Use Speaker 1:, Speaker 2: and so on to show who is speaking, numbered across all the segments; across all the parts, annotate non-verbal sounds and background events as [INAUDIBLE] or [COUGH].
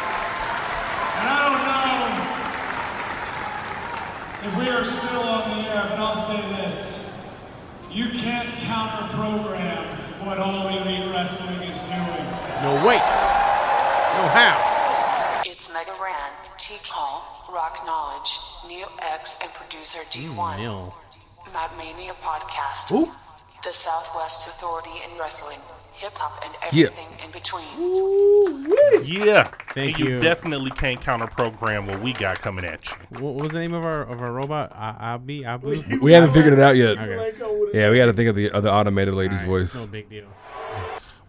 Speaker 1: And I don't know if we are still on the air, but I'll say this. You can't counter program what all elite wrestling is doing.
Speaker 2: No way. No how.
Speaker 3: It's Mega Ran, T Call, Rock Knowledge, Neo X, and producer D1.
Speaker 4: Neil.
Speaker 3: Mad Mania Podcast.
Speaker 2: Who?
Speaker 3: The Southwest Authority in Wrestling, Hip Hop, and
Speaker 2: Yeah.
Speaker 3: everything in between.
Speaker 5: Yeah.
Speaker 4: Thank
Speaker 5: And
Speaker 4: you.
Speaker 5: definitely can't counter program what we got coming at you.
Speaker 4: What what was the name of our of our robot? A- Abi Abu.
Speaker 6: We haven't figured it out yet.
Speaker 4: Okay.
Speaker 6: Yeah, we got to think of the other automated lady's
Speaker 4: All right,
Speaker 6: voice.
Speaker 4: No big deal.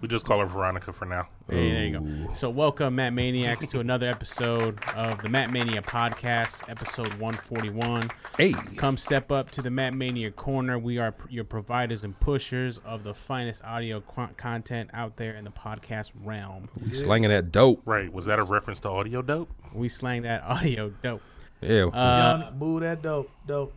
Speaker 5: We just call her Veronica for now.
Speaker 4: Hey, there you
Speaker 6: Oh.
Speaker 4: go. So, welcome, Matt Maniacs, to another episode of the Matt Mania podcast, episode 141.
Speaker 6: Hey,
Speaker 4: Come step up to the Matt Mania corner. We are p- your providers and pushers of the finest audio qu- content out there in the podcast realm.
Speaker 6: we slanging that dope.
Speaker 5: Right. Was that a reference to audio dope?
Speaker 4: We slang that audio dope.
Speaker 6: Yeah.
Speaker 4: Uh,
Speaker 7: Boo, that dope, dope.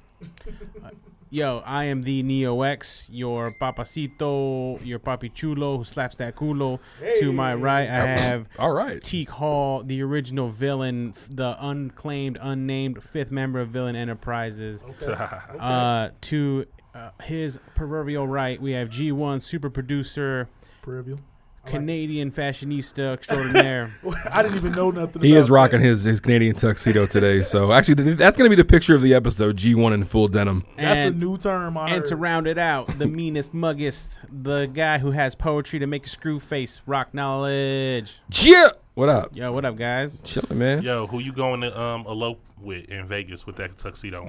Speaker 4: Yo, I am the Neo X, your papacito, your papi chulo who slaps that culo. To my right, I have
Speaker 6: All right.
Speaker 4: Teak Hall, the original villain, f- the unclaimed, unnamed fifth member of Villain Enterprises. Uh, to uh, his proverbial right, we have G1 super producer,
Speaker 7: Perivia.
Speaker 4: Canadian fashionista
Speaker 7: [LAUGHS]
Speaker 4: extraordinaire.
Speaker 7: I didn't even
Speaker 5: [LAUGHS]
Speaker 7: know nothing.
Speaker 6: He
Speaker 7: about
Speaker 6: is rocking his, his Canadian tuxedo today. So actually, th- that's going to be the picture of the episode. G1 in full denim.
Speaker 7: That. That's
Speaker 4: and,
Speaker 7: a new term. I
Speaker 4: And
Speaker 7: heard.
Speaker 4: to round it out,
Speaker 5: [LAUGHS]
Speaker 4: the meanest, muggest, the guy who has poetry to make a screw face, rock knowledge.
Speaker 6: Yeah. What up?
Speaker 4: Yo, what up, guys?
Speaker 6: Chilling, man.
Speaker 5: Yo, who you going to um elope with in Vegas with that tuxedo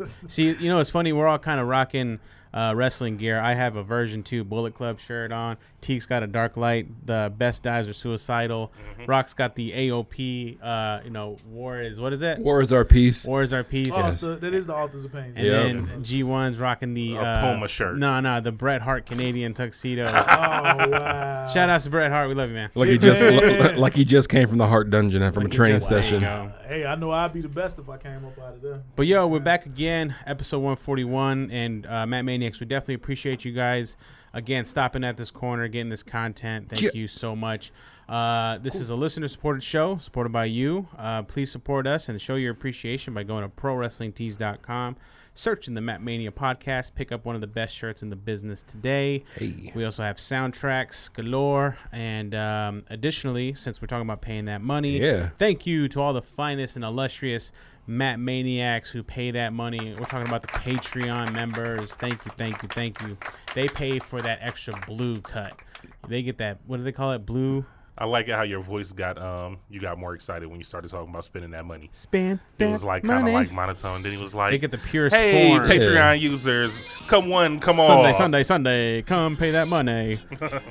Speaker 5: on?
Speaker 4: See, you know, it's funny. We're all kind of rocking uh, wrestling gear. I have a version two Bullet Club shirt on. Teek's got a dark light. The best dives are suicidal.
Speaker 5: Mm-hmm.
Speaker 4: Rock's got the AOP. Uh, you know, war is what is it?
Speaker 6: War is our peace.
Speaker 4: War is our peace.
Speaker 7: Oh, it's the- that is the authors of pain.
Speaker 4: And
Speaker 6: Yeah.
Speaker 4: then G1's rocking the
Speaker 5: A
Speaker 4: uh,
Speaker 5: Puma shirt.
Speaker 4: No, no, the Bret Hart Canadian
Speaker 5: [LAUGHS]
Speaker 4: tuxedo.
Speaker 7: Oh wow.
Speaker 4: Shout out to Bret Hart. We love you, man.
Speaker 6: Like
Speaker 4: [LAUGHS]
Speaker 6: he just li- like he just came from the heart dungeon and from a training
Speaker 4: Just- there you
Speaker 6: session.
Speaker 4: go.
Speaker 7: Hey, I know I'd be the best if I came up out of there.
Speaker 4: But yo, we're back again, episode 141, and uh, Matt Maniacs, we definitely appreciate you guys again stopping at this corner, getting this content. Thank
Speaker 6: Yeah.
Speaker 4: you so much. Uh, this is a listener-supported show, supported by you. Uh, please support us and show your appreciation by going to ProWrestlingTees.com, search in the Matt Mania podcast, pick up one of the best shirts in the business today. We also have soundtracks galore, and um, additionally, since we're talking about paying that money,
Speaker 6: Yeah.
Speaker 4: Thank you to all the finest and illustrious Matt Maniacs who pay that money. We're talking about the Patreon members. Thank you, thank you, thank you. They pay for that extra blue cut. They get that, what do they call it? Blue?
Speaker 5: I like it how your voice got um you got more excited when you started talking about spending that money.
Speaker 4: Spin.
Speaker 5: It was like kind of like monotone. Then he was like,
Speaker 4: They get the purest
Speaker 5: Hey,
Speaker 4: form."
Speaker 5: Patreon users, come one, come
Speaker 4: Sunday,
Speaker 5: all.
Speaker 4: Sunday, Sunday. Come pay that
Speaker 5: [LAUGHS]
Speaker 4: money.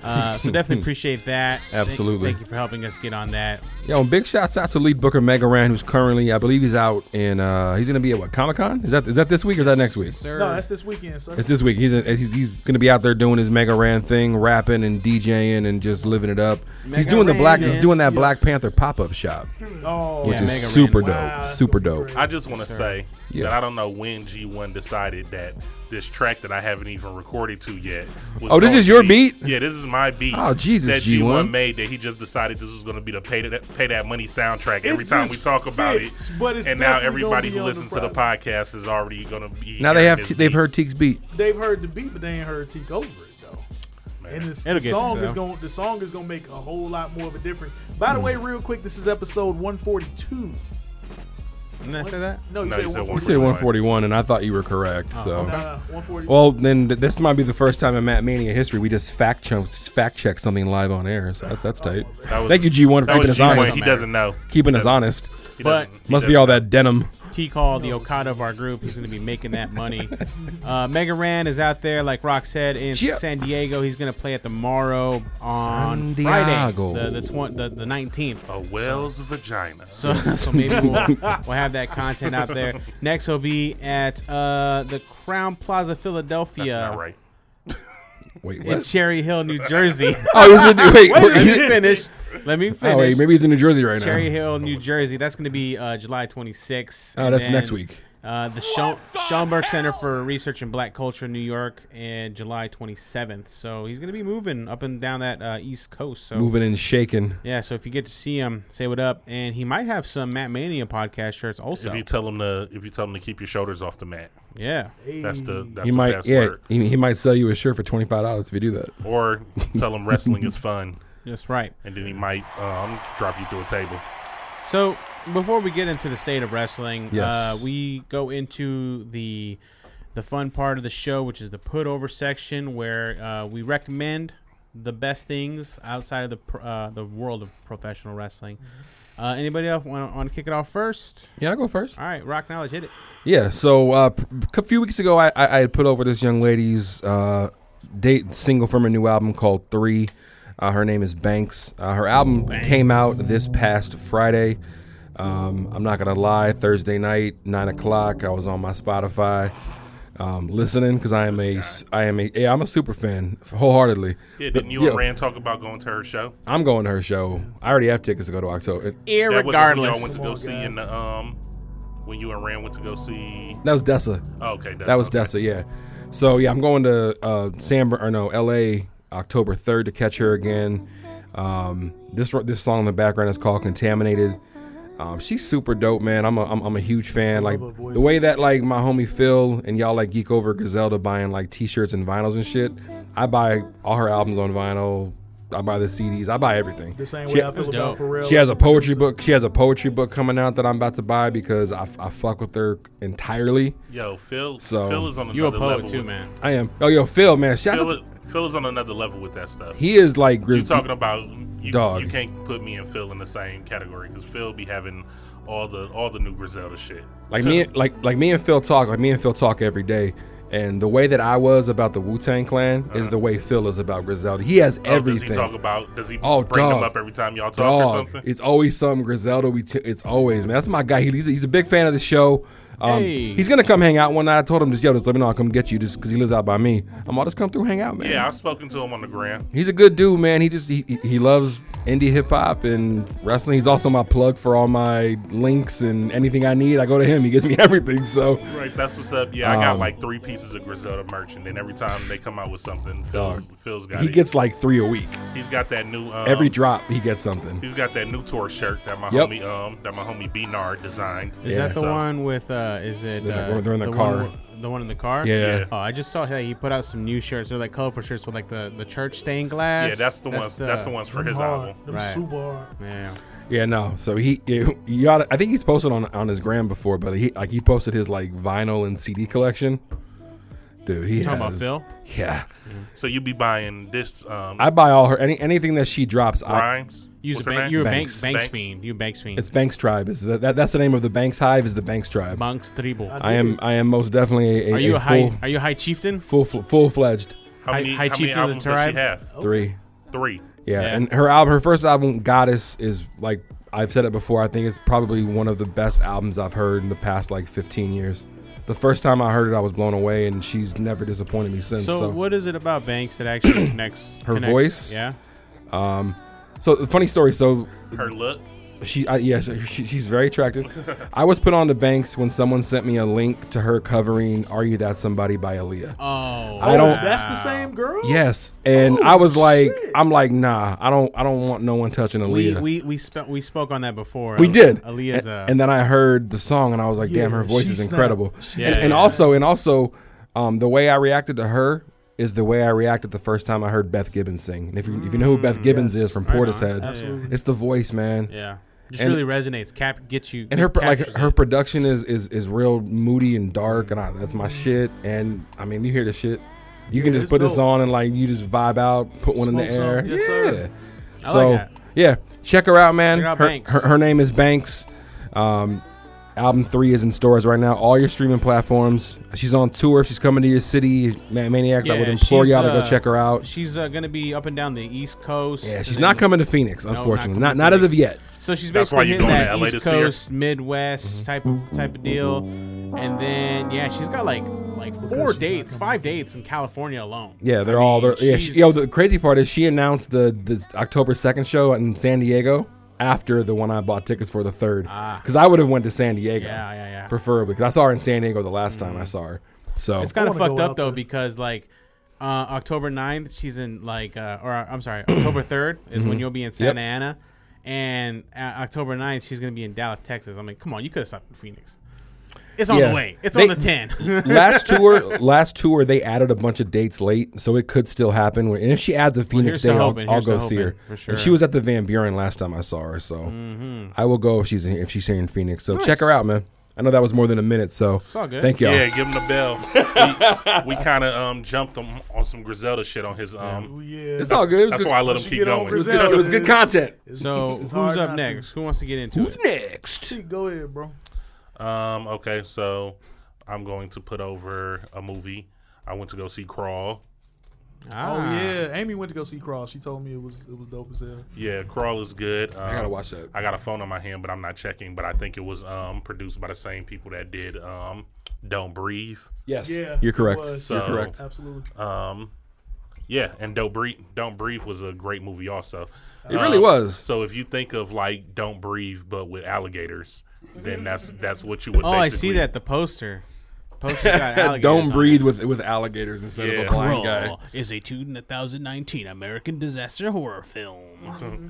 Speaker 4: Uh, so definitely appreciate that. Thank-
Speaker 6: Absolutely.
Speaker 4: Thank, you for helping us get on that.
Speaker 6: Yo, and big shouts out to lead booker Megaran, who's currently, I believe, he's out in. Uh, he's going to be at what Comic Con? Is that is that this week or is that next week?
Speaker 4: Sir.
Speaker 7: No, that's this weekend, sir.
Speaker 6: It's this week. He's he's, he's going to be out there doing his Mega Ran thing, rapping and DJing and just living it up. he's
Speaker 4: Mega
Speaker 6: doing the
Speaker 4: Ran,
Speaker 6: black.
Speaker 4: yeah.
Speaker 6: He's doing that Black Panther pop up shop,
Speaker 7: oh,
Speaker 6: which
Speaker 4: Yeah,
Speaker 6: is
Speaker 4: Mega Ran.
Speaker 6: super dope.
Speaker 7: Wow, that's
Speaker 6: super
Speaker 7: gonna be
Speaker 6: dope.
Speaker 7: great.
Speaker 5: I just want to say
Speaker 6: Yeah.
Speaker 5: that I don't know when G1 decided that this track that I haven't even recorded to yet. Was
Speaker 6: Oh, this
Speaker 5: going
Speaker 6: is
Speaker 5: to
Speaker 6: your
Speaker 5: be-
Speaker 6: beat?
Speaker 5: Yeah, this is my beat.
Speaker 6: Oh, Jesus,
Speaker 5: that
Speaker 6: G1.
Speaker 5: made that he just decided this was going to be the pay that pay that money soundtrack
Speaker 7: It
Speaker 5: every time we
Speaker 7: just
Speaker 5: talk about it.
Speaker 7: fits, but it's
Speaker 5: and now
Speaker 7: definitely gonna
Speaker 5: everybody
Speaker 7: be
Speaker 5: who
Speaker 7: on the
Speaker 5: listens to the
Speaker 7: Friday.
Speaker 5: podcast is already going to be
Speaker 6: Now they
Speaker 5: hearing
Speaker 6: have
Speaker 5: this
Speaker 6: t- they've
Speaker 5: beat.
Speaker 6: heard Teek's beat.
Speaker 7: They've heard the beat, but they ain't heard Teak over it though.
Speaker 5: man.
Speaker 7: And this,
Speaker 4: It'll
Speaker 7: the
Speaker 4: get
Speaker 7: song
Speaker 4: there,
Speaker 7: is
Speaker 4: though. Hmm.
Speaker 7: going the song is going to make a whole lot more of a difference. By the way, real quick, this is episode 142.
Speaker 4: Didn't I say that?
Speaker 7: No, you
Speaker 5: No,
Speaker 7: said Uh,
Speaker 5: you said
Speaker 6: You said
Speaker 7: 142.
Speaker 6: 141, and I thought you were correct. so.
Speaker 7: No, no, 142.
Speaker 6: Well, then th- this might be the first time in Matt Mania history we just fact check fact check something live on air. So that's, that's tight.
Speaker 5: That was-
Speaker 6: Thank you, G1, for
Speaker 5: That
Speaker 6: keeping
Speaker 5: was
Speaker 6: us
Speaker 5: G-Wayne.
Speaker 6: honest.
Speaker 5: He doesn't know.
Speaker 6: Keeping us
Speaker 5: Doesn't-
Speaker 6: honest.
Speaker 5: he
Speaker 4: But-
Speaker 5: doesn't- he
Speaker 6: Must be
Speaker 5: doesn't
Speaker 6: all
Speaker 5: know.
Speaker 6: that denim.
Speaker 4: T Call, the Okada of our group, who's going to be making that
Speaker 6: [LAUGHS]
Speaker 4: money. Uh, Mega Ran is out there, like Rock said, in
Speaker 6: Yeah.
Speaker 4: San Diego. He's going to play at the Morrow on
Speaker 6: San
Speaker 4: Friday,
Speaker 6: Diego.
Speaker 4: the the, twen- the the 19th.
Speaker 5: A whale's vagina.
Speaker 4: So, [LAUGHS] so maybe we'll,
Speaker 6: [LAUGHS]
Speaker 4: we'll have that content out there. Next, will be at uh, the Crown Plaza, Philadelphia,
Speaker 5: That's not right.
Speaker 6: Wait,
Speaker 4: in
Speaker 6: what?
Speaker 4: Cherry Hill, New
Speaker 6: [LAUGHS]
Speaker 4: Jersey. [LAUGHS]
Speaker 6: Oh, he's in, wait, wait,
Speaker 4: Let
Speaker 6: he
Speaker 4: me
Speaker 6: didn't-
Speaker 4: finish. Let me finish.
Speaker 6: [LAUGHS] oh, wait, maybe he's in New Jersey right
Speaker 4: Cherry
Speaker 6: now.
Speaker 4: Hill, New Jersey. That's going to be uh, July 26th.
Speaker 6: Oh,
Speaker 4: And
Speaker 6: that's next week.
Speaker 4: Uh, the Schel- Schoenberg Center for Research in Black Culture, New York, and July 27th. So he's going to be moving up and down that uh, East Coast.
Speaker 5: Oh.
Speaker 4: So
Speaker 6: Moving and shaking.
Speaker 4: yeah, so if you get to see him, say what up, and he might have some Matt Mania podcast shirts also.
Speaker 5: If you tell him to, if you tell him to keep your shoulders off the mat,
Speaker 4: yeah,
Speaker 5: that's the that's
Speaker 6: He
Speaker 5: the
Speaker 6: might, yeah,
Speaker 5: password.
Speaker 6: he, he might sell you a shirt for twenty five dollars if you do that.
Speaker 5: Or tell him wrestling is fun,
Speaker 4: that's right.
Speaker 5: and then he might um, drop you through a table.
Speaker 4: So before we get into the state of wrestling,
Speaker 6: Yes.
Speaker 4: uh, we go into the the fun part of the show, which is the put over section, where uh, we recommend the best things outside of the pr- uh, the world of professional wrestling.
Speaker 6: Mm-hmm.
Speaker 4: Uh, anybody else want, want to kick it off first?
Speaker 6: Yeah, I'll go first.
Speaker 4: All right, rock knowledge, hit it.
Speaker 6: Yeah. So uh, p- a few weeks ago, I, I, I had put over this young lady's uh, date single from her new album called Three. Uh, her name is Banks. Uh, her album came out this past Friday. Um, I'm not gonna lie. Thursday night, nine o'clock, I was on my Spotify um, listening because I am a s- I am a yeah I'm a super fan wholeheartedly.
Speaker 5: Yeah, didn't you
Speaker 6: Yeah.
Speaker 5: and Rand talk about going to her show?
Speaker 6: I'm going to her show. I already have tickets to go to October.
Speaker 5: That was when y'all went
Speaker 4: Irregardless,
Speaker 5: to go see in the um, when you and Rand went to go see.
Speaker 6: That was Dessa.
Speaker 5: Oh, okay, that's
Speaker 6: That was
Speaker 5: okay.
Speaker 6: Dessa, yeah. So yeah, I'm going to uh, San Br- or no L.A. October 3rd to catch her again. Um, this ro- this song in the background is called "Contaminated." Um, she's super dope, man. I'm a I'm, I'm a huge fan. Like the way that like my homie Phil and y'all like geek over Griselda buying like T-shirts and vinyls and shit. I buy all her albums on vinyl. I buy the CDs. I buy everything.
Speaker 7: the same
Speaker 6: She-
Speaker 7: way I feel
Speaker 4: dope.
Speaker 7: about Pharrell.
Speaker 6: she has a poetry book. She has a poetry book coming out that I'm about to buy because I, f- I fuck with her entirely.
Speaker 5: Yo, Phil.
Speaker 6: So-
Speaker 5: Phil is on another
Speaker 4: you a poet
Speaker 5: level
Speaker 4: too,
Speaker 5: with-
Speaker 4: man.
Speaker 6: I am. Oh, yo, Phil, man. Shout out
Speaker 5: Phil,
Speaker 6: to-
Speaker 5: is- Phil is on another level with that stuff.
Speaker 6: He is like
Speaker 5: you
Speaker 6: Grizz.
Speaker 5: talking about you,
Speaker 6: Dog.
Speaker 5: you can't put me and Phil in the same category because Phil be having all the all the new Griselda shit. Oh,
Speaker 6: like me, like like me and Phil talk. Like me and Phil talk every day. And the way that I was about the Wu Tang Clan is the way Phil is about Griselda. He has
Speaker 5: Uh-huh. Oh,
Speaker 6: everything.
Speaker 5: Does he talk about? Does he
Speaker 6: Oh,
Speaker 5: bring
Speaker 6: dog.
Speaker 5: them up every time y'all talk or
Speaker 6: Dog,
Speaker 5: something?
Speaker 6: it's always something Griselda. We t- it's always man. That's my guy. He, he's, he's a big fan of the show. Um,
Speaker 4: Hey.
Speaker 6: He's gonna come hang out one night. I told him just yo, just let me know. I'll come get you just because he lives out by me. I'm all just come through, hang out, man.
Speaker 5: Yeah, I've spoken to him on the gram.
Speaker 6: He's a good dude, man. He just he, he- he loves indie hip hop and wrestling. He's also my plug for all my links and anything I need. I go to him. He gives me [LAUGHS] everything. So
Speaker 5: Right, that's what's up. Yeah, I
Speaker 6: Um,
Speaker 5: got like three pieces of Griselda merch, and then every time they come out with something, Phil's, Phil's got
Speaker 6: he
Speaker 5: it.
Speaker 6: gets like three a week.
Speaker 5: he's got that new um,
Speaker 4: Oh.
Speaker 6: Every drop, he gets something.
Speaker 5: He's got that new tour shirt that my
Speaker 6: Yep.
Speaker 5: homie um that my homie Beanard designed.
Speaker 4: Is
Speaker 6: Yeah.
Speaker 4: that the
Speaker 5: So-
Speaker 4: one with? uh Is it?
Speaker 6: They're-
Speaker 4: uh,
Speaker 6: they're in the
Speaker 4: one
Speaker 6: car.
Speaker 4: with- the one in the car.
Speaker 6: Yeah.
Speaker 5: Yeah.
Speaker 4: Oh, I just saw. Hey, he put out some new shirts. They're like colorful shirts with like the the church stained glass.
Speaker 5: Yeah, that's the ones. That's the ones for his
Speaker 7: hard.
Speaker 5: album.
Speaker 7: Them
Speaker 4: Right.
Speaker 7: super hard.
Speaker 4: Yeah.
Speaker 6: Yeah, no. So he, [LAUGHS] you you oughta- I think he's posted on on his gram before, but he like he posted his like vinyl and CD collection. Dude, he
Speaker 4: talking about
Speaker 6: has-
Speaker 4: Phil?
Speaker 6: Yeah,
Speaker 5: So you be buying this um
Speaker 6: I buy all her any anything that she drops. I,
Speaker 5: rhymes.
Speaker 4: You was
Speaker 5: What's her
Speaker 4: a bank,
Speaker 5: name?
Speaker 4: you're a
Speaker 6: Banks.
Speaker 4: banks. Banks,
Speaker 5: Banks.
Speaker 4: fiend. You a banks fiend.
Speaker 6: it's Banks Tribe. Is that, that that's the name of the Banks Hive? Is the Banks Tribe?
Speaker 4: Banks Tribal.
Speaker 6: I am I am most definitely a, a,
Speaker 4: Are you a high?
Speaker 6: full
Speaker 4: Are you a high chieftain?
Speaker 6: full full fledged
Speaker 5: How many,
Speaker 4: High
Speaker 5: how
Speaker 4: Chief
Speaker 5: many
Speaker 4: of the
Speaker 5: albums does
Speaker 4: Tribe?
Speaker 5: she have?
Speaker 6: three.
Speaker 5: Three.
Speaker 6: Yeah,
Speaker 4: Yeah.
Speaker 6: and her album, her first album, Goddess, is like I've said it before. I think it's probably one of the best albums I've heard in the past like 15 years. The first time I heard it, I was blown away, and she's never disappointed me since. So,
Speaker 4: So, what is it about Banks that
Speaker 6: [CLEARS THROAT]
Speaker 4: actually connects?
Speaker 6: Her
Speaker 4: connects-
Speaker 6: voice?
Speaker 4: Yeah.
Speaker 6: so the funny story. So
Speaker 5: Her look.
Speaker 6: she, I, yeah, she, she- she's
Speaker 4: [LAUGHS]
Speaker 6: very attractive. I was put on the banks when someone sent me a link to her covering "Are You That Somebody" by Aaliyah.
Speaker 4: Oh.
Speaker 6: I don't-
Speaker 7: That's the same girl.
Speaker 6: yes, and I was like,
Speaker 7: shit.
Speaker 6: I'm like, nah, I don't, I don't want no one touching
Speaker 4: We
Speaker 6: Aaliyah.
Speaker 4: we we, spe- we spoke on that before.
Speaker 6: We
Speaker 4: Al-
Speaker 6: did.
Speaker 4: Aaliyah's uh,
Speaker 6: and,
Speaker 4: a.
Speaker 6: and then I heard the song and I was like, damn,
Speaker 7: Yeah,
Speaker 6: her voice
Speaker 7: she
Speaker 6: is
Speaker 7: snapped.
Speaker 6: incredible.
Speaker 4: Yeah,
Speaker 6: and, and
Speaker 4: yeah.
Speaker 6: also, and also, um, the way I reacted to her is the way I reacted the first time I heard Beth Gibbons sing. And if you, if you know who Beth Gibbons is from
Speaker 4: Mm, Right on.
Speaker 6: Portishead,
Speaker 4: Absolutely.
Speaker 6: it's the voice, man.
Speaker 4: Yeah, just
Speaker 6: And-
Speaker 4: really resonates. Cap gets you
Speaker 6: And her
Speaker 4: it
Speaker 6: pro- like
Speaker 4: captures
Speaker 6: her
Speaker 4: it.
Speaker 6: production is, is is real moody and dark, and I, that's my shit. And I mean, you hear this shit, you can
Speaker 7: Yeah,
Speaker 6: just
Speaker 7: it's
Speaker 6: put this
Speaker 7: dope.
Speaker 6: on and like you just vibe out, put one in
Speaker 7: Smoke
Speaker 6: the air.
Speaker 7: some. Yes,
Speaker 6: yeah.
Speaker 7: sir.
Speaker 4: I
Speaker 6: so
Speaker 4: like that.
Speaker 6: yeah, check her out, man.
Speaker 4: Check out
Speaker 6: her,
Speaker 4: Banks.
Speaker 6: her, her name is Banks. Um, album three is in stores right now. All your streaming platforms. She's on tour. She's coming to your city, man. Maniacs. I would
Speaker 4: Yeah,
Speaker 6: implore
Speaker 4: she's,
Speaker 6: y'all to go
Speaker 4: uh,
Speaker 6: check her out.
Speaker 4: She's uh, gonna be up and down the East Coast.
Speaker 6: Yeah,
Speaker 4: and
Speaker 6: she's
Speaker 4: then-
Speaker 6: not coming to Phoenix,
Speaker 4: not
Speaker 6: unfortunately.
Speaker 4: coming
Speaker 6: Not
Speaker 4: to
Speaker 6: not as of
Speaker 4: Phoenix.
Speaker 6: yet.
Speaker 4: So she's
Speaker 5: That's why
Speaker 4: basically
Speaker 5: you
Speaker 4: hitting
Speaker 5: going to
Speaker 4: that
Speaker 5: LA to
Speaker 4: East
Speaker 5: see her?
Speaker 4: Coast,
Speaker 7: Mm-hmm.
Speaker 4: Midwest type of type of deal, and then yeah, she's got like like four dates, five dates in California alone.
Speaker 6: Yeah, they're
Speaker 4: I
Speaker 6: all
Speaker 4: mean,
Speaker 6: they're, yeah. She,
Speaker 4: she's-
Speaker 6: yo, the crazy part is she announced the the October second show in San Diego after the one I bought tickets for the third because I would have went to San Diego,
Speaker 4: Ah. Yeah, yeah, yeah.
Speaker 6: preferably because I saw her in San Diego the last time I saw her. So
Speaker 4: It's kind of
Speaker 7: wanna
Speaker 4: fucked
Speaker 7: go
Speaker 4: up
Speaker 7: out
Speaker 4: though
Speaker 7: there.
Speaker 4: because like uh, October 9th, she's in like, uh, or uh, I'm sorry, October 3rd is when
Speaker 6: Mm-hmm.
Speaker 4: you'll be in Santa Ana, and uh, October 9th she's gonna be in Dallas, Texas. I'm like, come on, you could have stopped in Phoenix. It's on
Speaker 6: Yeah.
Speaker 4: the way. It's
Speaker 6: They-
Speaker 4: on the 10.
Speaker 6: [LAUGHS] last tour, last tour they added a bunch of dates late, so it could still happen. And if she adds a
Speaker 4: here's
Speaker 6: Phoenix
Speaker 4: to
Speaker 6: date, I'll,
Speaker 4: hoping,
Speaker 6: I'll
Speaker 4: here's
Speaker 6: go
Speaker 4: to
Speaker 6: see her.
Speaker 4: hoping, for
Speaker 6: And she
Speaker 4: sure. Mm-hmm.
Speaker 6: was at the Van Buren last time I saw her, so I will go if she's in, if she's here in Phoenix. So check her out, man. I know that was more than a minute, so
Speaker 4: all good.
Speaker 6: thank y'all.
Speaker 5: Yeah, give him the
Speaker 6: [LAUGHS]
Speaker 5: bell. we kind of um, jumped him on some Griselda shit on his. Um,
Speaker 7: Yeah.
Speaker 6: It's all good. It was
Speaker 5: That's
Speaker 6: good.
Speaker 5: why I let him
Speaker 7: She
Speaker 5: keep
Speaker 7: get on
Speaker 5: going.
Speaker 7: Griselda.
Speaker 6: It was good content.
Speaker 4: [LAUGHS] so
Speaker 7: It's
Speaker 4: who's
Speaker 7: hard
Speaker 4: up
Speaker 7: not to.
Speaker 4: next? Who wants to get into it?
Speaker 6: next?
Speaker 7: Go ahead, bro.
Speaker 5: Um, okay, so I'm going to put over a movie. I went to go see Crawl.
Speaker 7: Oh
Speaker 4: Ah.
Speaker 7: yeah, Amy went to go see Cross. She told me it was it was dope as hell.
Speaker 5: Yeah, Crawl is good. Um,
Speaker 6: I gotta watch that.
Speaker 5: I got a phone on my hand, but I'm not checking. But I think it was um, produced by the same people that did um, Don't Breathe.
Speaker 6: Yes.
Speaker 7: Yeah,
Speaker 6: You're
Speaker 7: it
Speaker 6: correct.
Speaker 7: was.
Speaker 6: You're
Speaker 5: So-
Speaker 6: correct.
Speaker 7: Absolutely.
Speaker 5: Um, yeah, and Don't Breathe. Don't Breathe was a great movie also.
Speaker 6: It really was.
Speaker 5: So if you think of like Don't Breathe, but with alligators, then that's that's what you would.
Speaker 4: Oh, I see
Speaker 5: basically-
Speaker 4: that the poster. [LAUGHS] Poster got alligators on
Speaker 6: Don't
Speaker 4: it.
Speaker 6: breathe with with alligators instead of
Speaker 5: Yeah.
Speaker 6: a blind
Speaker 4: Crawl
Speaker 6: guy.
Speaker 4: is a 2019 American disaster horror film.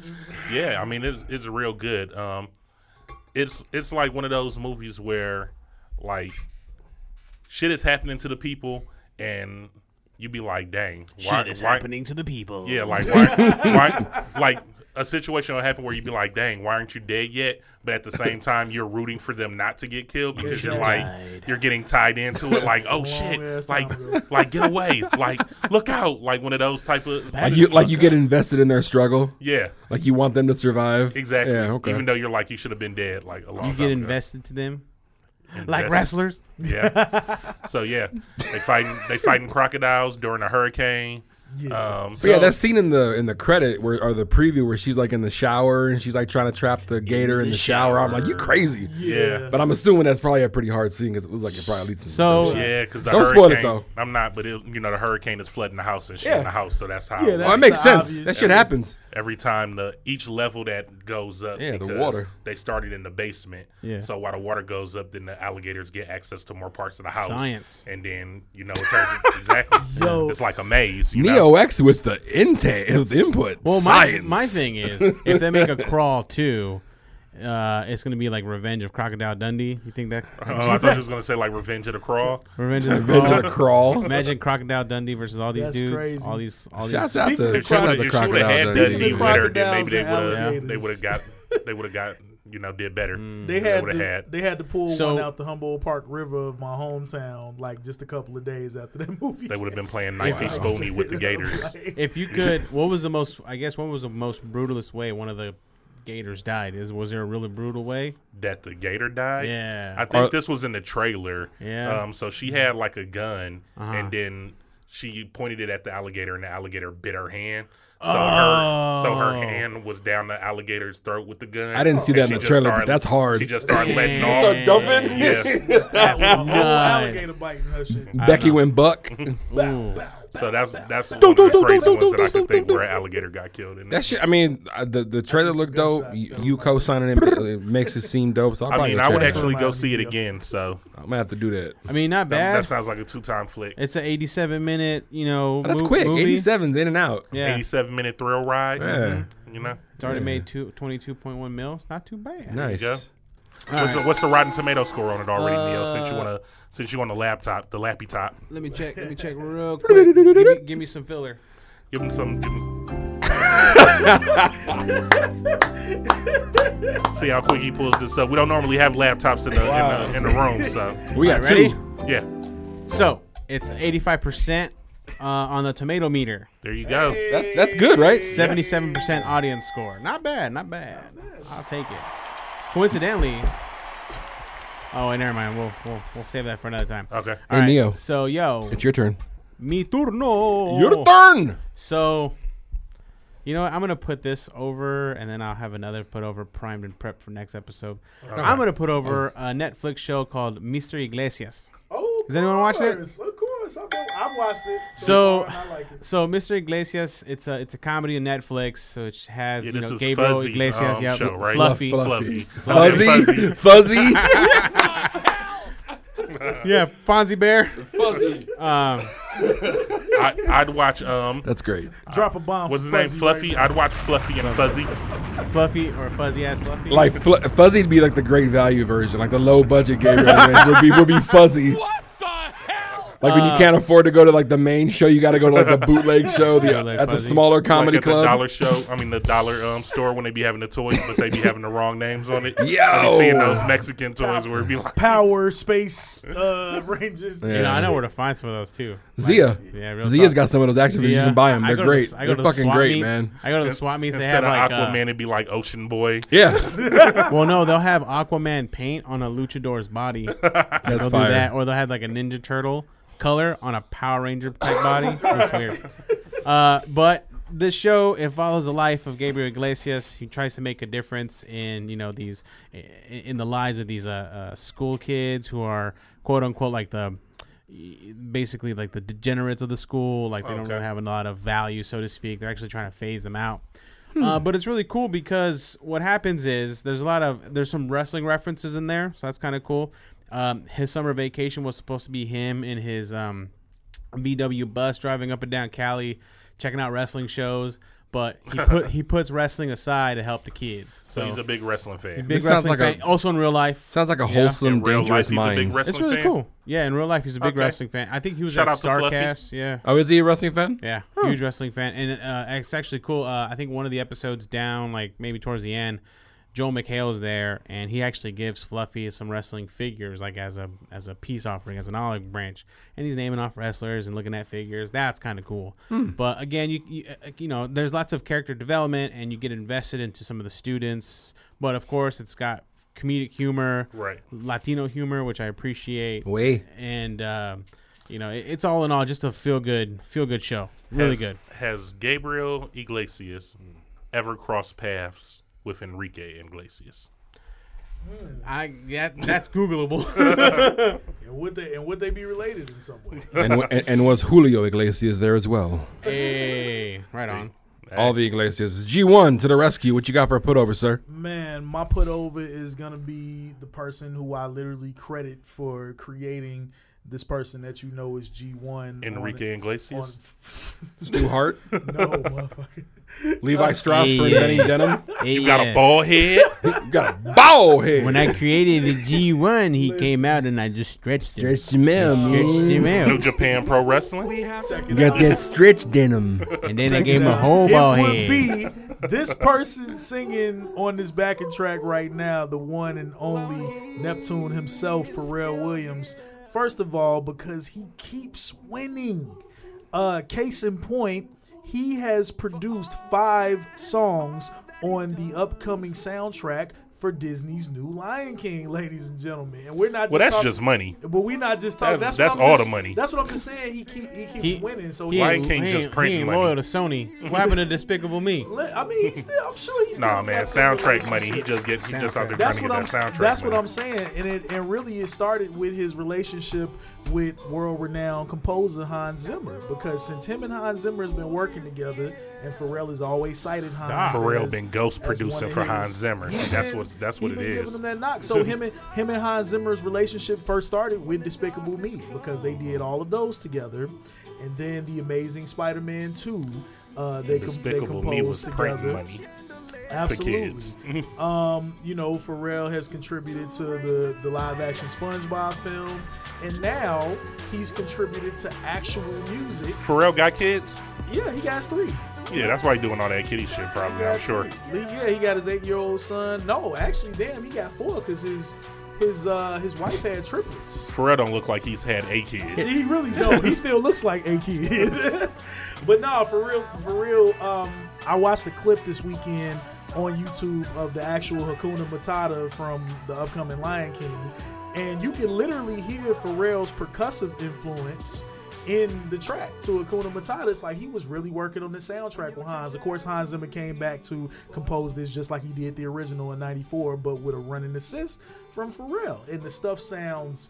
Speaker 5: Yeah, I mean it's it's real good. Um, it's it's like one of those movies where like shit is happening to the people, and you be like, dang, why why-
Speaker 4: to the people.
Speaker 5: Yeah, like why, why like a situation will happen where you'd be like, dang, why aren't you dead yet? But at the same time, you're rooting for them not to get killed because you're like you're getting tied into it. Like, oh
Speaker 7: ass
Speaker 5: shit,
Speaker 7: time ago.
Speaker 5: like like get away, like look out, like one of those type of
Speaker 6: Like you like you get invested in their struggle.
Speaker 5: yeah.
Speaker 6: Like you want them to survive.
Speaker 5: Exactly.
Speaker 6: Yeah. Okay.
Speaker 5: Even though you're like you should have been dead like a long
Speaker 4: You
Speaker 5: time
Speaker 4: get
Speaker 5: ago.
Speaker 4: invested to them. Like
Speaker 5: Invested.
Speaker 4: wrestlers.
Speaker 5: Yeah. so yeah, they fighting they fighting crocodiles during a hurricane. Yeah. Um,
Speaker 6: But yeah, that scene in the in the credit where or the preview where she's like in the shower and she's like trying to trap the gator in,
Speaker 5: the
Speaker 6: the shower. I'm like, you
Speaker 5: shower.
Speaker 6: crazy.
Speaker 5: yeah.
Speaker 6: But I'm assuming that's probably a pretty hard scene because it looks like it probably leads to
Speaker 4: So-
Speaker 6: some dumb shit.
Speaker 5: Yeah, because the
Speaker 6: Don't
Speaker 5: hurricane.
Speaker 6: spoil it, though.
Speaker 5: I'm not, but it, you know the hurricane is flooding the house and shit
Speaker 6: Yeah.
Speaker 5: in the house, so that's how.
Speaker 7: Yeah,
Speaker 6: well,
Speaker 7: that's-
Speaker 6: Oh, it makes
Speaker 7: the
Speaker 6: sense.
Speaker 7: obvious-
Speaker 6: That shit happens.
Speaker 5: every time the each level that goes up,
Speaker 6: Yeah, the
Speaker 5: because
Speaker 6: water.
Speaker 5: They started in the basement,
Speaker 4: Yeah.
Speaker 5: So while the water goes up, then the alligators get access to more parts of the house.
Speaker 4: Science.
Speaker 5: and then you know it turns [LAUGHS] exactly.
Speaker 7: Yo.
Speaker 5: It's like a maze. You
Speaker 6: Neo
Speaker 5: know?
Speaker 6: X with the intake, with input.
Speaker 4: Well,
Speaker 6: science.
Speaker 4: my my thing is, if they make a crawl too, uh, it's gonna be like Revenge of Crocodile Dundee. You think that
Speaker 5: Oh, I thought you was gonna say like Revenge of the Crawl.
Speaker 4: Revenge of the [LAUGHS]
Speaker 6: Avenger
Speaker 4: Crawl?
Speaker 6: crawl.
Speaker 4: Imagine Crocodile Dundee versus all these
Speaker 7: That's
Speaker 4: dudes,
Speaker 7: crazy.
Speaker 4: all these, all these.
Speaker 6: Shouts out to
Speaker 7: Speaking of
Speaker 6: shout out
Speaker 5: If
Speaker 6: to
Speaker 5: she would have
Speaker 6: crocodiles.
Speaker 5: had
Speaker 6: that
Speaker 5: that
Speaker 6: did
Speaker 5: knee
Speaker 6: it.
Speaker 7: Crocodiles
Speaker 5: with her, then maybe they would
Speaker 7: and
Speaker 5: have they
Speaker 7: alligators.
Speaker 5: would have got they would have got you know did better.
Speaker 4: Mm.
Speaker 7: They had,
Speaker 5: would
Speaker 7: to,
Speaker 5: have had.
Speaker 7: they had to pull
Speaker 4: So-
Speaker 7: one out the Humboldt Park River of my hometown, like just a couple of days after that [LAUGHS] movie.
Speaker 5: They would have been playing knifey spoony with
Speaker 4: [LAUGHS]
Speaker 5: the Gators.
Speaker 4: If you could, what was the most? I guess what was the most brutalist way one of the gators died? Is was there a really brutal way?
Speaker 5: that the gator died.
Speaker 4: Yeah.
Speaker 5: I think
Speaker 6: Or-
Speaker 5: this was in the trailer.
Speaker 4: Yeah. Uh-huh.
Speaker 5: Um, so she had like a gun, and then she pointed it at the alligator, and the alligator bit her hand. So her, so
Speaker 4: Oh.
Speaker 5: her hand was down the alligator's throat with the gun.
Speaker 6: I didn't see
Speaker 5: and
Speaker 6: that in
Speaker 5: she
Speaker 6: the
Speaker 5: just
Speaker 6: trailer, but
Speaker 5: started-
Speaker 6: that's hard.
Speaker 5: She just started letting
Speaker 4: She
Speaker 5: off.
Speaker 4: started dumping?
Speaker 5: Yeah.
Speaker 7: That's a whole
Speaker 4: Nice.
Speaker 7: alligator biting her [LAUGHS]
Speaker 6: [LAUGHS]
Speaker 7: shit.
Speaker 6: Becky went buck.
Speaker 4: Ooh.
Speaker 5: So that's that's one of the crazy ones that I could think where an alligator got killed. In
Speaker 6: That shit. I mean, uh, the the trailer looked dope.
Speaker 7: gunshots,
Speaker 6: You,
Speaker 7: though.
Speaker 6: you co-signing it, it makes it seem dope. So I'll
Speaker 5: I
Speaker 6: probably
Speaker 5: mean,
Speaker 6: go
Speaker 5: I
Speaker 6: check
Speaker 5: would
Speaker 6: it out.
Speaker 5: actually go
Speaker 7: Reminds
Speaker 5: see it
Speaker 7: me of-
Speaker 5: again. So
Speaker 6: I'm gonna have to do that.
Speaker 4: I mean, not
Speaker 5: that,
Speaker 4: bad.
Speaker 5: that sounds like a two-time flick.
Speaker 4: it's an 87 minute, you know,
Speaker 6: Oh, That's
Speaker 4: mo-
Speaker 6: quick.
Speaker 4: movie.
Speaker 6: 87's in and out.
Speaker 4: Yeah, it's
Speaker 5: 87 minute thrill ride. mm-hmm.
Speaker 6: Yeah.
Speaker 5: You know.
Speaker 4: already made two, 22.1 mil. It's not too bad.
Speaker 6: Nice. Uh,
Speaker 5: go. What's, the, what's the Rotten Tomato score on it already, Neil? Since you want to, since you on the laptop, the lappy top,
Speaker 4: Let me check. Let me check real quick. give, me, give me some filler.
Speaker 5: give him some. [LAUGHS] Give him See how quick he pulls this up. We don't normally have laptops in the in the, in the room, so
Speaker 6: We got
Speaker 4: Ready?
Speaker 6: two.
Speaker 5: yeah,
Speaker 4: So it's 85% uh, on the tomato meter,
Speaker 5: there you go.
Speaker 6: That's that's good, right?
Speaker 4: 77% audience score. Not bad, not bad. I'll take it. Coincidentally, oh, wait, never mind. We'll, we'll, we'll save that for another time.
Speaker 5: Okay,
Speaker 6: Hey, Neo,
Speaker 4: So, yo,
Speaker 6: it's your turn.
Speaker 4: mi turno.
Speaker 6: Your turn.
Speaker 4: So, you know what? I'm going to put this over, and then I'll have another put over primed and prepped for next episode. I'm going to
Speaker 5: Oh.
Speaker 4: put over a Netflix show called Mr. Iglesias.
Speaker 7: Oh,
Speaker 4: Has anyone watched it?
Speaker 7: course, Of course, I've, I've watched it.
Speaker 4: So,
Speaker 7: far, and I like it.
Speaker 4: so Mr. Iglesias, it's a it's a comedy on Netflix, which has
Speaker 5: yeah,
Speaker 4: you
Speaker 5: this
Speaker 4: know
Speaker 5: is
Speaker 4: Gabriel
Speaker 5: Fuzzy's
Speaker 4: Iglesias,
Speaker 5: um,
Speaker 4: yeah,
Speaker 5: show, right?
Speaker 4: Fluffy,
Speaker 6: Fluffy.
Speaker 5: Fluffy.
Speaker 6: Fuzzy. [LAUGHS] Fuzzy.
Speaker 4: yeah, Fonzie Bear. [LAUGHS]
Speaker 6: Fuzzy.
Speaker 5: I, I'd watch um,
Speaker 6: That's great.
Speaker 7: drop a bomb.
Speaker 5: what's his
Speaker 7: for
Speaker 5: name?
Speaker 7: Fuzzy
Speaker 5: Fluffy.
Speaker 7: right
Speaker 5: I'd watch Fluffy and Fuzzy.
Speaker 4: Fluffy or fuzzy ass Fluffy.
Speaker 6: Like fl- Fuzzy'd be like the great value version, like the low budget Gabriel Iglesias would be would be Fuzzy. What the hell? Like when
Speaker 4: Uh,
Speaker 6: you can't afford to go to like the main show, you got to go to like
Speaker 4: [LAUGHS]
Speaker 6: the bootleg show the,
Speaker 4: Bootleg
Speaker 6: at the
Speaker 4: Fuzzy.
Speaker 6: smaller comedy
Speaker 5: like at the
Speaker 6: club.
Speaker 5: dollar show. I mean the dollar um, store when they be having the toys,
Speaker 6: [LAUGHS]
Speaker 5: but they be having the wrong names on it.
Speaker 6: Yo!
Speaker 5: I be seeing those Mexican toys where it be like
Speaker 7: Power Space [LAUGHS] uh, Rangers.
Speaker 4: you know, I know where to find some of those too.
Speaker 6: Zia,
Speaker 4: Yeah, real
Speaker 6: Zia's
Speaker 4: talk.
Speaker 6: got some of those actions. You can buy them.
Speaker 4: I
Speaker 6: They're
Speaker 4: go to the-
Speaker 6: great.
Speaker 4: I go
Speaker 6: They're
Speaker 4: to the
Speaker 6: fucking
Speaker 4: swap
Speaker 6: great,
Speaker 4: meets. [LAUGHS]
Speaker 6: man.
Speaker 4: I go to the swap meets. They
Speaker 5: instead
Speaker 4: have
Speaker 5: of
Speaker 4: like uh,
Speaker 5: Aquaman,
Speaker 4: Aquaman.
Speaker 5: it'd be like Ocean Boy.
Speaker 6: Yeah,
Speaker 4: well, no, they'll have Aquaman paint on a luchador's body.
Speaker 6: that's
Speaker 4: They'll
Speaker 6: fire.
Speaker 4: do that, or they'll have like a Ninja Turtle color on a Power Ranger type body. It's weird. Uh, but this show it follows the life of Gabriel Iglesias. He tries to make a difference in you know these i- in the lives of these uh, uh, school kids who are quote unquote like the basically like the degenerates of the school. Like they don't
Speaker 5: Okay.
Speaker 4: really have a lot of value, so to speak. They're actually trying to phase them out.
Speaker 6: Hmm.
Speaker 4: Uh, but it's really cool because what happens is there's a lot of there's some wrestling references in there, so that's kind of cool. Um, his summer vacation was supposed to be him in his um, VW bus driving up and down Cali, checking out wrestling shows. But
Speaker 5: [LAUGHS]
Speaker 4: he put he puts wrestling aside to help the kids. So,
Speaker 5: So he's a big wrestling fan.
Speaker 4: big
Speaker 6: This sounds
Speaker 4: wrestling
Speaker 6: like a-
Speaker 4: fan. also in real life,
Speaker 6: Sounds like a wholesome,
Speaker 5: In real
Speaker 6: dangerous
Speaker 5: life, he's a big
Speaker 6: mind.
Speaker 5: wrestling-
Speaker 4: it's really
Speaker 5: fan?
Speaker 4: cool. Yeah, in real life, he's a big
Speaker 5: Okay.
Speaker 4: wrestling fan. I think he was
Speaker 5: Shout
Speaker 4: at
Speaker 5: out to Fluffy.
Speaker 4: Starcast. Yeah,
Speaker 6: Oh, is he a wrestling fan?
Speaker 4: yeah, huge wrestling fan, and uh, it's actually cool. Uh, I think one of the episodes down, like maybe towards the end, Joel McHale's there, and he actually gives Fluffy some wrestling figures, like as a as a peace offering, as an olive branch, and he's naming off wrestlers and looking at figures. That's kind of cool. But again, you, you uh, you know, there's lots of character development, and you get invested into some of the students. But of course, it's got comedic humor,
Speaker 5: Right.
Speaker 4: Latino humor, which I appreciate [LAUGHS]
Speaker 6: Way.
Speaker 4: and um, you know it, it's all in all just a feel good feel good show really
Speaker 5: has,
Speaker 4: good
Speaker 5: Has Gabriel Iglesias ever crossed paths with Enrique Iglesias?
Speaker 4: i yeah that's
Speaker 5: [LAUGHS]
Speaker 4: googleable
Speaker 7: And would they and would they be related in some way?
Speaker 6: and, wa- and, and was Julio Iglesias there as well?
Speaker 4: hey right on
Speaker 6: All the Iglesias. G1 to the rescue. What you got for a put over, sir?
Speaker 7: Man, my put over is gonna be the person who I literally credit for creating this person that you know is G one
Speaker 5: Enrique
Speaker 7: On,
Speaker 5: Iglesias.
Speaker 4: [LAUGHS]
Speaker 6: Stu Hart,
Speaker 7: no, motherfucker.
Speaker 6: Levi Strauss for
Speaker 4: Yeah.
Speaker 6: inventing denim.
Speaker 5: You got a
Speaker 4: [LAUGHS]
Speaker 5: bald head.
Speaker 6: You got a bald head.
Speaker 4: when i created the g1 he came out and i just stretched him
Speaker 6: Stretch your man,
Speaker 4: Stretched him
Speaker 5: New [LAUGHS]
Speaker 4: out,
Speaker 5: Japan Pro Wrestling.
Speaker 6: You got that stretch denim.
Speaker 4: and then I gave him a whole
Speaker 7: It
Speaker 4: ball
Speaker 7: would
Speaker 4: head.
Speaker 7: be this person singing on this backing track right now, the one and only Neptune himself, Pharrell Williams. First of all, because he keeps winning. Uh, case in point, he has produced five songs on the upcoming soundtrack for Disney's new Lion King, [LAUGHS] ladies and gentlemen. And we're not just
Speaker 5: Well, that's
Speaker 7: talking-
Speaker 5: just money.
Speaker 7: But we're not just talking.
Speaker 5: That's- that's
Speaker 7: That's, what I'm
Speaker 5: all
Speaker 7: just-
Speaker 5: the money.
Speaker 7: That's what I'm just saying. He keep, he keeps winning. So
Speaker 4: he
Speaker 7: he-
Speaker 5: Lion
Speaker 4: ain't-
Speaker 5: King
Speaker 4: he
Speaker 5: just
Speaker 4: ain't-
Speaker 5: printing
Speaker 4: he ain't
Speaker 5: money.
Speaker 4: loyal to Sony. What happened to Despicable
Speaker 5: [LAUGHS]
Speaker 4: Me?
Speaker 7: I mean, he's still. I'm sure he's.
Speaker 5: Nah,
Speaker 7: still
Speaker 5: man,
Speaker 7: fucking with
Speaker 5: soundtrack
Speaker 7: us.
Speaker 5: money. He just get he just out there trying
Speaker 7: That's
Speaker 5: to
Speaker 7: what
Speaker 5: get
Speaker 7: I'm.
Speaker 5: that soundtrack.
Speaker 7: That's what
Speaker 5: money.
Speaker 7: I'm saying, and it and really it started with his relationship with world-renowned composer Hans Zimmer, because since him and Hans Zimmer has been working together, and Pharrell has always cited Hans.
Speaker 5: Ah, Pharrell
Speaker 7: as-
Speaker 5: been ghost
Speaker 7: as
Speaker 5: producing
Speaker 7: one of
Speaker 5: for
Speaker 7: his-
Speaker 5: Hans Zimmer.
Speaker 7: He's
Speaker 5: That's
Speaker 7: been-
Speaker 5: what- that's
Speaker 7: he
Speaker 5: what it
Speaker 7: been
Speaker 5: is.
Speaker 7: Giving him that
Speaker 5: [LAUGHS]
Speaker 7: knock. So him and him and Hans Zimmer's relationship first started with Despicable Me because they did all of those together, and then the Amazing Spider-Man Two. Uh, they, com- they
Speaker 5: Despicable
Speaker 7: composed
Speaker 5: Me was printing
Speaker 7: together.
Speaker 5: money.
Speaker 7: Absolutely.
Speaker 5: kids. [LAUGHS]
Speaker 7: um, you know, Pharrell has contributed to the, the live action SpongeBob film, and now he's contributed to actual music.
Speaker 5: Pharrell got kids?
Speaker 7: Yeah, he got three.
Speaker 5: Yeah, that's why he's doing all that kitty shit, probably, I'm sure.
Speaker 7: He- Yeah, he got his eight year old son. No, actually, damn, he got four because his his uh, his wife had triplets.
Speaker 5: Pharrell don't look like he's had a kid.
Speaker 7: He really don't. He still looks like a kid. [LAUGHS] but no, for real, for real. Um, I watched a clip this weekend on YouTube of the actual Hakuna Matata from the upcoming Lion King, and you can literally hear Pharrell's percussive influence in the track to Hakuna Matata. It's like he was really working on the soundtrack with Hans. Of course, Hans Zimmer came back to compose this just like he did the original in '94, but with a running assist from Pharrell, and the stuff sounds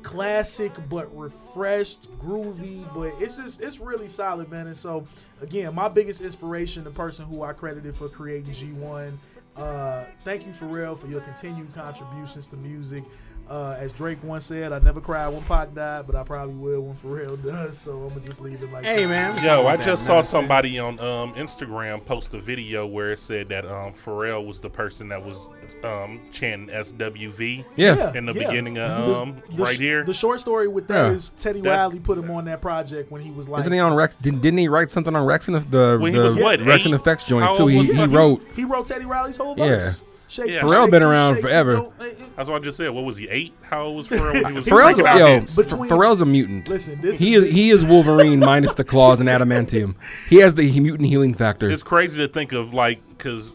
Speaker 7: classic but refreshed, groovy, but it's just it's really solid, man. And so again, my biggest inspiration, the person who I credited for creating G1. Uh, thank you, Pharrell, for your continued contributions to music. Uh, as Drake once said, I never cried when Pac died, but I probably will when Pharrell [LAUGHS] does. So I'm gonna just leave it like
Speaker 4: Hey
Speaker 7: that.
Speaker 4: man.
Speaker 5: Yo, I just saw somebody on um, Instagram post a video where it said that um, Pharrell was the person that was um, chanting SWV
Speaker 6: Yeah.
Speaker 5: in the beginning of
Speaker 7: The-
Speaker 5: um,
Speaker 7: the,
Speaker 5: right here.
Speaker 7: The short story with that
Speaker 6: Yeah.
Speaker 7: is Teddy
Speaker 5: That's-
Speaker 7: Riley put him on that project when he was like
Speaker 6: Isn't he on Rex? Didn't, didn't he write something on Rex and the,
Speaker 5: Well, he
Speaker 6: the
Speaker 5: was what,
Speaker 6: Rex and
Speaker 5: eight?
Speaker 6: Effects
Speaker 5: How
Speaker 6: joint too?
Speaker 5: old
Speaker 6: He,
Speaker 5: was
Speaker 6: he
Speaker 5: he?
Speaker 6: wrote.
Speaker 7: he wrote Teddy Riley's whole
Speaker 6: Yeah.
Speaker 7: verse. Shake,
Speaker 5: Yeah.
Speaker 7: shake,
Speaker 5: Pharrell
Speaker 6: been around
Speaker 7: shake,
Speaker 6: forever.
Speaker 7: don't- eh, eh.
Speaker 5: That's what I just said. What was he, eight? How old was Pharrell when
Speaker 6: [LAUGHS]
Speaker 5: he was
Speaker 6: Pharrell's a,
Speaker 5: breaking out
Speaker 6: yo,
Speaker 5: hits?
Speaker 7: Between-
Speaker 6: Pharrell's a mutant.
Speaker 7: Listen, this
Speaker 6: he
Speaker 7: is-
Speaker 6: is he is Wolverine minus the claws and adamantium. He has the mutant healing factor.
Speaker 5: It's crazy to think of, like, because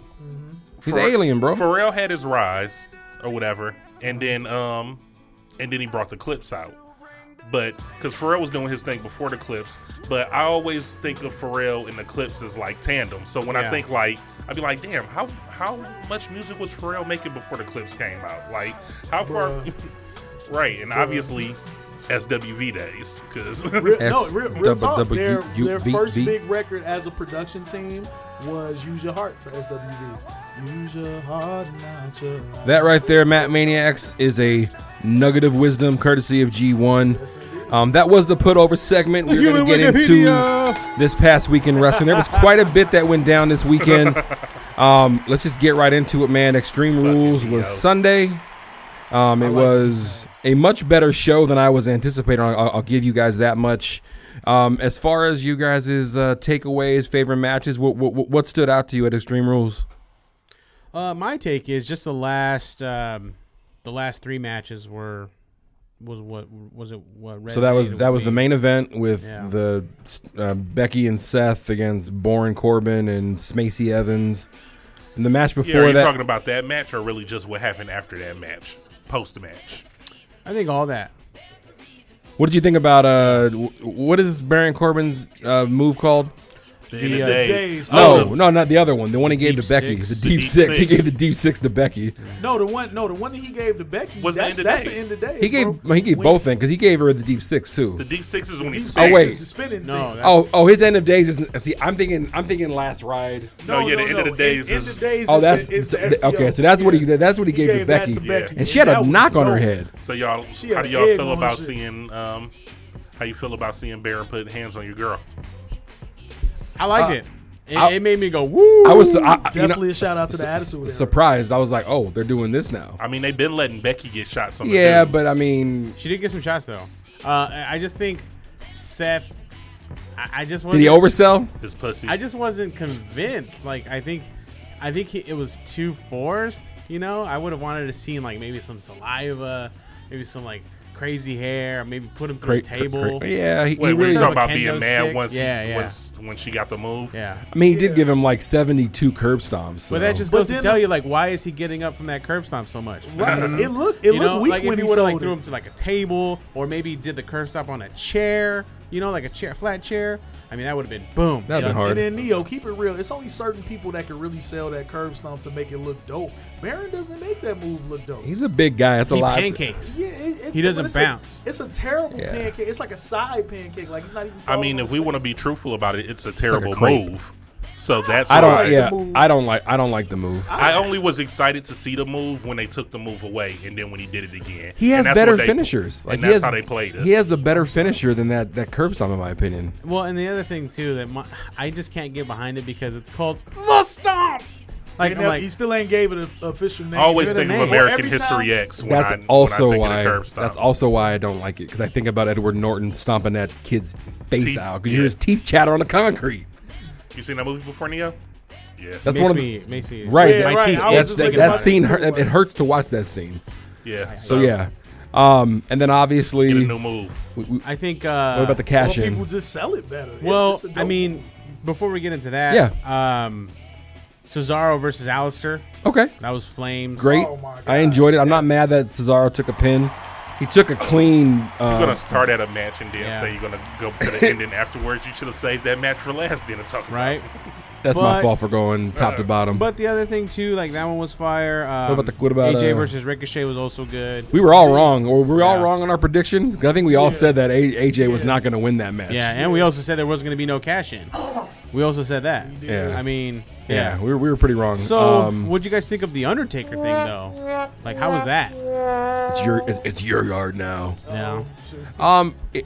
Speaker 6: He's an alien, bro.
Speaker 5: Pharrell had his rise or whatever, and then um, and then he brought the clips out. But because Pharrell was doing his thing before the clips, but I always think of Pharrell and the clips as like tandem. So when I
Speaker 4: Yeah.
Speaker 5: think like, I'd be like, damn, how how much music was Pharrell making before the clips came out? Like how far?
Speaker 7: Bruh.
Speaker 5: [LAUGHS] right, and obviously SWV days [LAUGHS] because
Speaker 7: Real, no,
Speaker 6: S-
Speaker 7: real, real
Speaker 6: double-
Speaker 7: talk.
Speaker 6: double
Speaker 7: Their,
Speaker 6: U- U-
Speaker 7: their
Speaker 6: V-
Speaker 7: first
Speaker 6: V.
Speaker 7: big record as a production team was "Use Your Heart" for SWV. Use your heart, not your mind.
Speaker 6: That right there, Matt Maniacs, is a nugget of wisdom courtesy of G1. Um, that was the put over segment we are going to get into
Speaker 2: Wikipedia.
Speaker 6: this past weekend wrestling. There was quite a bit that went down this weekend. Um, let's just get right into it, man. Extreme Rules was
Speaker 5: yo.
Speaker 6: Sunday. Um, it was a much better show than I was anticipating. I'll, I'll give you guys that much. Um, as far as you guys' uh, takeaways, favorite matches, what, what, what stood out to you at Extreme Rules?
Speaker 4: Uh, my take is just the last um, the last three matches were was what was it what
Speaker 6: So that was
Speaker 4: resonated
Speaker 6: that
Speaker 4: with
Speaker 6: was the
Speaker 4: me.
Speaker 6: main event with
Speaker 4: Yeah.
Speaker 6: the uh, Becky and Seth against Bourne Corbin and Smacy Evans. And the match
Speaker 5: yeah, are
Speaker 6: before
Speaker 5: you
Speaker 6: that,
Speaker 5: talking about that match or really just what happened after that match, post match?
Speaker 4: I think all that.
Speaker 6: what did you think about uh w- what is Baron Corbin's uh, move called?
Speaker 5: The,
Speaker 4: The,
Speaker 5: end
Speaker 4: uh,
Speaker 5: of days.
Speaker 7: days.
Speaker 6: No,
Speaker 5: Oh, the-
Speaker 6: no, not the other one. The one he gave
Speaker 4: deep
Speaker 6: to Becky,
Speaker 4: six.
Speaker 6: the
Speaker 4: The
Speaker 6: deep
Speaker 5: deep
Speaker 6: six. He
Speaker 5: six.
Speaker 6: gave the deep six to Becky.
Speaker 7: No, the one, no, the one that he gave to Becky.
Speaker 5: Was the
Speaker 7: that's
Speaker 5: end of
Speaker 7: that's
Speaker 5: days.
Speaker 7: the end of days.
Speaker 6: He gave
Speaker 7: bro.
Speaker 6: he gave
Speaker 7: When
Speaker 6: both things because he gave her the deep six
Speaker 5: The
Speaker 6: too.
Speaker 5: deep six is when he
Speaker 7: he-
Speaker 5: spins.
Speaker 6: Oh, wait.
Speaker 7: the spinning
Speaker 4: No,
Speaker 7: thing.
Speaker 4: that,
Speaker 6: Oh, oh, his end of days is see. I'm thinking, I'm thinking last ride.
Speaker 5: No, yeah, the end of the days
Speaker 7: End,
Speaker 5: is-
Speaker 7: end of days
Speaker 6: Oh,
Speaker 7: is
Speaker 6: that's
Speaker 7: the- is the
Speaker 6: so- okay.
Speaker 7: STO.
Speaker 6: So that's what he
Speaker 7: Yeah.
Speaker 6: that's what he, gave, to
Speaker 7: that
Speaker 6: Becky,
Speaker 7: Becky,
Speaker 6: and she had
Speaker 7: that
Speaker 6: a
Speaker 7: was
Speaker 6: knock on her
Speaker 7: dope.
Speaker 6: head.
Speaker 5: So y'all,
Speaker 7: She
Speaker 5: how
Speaker 7: had
Speaker 5: do y'all
Speaker 7: egg
Speaker 5: feel
Speaker 7: on
Speaker 5: about
Speaker 7: shit.
Speaker 5: seeing um, how you feel about seeing Baron put hands on your girl?
Speaker 4: I liked it. It,
Speaker 6: uh, I-
Speaker 4: it made me go woo.
Speaker 6: I was I, I- you
Speaker 7: Definitely
Speaker 6: know,
Speaker 7: a shout out to the
Speaker 6: s-
Speaker 7: Attitude
Speaker 6: s-
Speaker 7: Era.
Speaker 6: Surprised, I was like, "Oh, they're doing this now."
Speaker 5: I mean, they've been letting Becky get shots on. the
Speaker 6: Yeah,
Speaker 5: dude.
Speaker 6: but I mean,
Speaker 4: She did get some shots though. Uh, I- I just think Seth. I, I just
Speaker 6: did
Speaker 4: wasn't.
Speaker 6: he oversell?
Speaker 5: his pussy.
Speaker 4: I just wasn't convinced. Like I think, I think he, it was too forced. You know, I would have wanted to see like maybe some saliva, maybe some like crazy hair, maybe put him through
Speaker 6: Cra-
Speaker 4: a table.
Speaker 6: cra- cra- yeah, he, he
Speaker 5: wait, were
Speaker 6: really.
Speaker 5: you
Speaker 4: Instead of
Speaker 5: talking
Speaker 4: a
Speaker 5: about being
Speaker 4: kendo
Speaker 5: mad
Speaker 4: stick?
Speaker 5: once,
Speaker 4: Yeah, yeah.
Speaker 5: once when she got the move?
Speaker 4: Yeah.
Speaker 6: I mean, he did give him like seventy-two curb stomps. So.
Speaker 4: But that just
Speaker 7: But
Speaker 4: goes
Speaker 7: then-
Speaker 4: to tell you, like, why is he getting up from that curb stomp so much?
Speaker 7: Right. It looked
Speaker 4: [LAUGHS]
Speaker 7: it
Speaker 4: you
Speaker 7: looked
Speaker 4: know,
Speaker 7: weak
Speaker 4: like
Speaker 7: when
Speaker 4: if he
Speaker 7: he
Speaker 4: would have like
Speaker 7: sold
Speaker 4: threw
Speaker 7: it.
Speaker 4: him to like a table, or maybe did the curb stop on a chair, you know, like a chair, flat chair. I mean, that would have been boom.
Speaker 6: That'd
Speaker 4: you
Speaker 6: been
Speaker 4: know?
Speaker 6: hard.
Speaker 7: And then Neo, keep it real. It's only certain people that can really sell that curb stomp to make it look dope. Baron doesn't make that move look dope.
Speaker 6: he's a big guy. That's a
Speaker 4: He
Speaker 6: lot.
Speaker 4: pancakes.
Speaker 7: yeah, it, it's,
Speaker 4: He doesn't
Speaker 7: but it's a-
Speaker 4: bounce.
Speaker 7: it's a terrible
Speaker 6: Yeah.
Speaker 7: pancake. It's like a side pancake. Like he's not even.
Speaker 5: I
Speaker 7: falling
Speaker 5: mean, if
Speaker 7: on his
Speaker 5: we want to
Speaker 7: face.
Speaker 5: be truthful about it, it's a terrible
Speaker 6: crepe.
Speaker 5: move. So that's
Speaker 6: I
Speaker 5: why-
Speaker 6: don't.
Speaker 7: like
Speaker 6: Yeah,
Speaker 7: the move.
Speaker 6: I don't like. I don't like the move.
Speaker 5: I only was excited to see the move when they took the move away, and then when he did it again.
Speaker 6: He
Speaker 5: And
Speaker 6: has
Speaker 5: that's
Speaker 6: better
Speaker 5: what they-
Speaker 6: finishers. Like
Speaker 5: and
Speaker 6: he has,
Speaker 5: that's how they played us.
Speaker 6: He has a better finisher than that that curb stomp, in my opinion.
Speaker 4: Well, and the other thing too that my, I just can't get behind it because it's called the stomp. Like,
Speaker 7: He
Speaker 4: I'm
Speaker 7: nev-
Speaker 4: like,
Speaker 7: he still ain't gave it an official name.
Speaker 5: I always
Speaker 7: Good
Speaker 5: think of
Speaker 7: name.
Speaker 5: American
Speaker 7: Every time-
Speaker 5: History X when
Speaker 6: That's
Speaker 5: I
Speaker 6: also
Speaker 5: when I think of
Speaker 6: why.
Speaker 5: curb stop.
Speaker 6: That's also why I don't like it because I think about Edward Norton stomping that kid's face
Speaker 5: Teeth,
Speaker 6: out because
Speaker 5: yeah.
Speaker 6: you hear his teeth chatter on the concrete.
Speaker 5: You seen that movie before, Neo? Yeah,
Speaker 6: That's
Speaker 4: makes
Speaker 6: one of
Speaker 4: me,
Speaker 6: the
Speaker 4: makes me
Speaker 6: right.
Speaker 7: Yeah,
Speaker 4: My
Speaker 7: right.
Speaker 4: teeth.
Speaker 7: I was
Speaker 4: itch
Speaker 6: That's,
Speaker 7: just
Speaker 6: that,
Speaker 4: thinking
Speaker 7: that
Speaker 4: about it.
Speaker 6: scene. Hurt, it hurts to watch that scene.
Speaker 5: yeah.
Speaker 6: So yeah, um, and then
Speaker 5: get a
Speaker 6: obviously,
Speaker 5: new move.
Speaker 6: we- we-
Speaker 4: I think. Uh,
Speaker 6: what about the
Speaker 7: Well,
Speaker 6: cash
Speaker 7: people
Speaker 6: in?
Speaker 7: just sell it better. Yeah,
Speaker 4: Well,
Speaker 7: it's a dope
Speaker 4: I mean, before we get into that,
Speaker 6: Yeah.
Speaker 4: Um, Cesaro versus Alistair.
Speaker 6: Okay,
Speaker 4: That was flames.
Speaker 6: great.
Speaker 7: Oh my
Speaker 6: I
Speaker 7: God.
Speaker 6: enjoyed it. I'm not mad that Cesaro took a pin. He took a clean.
Speaker 5: You're gonna
Speaker 6: Uh,
Speaker 5: start at a match and then
Speaker 4: Yeah.
Speaker 5: say you're gonna go to the ending afterwards. You should have saved that match for last. Then to talk about.
Speaker 4: Right.
Speaker 6: that's
Speaker 4: but-
Speaker 6: my fault for going top to bottom.
Speaker 4: Uh, But the other thing too, like that one was fire. Um,
Speaker 6: about the- what about,
Speaker 4: AJ
Speaker 6: uh,
Speaker 4: versus Ricochet was also good.
Speaker 6: we were all wrong. Or we were all
Speaker 4: Yeah.
Speaker 6: wrong on our prediction. I think we all said that A- AJ was not going to win that match.
Speaker 4: yeah, and we also said there wasn't going to be no cash in. We also said that.
Speaker 6: Yeah.
Speaker 4: I mean,
Speaker 6: Yeah,
Speaker 4: yeah.
Speaker 6: we were, we were pretty wrong.
Speaker 4: So,
Speaker 6: um,
Speaker 4: what'd you guys think of the Undertaker thing though? Like, how was that?
Speaker 6: it's your it's, it's your yard now.
Speaker 4: Yeah.
Speaker 6: Um, it,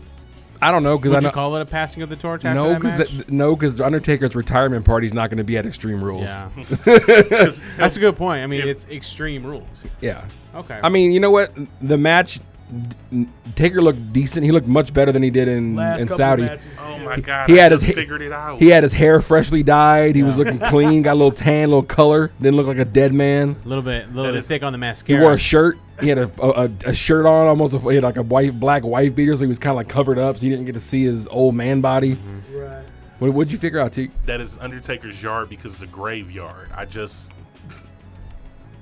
Speaker 6: I don't know because I
Speaker 4: Would
Speaker 6: know
Speaker 4: you call it a passing of the torch? After
Speaker 6: no
Speaker 4: that
Speaker 6: because
Speaker 4: match?
Speaker 6: no because the Undertaker's retirement party's not going to be at Extreme Rules.
Speaker 4: yeah,
Speaker 6: [LAUGHS]
Speaker 5: Because
Speaker 4: that's a good point. I mean,
Speaker 5: If-
Speaker 4: it's extreme rules.
Speaker 6: Yeah.
Speaker 4: Okay.
Speaker 6: I mean, you know what? The match, d- Taker looked decent. He looked much better than he did in
Speaker 7: Last
Speaker 6: in
Speaker 7: couple
Speaker 6: Saudi.
Speaker 7: matches.
Speaker 5: oh my god,
Speaker 6: He
Speaker 5: I
Speaker 6: had his
Speaker 5: just
Speaker 6: ha-
Speaker 5: figured it out.
Speaker 6: he had his hair freshly dyed. He was looking clean. Got a little tan, little color. Didn't look like a dead man.
Speaker 4: a little bit, a little
Speaker 5: That
Speaker 4: bit
Speaker 5: is-
Speaker 4: thick on the
Speaker 6: He
Speaker 4: mascara.
Speaker 6: wore a shirt. He had a, a, a- a shirt on, almost a, he had like a white black wife beater, so he was kind of like covered up, so you didn't get to see his old man body.
Speaker 4: Mm-hmm.
Speaker 7: Right.
Speaker 6: What would you figure out, T?
Speaker 5: that is Undertaker's yard because the graveyard. I just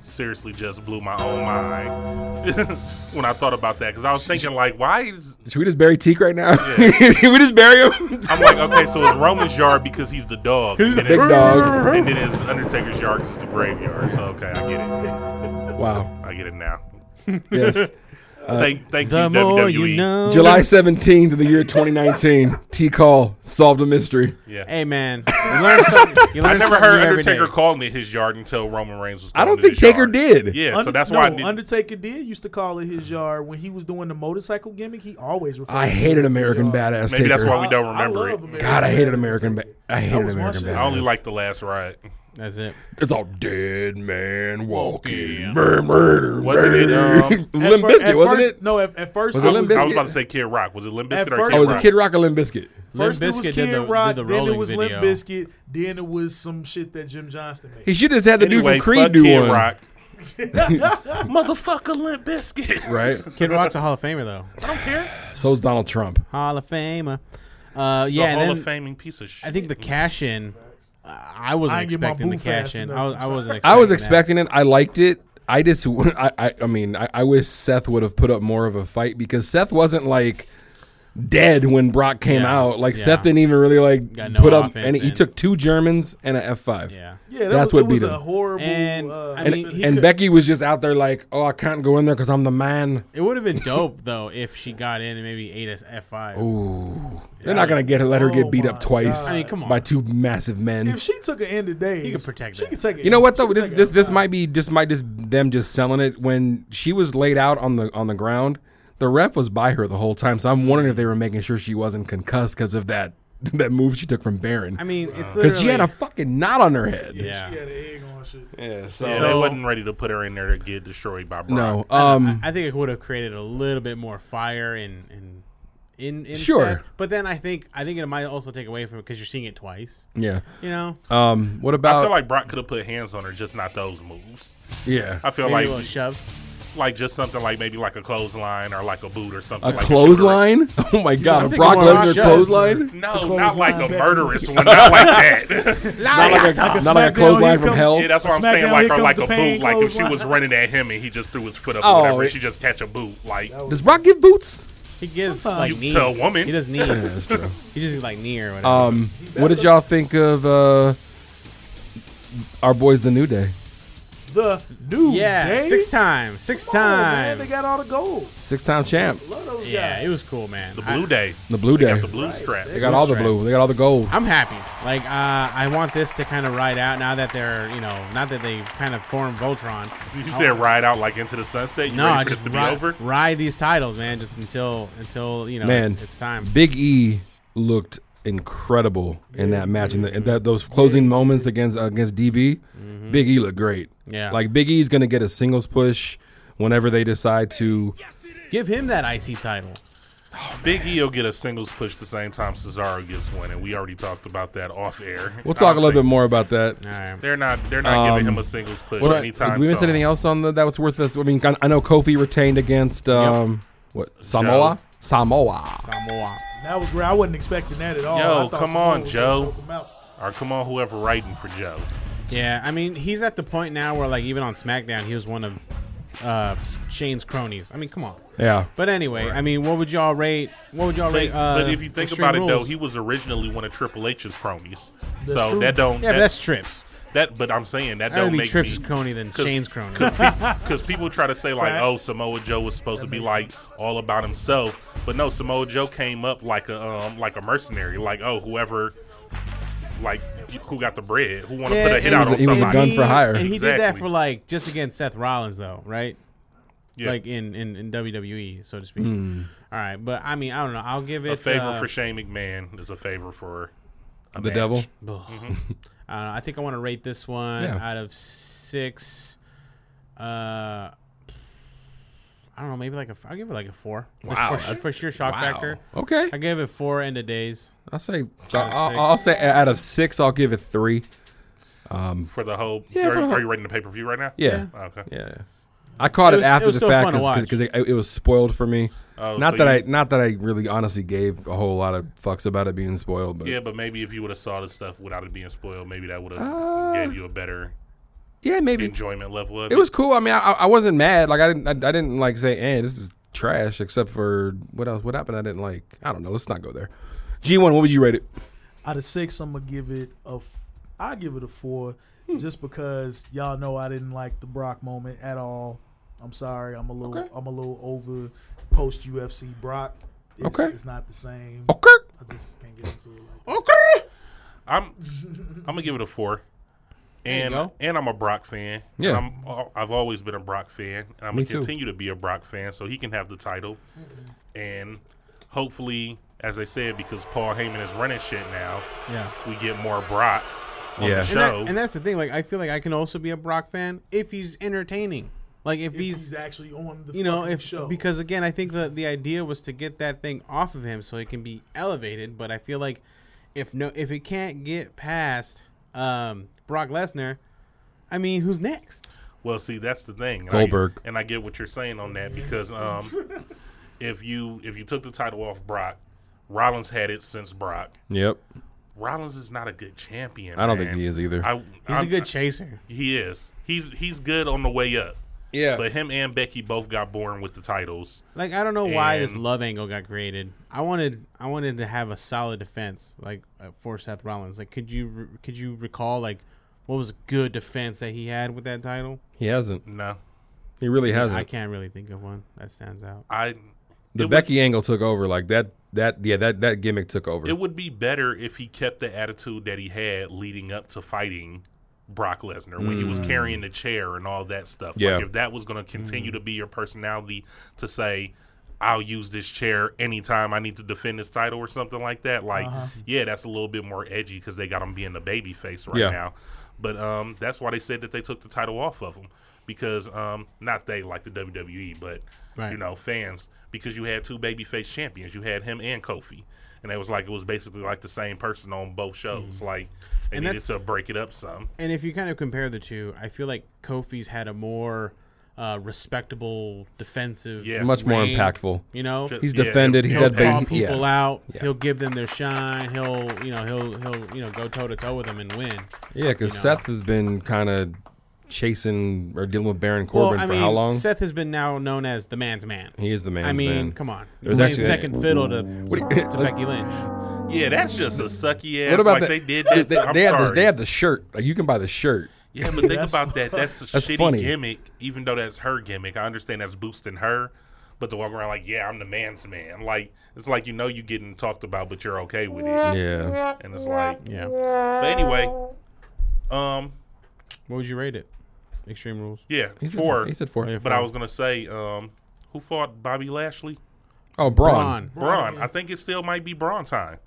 Speaker 5: seriously just blew my own mind [LAUGHS] when I thought about that because I was thinking like, why is
Speaker 6: Should we just bury Teak right now? [LAUGHS] Should we just bury him?
Speaker 5: I'm like, okay, so it's Roman's yard because he's the dog.
Speaker 6: [LAUGHS]
Speaker 5: He's
Speaker 6: the
Speaker 4: [LAUGHS]
Speaker 6: big dog.
Speaker 5: and then it's Undertaker's yard because it's the graveyard. So okay, I get it.
Speaker 6: wow.
Speaker 5: I get it now.
Speaker 6: Yes. [LAUGHS]
Speaker 5: thank, thank
Speaker 4: The
Speaker 5: you, E.
Speaker 4: more
Speaker 5: WWE.
Speaker 4: you know.
Speaker 6: July 17th of the year 2019, T Call solved a mystery.
Speaker 5: Yeah.
Speaker 4: Hey man, you learn
Speaker 5: [LAUGHS]
Speaker 4: something. You learn
Speaker 5: I never
Speaker 4: something
Speaker 5: heard
Speaker 4: new every
Speaker 5: Undertaker
Speaker 4: day.
Speaker 5: calling it his yard until Roman Reigns was.
Speaker 6: I don't
Speaker 5: calling it
Speaker 6: think
Speaker 5: his
Speaker 6: Taker
Speaker 5: yard.
Speaker 6: did.
Speaker 5: Yeah,
Speaker 7: Under-
Speaker 5: so that's
Speaker 7: no,
Speaker 5: why I did.
Speaker 7: Undertaker did used to call it his yard when he was doing the motorcycle gimmick. He always referred.
Speaker 6: I
Speaker 7: to it
Speaker 6: hated
Speaker 7: as his
Speaker 6: American
Speaker 7: yard.
Speaker 6: Badass
Speaker 5: Maybe
Speaker 6: Taker.
Speaker 5: that's why we don't
Speaker 7: I- I
Speaker 5: remember
Speaker 7: love
Speaker 5: it.
Speaker 7: American
Speaker 6: God, I hated American. Ba-
Speaker 7: Badass.
Speaker 6: I hated
Speaker 7: was my
Speaker 6: American
Speaker 7: shit.
Speaker 6: Badass.
Speaker 5: I only like the last ride.
Speaker 4: That's it.
Speaker 6: It's all dead man walking. Brr, brr,
Speaker 5: Wasn't it,
Speaker 6: brr. [LAUGHS]
Speaker 5: um,
Speaker 7: At
Speaker 6: Limp
Speaker 7: fir-
Speaker 6: Bizkit,
Speaker 7: at
Speaker 6: wasn't
Speaker 7: first-
Speaker 6: it?
Speaker 7: No, at, at first
Speaker 6: Was it
Speaker 7: I
Speaker 6: Limp
Speaker 7: was-
Speaker 6: Bizkit?
Speaker 5: I was about to say Kid Rock. Was it Limp
Speaker 7: At
Speaker 5: Bizkit or
Speaker 7: first-
Speaker 5: Kid
Speaker 6: Oh, was it
Speaker 5: Rock?
Speaker 6: Kid Rock or Limp Bizkit?
Speaker 4: Limp
Speaker 7: First it was
Speaker 4: Bizkit did
Speaker 7: Kid
Speaker 4: the- did
Speaker 7: Rock,
Speaker 4: the
Speaker 7: then it
Speaker 4: Rolling
Speaker 7: was Limp
Speaker 4: video.
Speaker 7: Biscuit, then it was some shit that Jim Johnston made.
Speaker 6: He should have just had the
Speaker 5: Anyway,
Speaker 6: dude from Creed
Speaker 5: fuck
Speaker 6: do
Speaker 5: Kid
Speaker 6: one. [LAUGHS]
Speaker 5: Rock. Motherfucker, Limp Biscuit.
Speaker 6: [LAUGHS] Right?
Speaker 4: Kid Rock's a Hall of Famer though.
Speaker 5: I don't care.
Speaker 6: So's Donald Trump.
Speaker 4: Hall of Famer. Uh,
Speaker 5: Yeah,
Speaker 4: yeah,
Speaker 5: Hall
Speaker 4: and
Speaker 5: of
Speaker 4: then
Speaker 5: Faming piece of shit.
Speaker 4: I think the cash in. Uh, I wasn't
Speaker 7: I ain't get my
Speaker 4: expecting the
Speaker 7: boot fast
Speaker 4: cash in.
Speaker 7: enough,
Speaker 4: I, was,
Speaker 7: I'm
Speaker 4: I wasn't. Expecting
Speaker 6: I was
Speaker 4: that.
Speaker 6: expecting it. I liked it. I just, [LAUGHS] I, I, I mean, I, I wish Seth would have put up more of a fight because Seth wasn't like dead when Brock came
Speaker 4: Yeah.
Speaker 6: out. Like
Speaker 4: Yeah.
Speaker 6: Seth didn't even really like
Speaker 4: Got no
Speaker 6: put up,
Speaker 4: offense
Speaker 6: and he
Speaker 4: in.
Speaker 6: took two Germans and an F five.
Speaker 4: Yeah.
Speaker 7: yeah, that
Speaker 6: that's
Speaker 7: was,
Speaker 6: what
Speaker 7: it was
Speaker 6: beat
Speaker 7: a
Speaker 6: him.
Speaker 7: horrible.
Speaker 4: And,
Speaker 7: uh,
Speaker 4: I
Speaker 6: And,
Speaker 4: mean, he
Speaker 6: and
Speaker 4: could-
Speaker 6: Becky was just out there like, oh, I can't go in there because I'm the man.
Speaker 4: It would have been dope though if she got in and maybe ate us F five.
Speaker 6: They're not gonna get her, let her
Speaker 7: Oh
Speaker 6: get beat
Speaker 7: my
Speaker 6: up twice
Speaker 7: God.
Speaker 4: I mean, come on.
Speaker 6: by two massive men.
Speaker 7: if she took an end of days,
Speaker 4: could protect
Speaker 7: She
Speaker 4: that.
Speaker 7: could take it.
Speaker 6: You know what though? This this this might be just might just them just selling it when she was laid out on the on the ground. The ref was by her the whole time, so I'm wondering if they were making sure she wasn't concussed because of that [LAUGHS] that move she took from Baron.
Speaker 4: I mean, it's
Speaker 6: because she had a
Speaker 4: literally-
Speaker 6: fucking knot on her head.
Speaker 7: She
Speaker 4: Yeah.
Speaker 7: had an egg on shit.
Speaker 6: Yeah, so
Speaker 5: Yeah, they
Speaker 4: So-
Speaker 5: wasn't ready to put her in there to get destroyed by Brock.
Speaker 6: no, um,
Speaker 4: I think it would have created a little bit more fire and and in, in
Speaker 6: Sure.
Speaker 4: Seth. But then I think I think it might also take away from it because you're seeing it twice.
Speaker 6: yeah.
Speaker 4: You know,
Speaker 6: Um, what about
Speaker 5: I feel like Brock could have put hands on her, just not those moves.
Speaker 6: yeah?
Speaker 5: I feel
Speaker 4: maybe
Speaker 5: like
Speaker 4: a little shove.
Speaker 5: like just something like maybe like a clothesline or like a boot or something.
Speaker 6: a
Speaker 5: like
Speaker 6: clothesline? [LAUGHS] Oh my god, a
Speaker 4: thinking
Speaker 6: Brock
Speaker 4: more like
Speaker 6: Lesnar
Speaker 4: Shug.
Speaker 6: clothesline?
Speaker 5: No,
Speaker 7: clothesline
Speaker 5: not like a
Speaker 7: back.
Speaker 5: murderous one. Not
Speaker 7: [LAUGHS]
Speaker 5: like that.
Speaker 6: Not like a not like a
Speaker 7: SmackDown, here
Speaker 6: clothesline from
Speaker 7: comes-
Speaker 6: hell.
Speaker 5: yeah, that's what I'm
Speaker 7: Smackdown,
Speaker 5: saying.
Speaker 7: here
Speaker 5: Like or
Speaker 7: comes
Speaker 5: like
Speaker 7: the
Speaker 5: a
Speaker 7: pain,
Speaker 5: boot. Like if she
Speaker 7: clothesline.
Speaker 5: was running at him and he just threw his foot up
Speaker 6: Oh,
Speaker 5: or whatever,
Speaker 6: it-
Speaker 5: she just catch a boot. Like
Speaker 6: Does Brock give boots?
Speaker 4: He gives
Speaker 7: Sometimes.
Speaker 4: like
Speaker 5: You
Speaker 4: knees.
Speaker 5: tell a woman. Oh,
Speaker 4: He does
Speaker 5: [LAUGHS]
Speaker 4: knees. he just gives, like knee or whatever.
Speaker 6: Um, what did y'all think of uh, our boys, the New Day?
Speaker 7: The new
Speaker 4: yeah,
Speaker 7: day?
Speaker 4: six times, six
Speaker 7: Come on, man,
Speaker 4: times.
Speaker 7: they got all the gold.
Speaker 6: Six-time champ,
Speaker 7: Love those
Speaker 4: yeah,
Speaker 7: guys.
Speaker 4: it was cool, man.
Speaker 5: the
Speaker 4: I-
Speaker 5: blue day.
Speaker 6: the Blue
Speaker 5: They
Speaker 6: Day.
Speaker 5: got the blue strap.
Speaker 6: They got all the
Speaker 4: Strap.
Speaker 6: blue. They got all the gold.
Speaker 4: I'm happy. Like uh, I want this to kind of ride out now that they're you know not that they kind of formed Voltron.
Speaker 5: You said ride out like into the sunset. You
Speaker 4: No, I
Speaker 5: ready for this
Speaker 4: just
Speaker 5: to be
Speaker 4: ride,
Speaker 5: over?
Speaker 4: ride these titles, man, just until until you know
Speaker 6: Man,
Speaker 4: it's, it's time.
Speaker 6: Big E looked incredible in that match, and, the, and that, those closing moments against against DB,
Speaker 5: Mm-hmm.
Speaker 6: Big E looked great.
Speaker 4: Yeah.
Speaker 6: like Big E's gonna get a singles push whenever they decide to.
Speaker 4: Give him that IC title.
Speaker 5: Big E will get a singles push the same time Cesaro gets one, and we already talked about that off air.
Speaker 6: We'll talk a little bit more about that.
Speaker 4: All right.
Speaker 5: They're not. They're not giving him a singles push
Speaker 6: What-
Speaker 5: anytime.
Speaker 6: did we miss
Speaker 5: soon.
Speaker 6: anything else on the, that was worth us? I mean, I- I know Kofi retained against um, what Samoa. Samoa.
Speaker 4: Samoa.
Speaker 7: That was where I wasn't expecting that at all.
Speaker 5: Yo,
Speaker 7: I thought
Speaker 5: come
Speaker 7: Samoa
Speaker 5: on,
Speaker 7: was gonna
Speaker 5: Joe.
Speaker 7: choke him out.
Speaker 5: Or come on, whoever writing for Joe.
Speaker 4: Yeah, I mean, he's at the point now where, like, even on SmackDown, he was one of uh, Shane's cronies. I mean, come on.
Speaker 6: Yeah.
Speaker 4: But anyway, I mean, what would y'all rate? What would y'all
Speaker 5: But,
Speaker 4: rate? Uh,
Speaker 5: but if you think
Speaker 4: Extreme
Speaker 5: about it, though,
Speaker 4: Rules?
Speaker 5: he was originally one of Triple H's cronies.
Speaker 7: That's
Speaker 5: so
Speaker 7: true.
Speaker 5: that don't.
Speaker 4: yeah,
Speaker 5: that,
Speaker 4: but that's Trips.
Speaker 5: that. But I'm saying that,
Speaker 4: That would
Speaker 5: don't
Speaker 4: be
Speaker 5: make
Speaker 4: Trips'
Speaker 5: me
Speaker 4: crony than
Speaker 5: [LAUGHS] Cause-
Speaker 4: Shane's crony.
Speaker 5: because people try to say like,
Speaker 7: Facts.
Speaker 5: oh, Samoa Joe was supposed to be like all about himself, but no, Samoa Joe came up like a um like a mercenary, like oh, whoever, like who got the bread, who want to
Speaker 4: Yeah,
Speaker 5: put a
Speaker 4: and-
Speaker 5: hit out on
Speaker 6: He was a
Speaker 5: somebody.
Speaker 6: gun for hire.
Speaker 4: And he did that
Speaker 5: Exactly.
Speaker 4: for like just against Seth Rollins though, right?
Speaker 5: Yeah.
Speaker 4: Like in, in, in WWE, so to speak.
Speaker 6: Hmm.
Speaker 4: All right, but I mean, I don't know. I'll give it
Speaker 5: a favor
Speaker 4: uh, [SIGHS]
Speaker 5: for Shane McMahon is a favor for a
Speaker 6: The
Speaker 5: match.
Speaker 6: devil.
Speaker 4: ugh.
Speaker 5: Mm-hmm.
Speaker 4: I don't know. I think I want to rate this one
Speaker 6: Yeah.
Speaker 4: out of six. Uh, I don't know. Maybe like a. f- I'll give it like a four. Just
Speaker 6: Wow.
Speaker 4: for, su- for sure, shock factor.
Speaker 6: Okay.
Speaker 4: I gave it four end of days.
Speaker 6: I'll say I'll, I'll say out of six, I'll give it three.
Speaker 5: for the whole.
Speaker 6: Yeah,
Speaker 5: are,
Speaker 6: for the whole-
Speaker 5: are you rating the pay per view right now? Oh,
Speaker 6: Yeah.
Speaker 5: Okay.
Speaker 6: Yeah. I caught
Speaker 4: It
Speaker 6: it,
Speaker 4: was-
Speaker 6: after
Speaker 4: it was
Speaker 6: the
Speaker 4: still fun
Speaker 6: fact
Speaker 4: to watch.
Speaker 6: because it, it was spoiled for me.
Speaker 5: Oh,
Speaker 6: not
Speaker 5: so
Speaker 6: that
Speaker 5: you-
Speaker 6: I not that I really honestly gave a whole lot of fucks about it being spoiled, but
Speaker 5: Yeah, but maybe if you would have saw the stuff without it being spoiled, maybe that would have gave you a better
Speaker 6: yeah, Uh, maybe
Speaker 5: enjoyment level. Of
Speaker 6: it was cool. I mean, I, I wasn't mad. Like I didn't I, I didn't like say, "Eh, this is trash." Except for what else? What happened? I didn't like. I don't know. Let's not go there. G one. What would you rate it?
Speaker 7: Out of six, I'm gonna give it a. F- I give it a four, just because y'all know I didn't like the Brock moment at all. I'm sorry. I'm a little. I'm a little over post UFC Brock. It's,
Speaker 6: Okay.
Speaker 7: It's not the same.
Speaker 6: Okay.
Speaker 7: I just can't get into it. Like that.
Speaker 6: Okay.
Speaker 5: I'm I'm gonna give it a four. And
Speaker 4: go.
Speaker 5: and I'm a Brock fan. And
Speaker 6: Yeah.
Speaker 5: I'm al- I've always been a Brock fan, and I'm
Speaker 6: Me
Speaker 5: gonna
Speaker 6: too.
Speaker 5: continue to be a Brock fan. So he can have the title, and hopefully, as I said, because Paul Heyman is running shit now,
Speaker 4: Yeah.
Speaker 5: we get more Brock on
Speaker 6: Yeah.
Speaker 4: And,
Speaker 5: the
Speaker 4: that-
Speaker 5: show.
Speaker 4: and that's the thing. Like, I feel like I can also be a Brock fan if he's entertaining. Like, if,
Speaker 7: If
Speaker 4: he's,
Speaker 7: he's, actually on the
Speaker 4: you know,
Speaker 7: fucking
Speaker 4: if
Speaker 7: show
Speaker 4: because again, I think the the idea was to get that thing off of him so it can be elevated. But I feel like if no, if it can't get past um, Brock Lesnar, I mean, who's next?
Speaker 5: Well, see, that's the thing. And I-
Speaker 6: Goldberg.
Speaker 5: and I get what you're saying on that
Speaker 4: [LAUGHS]
Speaker 5: because um, if you if you took the title off Brock, Rollins had it since Brock.
Speaker 6: Yep.
Speaker 5: Rollins is not a good champion.
Speaker 6: I don't
Speaker 5: man.
Speaker 6: think he is either.
Speaker 5: I,
Speaker 4: He's
Speaker 5: I'm-
Speaker 4: a good chaser.
Speaker 5: He is. He's he's good on the way up.
Speaker 6: Yeah.
Speaker 5: But him and Becky both got born with the titles.
Speaker 4: Like, I don't know why this
Speaker 5: And-
Speaker 4: love angle got created. I wanted I wanted to have a solid defense like uh, for Seth Rollins. Like, could you re- could you recall like what was a good defense that he had with that title?
Speaker 6: he hasn't.
Speaker 5: No,
Speaker 6: He really hasn't.
Speaker 4: I can't really think of one that stands out.
Speaker 5: I.
Speaker 6: the
Speaker 5: it
Speaker 6: Becky angle took over. Like that. That yeah. That that gimmick took over.
Speaker 5: Would, it would be better if he kept the attitude that he had leading up to fighting Brock Lesnar when he was carrying the chair and all that stuff.
Speaker 6: Mm. Yeah.
Speaker 5: Like if that was going to continue to be your personality to say. I'll use this chair anytime I need to defend this title or something like that. Like, yeah, that's a little bit more edgy because they got him being the baby face right
Speaker 6: Yeah.
Speaker 5: now. But um, that's why they said that they took the title off of him because um, not they like the WWE, but
Speaker 4: Right.
Speaker 5: you know fans because you had two babyface champions. You had him and Kofi, and it was like it was basically like the same person on both shows.
Speaker 6: Mm-hmm.
Speaker 5: Like they
Speaker 4: And
Speaker 5: needed
Speaker 4: that's-
Speaker 5: to break it up some.
Speaker 4: And if you kind of compare the two, I feel like Kofi's had a more uh, respectable defensive,
Speaker 5: Yeah.
Speaker 6: Much more
Speaker 4: reign,
Speaker 6: impactful.
Speaker 4: You know,
Speaker 5: Just-
Speaker 6: He's
Speaker 5: Yeah,
Speaker 6: defended. He's
Speaker 5: he'll
Speaker 6: had
Speaker 4: he'll call
Speaker 6: big.
Speaker 5: baby-
Speaker 4: people
Speaker 6: Yeah.
Speaker 4: out.
Speaker 6: Yeah.
Speaker 4: He'll give them their shine. He'll you know he'll he'll you know go toe to toe with them and win.
Speaker 6: Yeah, because
Speaker 4: you know.
Speaker 6: Seth has been kind of chasing or dealing with Baron Corbin
Speaker 4: well, I
Speaker 6: for
Speaker 4: mean,
Speaker 6: how long?
Speaker 4: Seth has been now known as the man's man.
Speaker 6: he is the man's
Speaker 4: I mean,
Speaker 6: man.
Speaker 4: come on.
Speaker 6: There's
Speaker 4: Playing
Speaker 6: actually-
Speaker 4: second fiddle to,
Speaker 6: do you-
Speaker 4: to Becky Lynch.
Speaker 5: Yeah, that's just a sucky ass.
Speaker 6: What about
Speaker 5: like
Speaker 6: the-
Speaker 5: they did that?
Speaker 6: They,
Speaker 5: I'm
Speaker 6: they have
Speaker 5: sorry.
Speaker 6: the, they have the shirt. Like you can buy the shirt.
Speaker 5: yeah, but think
Speaker 7: That's
Speaker 5: about that. That's a
Speaker 6: [LAUGHS] That's
Speaker 5: shitty
Speaker 6: funny.
Speaker 5: gimmick. Even though that's her gimmick, I understand that's boosting her. But to walk around like, yeah, I'm the man's man. Like it's like you know you getting talked about, but you're okay with it.
Speaker 6: Yeah.
Speaker 5: And it's like,
Speaker 4: Yeah.
Speaker 5: but anyway, um,
Speaker 4: What would you rate it? Extreme Rules.
Speaker 5: yeah,
Speaker 6: He said
Speaker 5: four.
Speaker 6: He said four.
Speaker 4: Yeah,
Speaker 5: But I was gonna say, um, who fought Bobby Lashley?
Speaker 6: Oh, Braun.
Speaker 5: Braun. I think it still might be Braun time.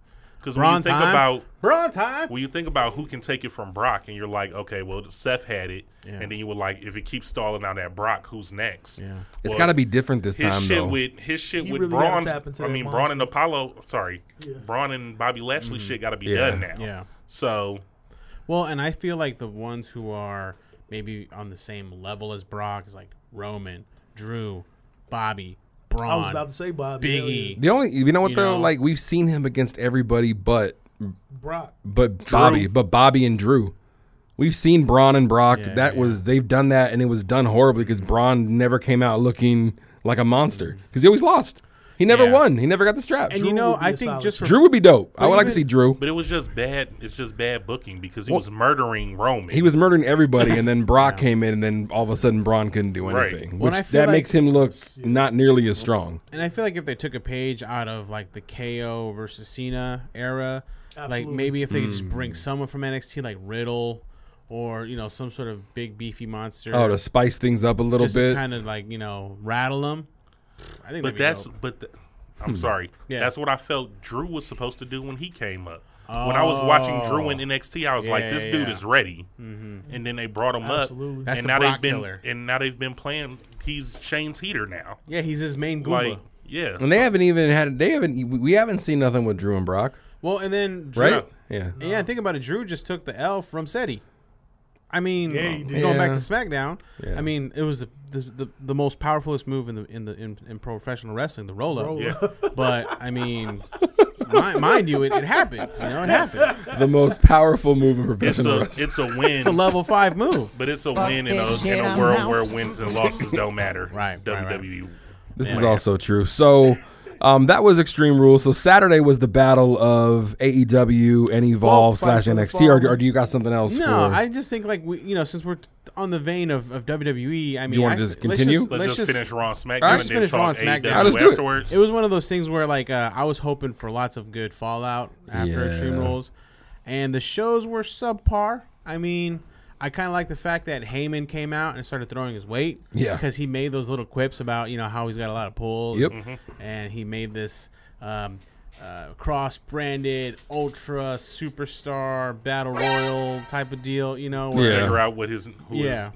Speaker 5: Because when you
Speaker 4: Braun
Speaker 5: think
Speaker 4: time.
Speaker 5: about
Speaker 4: Braun time.
Speaker 5: when you think about who can take it from Brock, and you're like, okay, well, Seth had it, and then you were like, if it keeps stalling out at Brock, who's next? Yeah,
Speaker 6: It's got to be different this
Speaker 5: his
Speaker 6: time,
Speaker 5: shit
Speaker 6: though.
Speaker 5: with his shit
Speaker 7: You
Speaker 5: with
Speaker 7: really gotta
Speaker 5: Braun.
Speaker 7: tap into
Speaker 5: I
Speaker 7: that
Speaker 5: mean,
Speaker 7: monster.
Speaker 5: Braun and Apollo. Sorry, Braun and Bobby Lashley shit got to be
Speaker 6: Yeah.
Speaker 5: done now.
Speaker 4: Yeah.
Speaker 5: So
Speaker 4: Well, and I feel like the ones who are maybe on the same level as Brock is like Roman, Drew, Bobby, Braun.
Speaker 7: I was about to say Bobby.
Speaker 4: Big
Speaker 7: hell yeah.
Speaker 4: E.
Speaker 6: the only, you know what
Speaker 4: You
Speaker 6: though?
Speaker 4: know.
Speaker 6: Like we've seen him against everybody, but
Speaker 7: Brock.
Speaker 6: but Bobby, but Bobby and Drew. We've seen Braun and Brock.
Speaker 4: Yeah,
Speaker 6: that
Speaker 4: yeah.
Speaker 6: was they've done that, and it was done horribly because Braun never came out looking like a monster because he always lost. He never
Speaker 4: Yeah.
Speaker 6: won. He never got the strap.
Speaker 4: And
Speaker 6: Drew,
Speaker 4: you know,
Speaker 7: would be
Speaker 4: I
Speaker 7: a
Speaker 4: think
Speaker 7: solid
Speaker 4: just for
Speaker 6: would be dope. I would like to
Speaker 4: even-
Speaker 6: see Drew.
Speaker 5: But it was just bad. It's just bad booking because he was murdering Roman.
Speaker 6: He was murdering everybody, and then Brock came in, and then all of a sudden Braun couldn't do
Speaker 5: Right.
Speaker 6: anything,
Speaker 4: When I
Speaker 6: which
Speaker 4: feel
Speaker 6: that
Speaker 4: like-
Speaker 6: makes him look not nearly as strong.
Speaker 4: And I feel like if they took a page out of like the KO versus Cena era, like
Speaker 7: Absolutely.
Speaker 4: maybe if they could just bring someone from NXT like Riddle or you know some sort of big beefy monster,
Speaker 6: Oh, to spice things up a little
Speaker 4: just
Speaker 6: bit.
Speaker 4: kind of like you know rattle them. I think, that'd
Speaker 5: but
Speaker 4: be
Speaker 5: that's
Speaker 4: dope.
Speaker 5: but th-
Speaker 4: Hmm.
Speaker 5: I'm sorry.
Speaker 4: Yeah.
Speaker 5: That's what I felt Drew was supposed to do when he came up. When I was watching Drew in NXT, I was like,
Speaker 4: Oh. Yeah,
Speaker 5: "This
Speaker 4: yeah,
Speaker 5: dude
Speaker 4: yeah. Mm-hmm.
Speaker 5: is ready." And then they brought him
Speaker 7: Absolutely.
Speaker 5: up,
Speaker 4: That's
Speaker 5: and
Speaker 4: the
Speaker 5: now
Speaker 4: Brock
Speaker 5: they've been
Speaker 4: killer.
Speaker 5: and now they've been playing. He's Shane's heater now.
Speaker 4: yeah, he's his main Goomba.
Speaker 5: Like, yeah,
Speaker 6: and they haven't even had. They haven't. We haven't seen nothing with Drew
Speaker 4: [LAUGHS]
Speaker 6: and Brock,
Speaker 4: well, and then Drew,
Speaker 6: right? Yeah.
Speaker 4: Yeah, think about it. Drew just took the L from Seti. I mean,
Speaker 7: Yeah, he did.
Speaker 4: going back
Speaker 6: Yeah.
Speaker 4: to SmackDown,
Speaker 6: Yeah.
Speaker 4: I mean, it was the, the, the, the most powerfulest move in the in the in, in professional wrestling, the roll up.
Speaker 7: Roll-up. [LAUGHS]
Speaker 4: But I mean, mind, mind you, it, it happened. You know, it happened.
Speaker 6: The most powerful move in
Speaker 5: it's
Speaker 6: professional
Speaker 5: a
Speaker 6: wrestling.
Speaker 4: [LAUGHS]
Speaker 5: it's a win.
Speaker 4: It's a level five move.
Speaker 5: but it's a win in a, in a world where wins and losses don't matter.
Speaker 4: [LAUGHS]
Speaker 5: E.
Speaker 4: Right, right, right.
Speaker 5: WWE.
Speaker 6: This is also true. So. Um, that was Extreme Rules. So Saturday was the battle of AEW and Evolve
Speaker 7: Fight
Speaker 6: slash
Speaker 7: for the
Speaker 6: NXT. Or,
Speaker 7: Fall.
Speaker 6: or do you got something else?
Speaker 4: No,
Speaker 6: for,
Speaker 4: I just think like we, you know, since we're on the vein of, of WWE, I mean,
Speaker 6: wanna
Speaker 4: I,
Speaker 6: just
Speaker 4: let's
Speaker 6: continue?
Speaker 4: Just,
Speaker 5: Let's,
Speaker 4: let's
Speaker 5: just, finish Raw and SmackDown
Speaker 6: Let's
Speaker 5: and
Speaker 4: finish
Speaker 5: then
Speaker 4: Raw
Speaker 5: talk
Speaker 4: and SmackDown.
Speaker 5: AEW
Speaker 4: How
Speaker 6: does do it?
Speaker 5: afterwards.
Speaker 4: It was one of those things where like uh, I was hoping for lots of good Fallout after
Speaker 6: Yeah.
Speaker 4: Extreme Rules, and the shows were subpar. I mean, I kind of like the fact that Heyman came out and started throwing his weight.
Speaker 6: Yeah.
Speaker 4: because he made those little quips about you know how he's got a lot of pull.
Speaker 6: Yep.
Speaker 4: and,
Speaker 5: Mm-hmm.
Speaker 4: and he made this. Um, uh, cross-branded ultra superstar battle royal type of deal, you know. Where
Speaker 6: Yeah.
Speaker 5: figure out what his who is-
Speaker 4: yeah.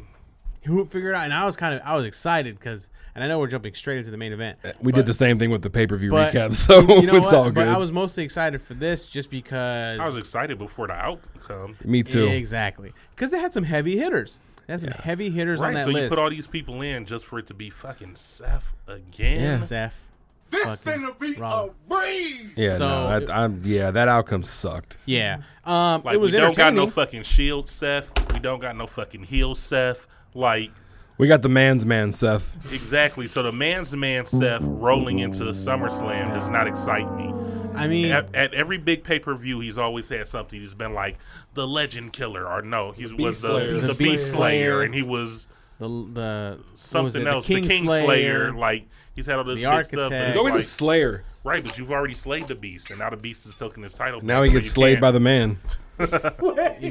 Speaker 4: Who figured out? And I was kind of I was excited because, and I know we're jumping straight into the main event.
Speaker 6: Uh, we
Speaker 4: but-
Speaker 6: did the same thing with the pay per view
Speaker 4: but
Speaker 6: recap, [LAUGHS] so
Speaker 4: you know
Speaker 6: it's
Speaker 4: what?
Speaker 6: all good.
Speaker 4: But I was mostly excited for this just because.
Speaker 5: I was excited before the outcome.
Speaker 6: Me too.
Speaker 4: Exactly, because they had some heavy hitters. They had some heavy hitters on
Speaker 5: Right,
Speaker 4: that
Speaker 5: so you
Speaker 4: list.
Speaker 5: put all these people in just for it to be fucking Seth again.
Speaker 6: Yeah.
Speaker 4: Seth.
Speaker 2: This
Speaker 4: fucking
Speaker 2: finna be
Speaker 4: Rollins.
Speaker 2: a breeze.
Speaker 6: Yeah,
Speaker 4: So-
Speaker 6: no, that, I'm, yeah, that outcome sucked.
Speaker 4: Yeah. Um,
Speaker 5: Like
Speaker 4: it was
Speaker 5: we don't got
Speaker 4: entertaining.
Speaker 5: no fucking shield Seth. We don't got no fucking heel Seth. Like
Speaker 6: We got the man's man, Seth.
Speaker 5: exactly. So the man's man Seth rolling into the SummerSlam does not excite me.
Speaker 4: I mean,
Speaker 5: At, at every big pay per view, he's always had something. He's been like the Legend Killer, or no, he was the,
Speaker 6: Slayer.
Speaker 5: the,
Speaker 4: The
Speaker 5: Beast
Speaker 4: Beast
Speaker 5: Slayer,
Speaker 4: Slayer.
Speaker 5: and he was
Speaker 4: the the what was it?
Speaker 5: something else, the King Slayer. Like he's had all this
Speaker 4: The
Speaker 5: big stuff.
Speaker 4: Architect.
Speaker 5: But it's
Speaker 4: Go
Speaker 6: Always
Speaker 5: like,
Speaker 6: a slayer.
Speaker 5: right, but you've already slayed the Beast, and now the Beast is taking his title.
Speaker 6: Now
Speaker 5: back,
Speaker 6: he
Speaker 5: so
Speaker 6: gets
Speaker 5: you
Speaker 6: slayed
Speaker 5: can't-
Speaker 6: by the man.
Speaker 4: you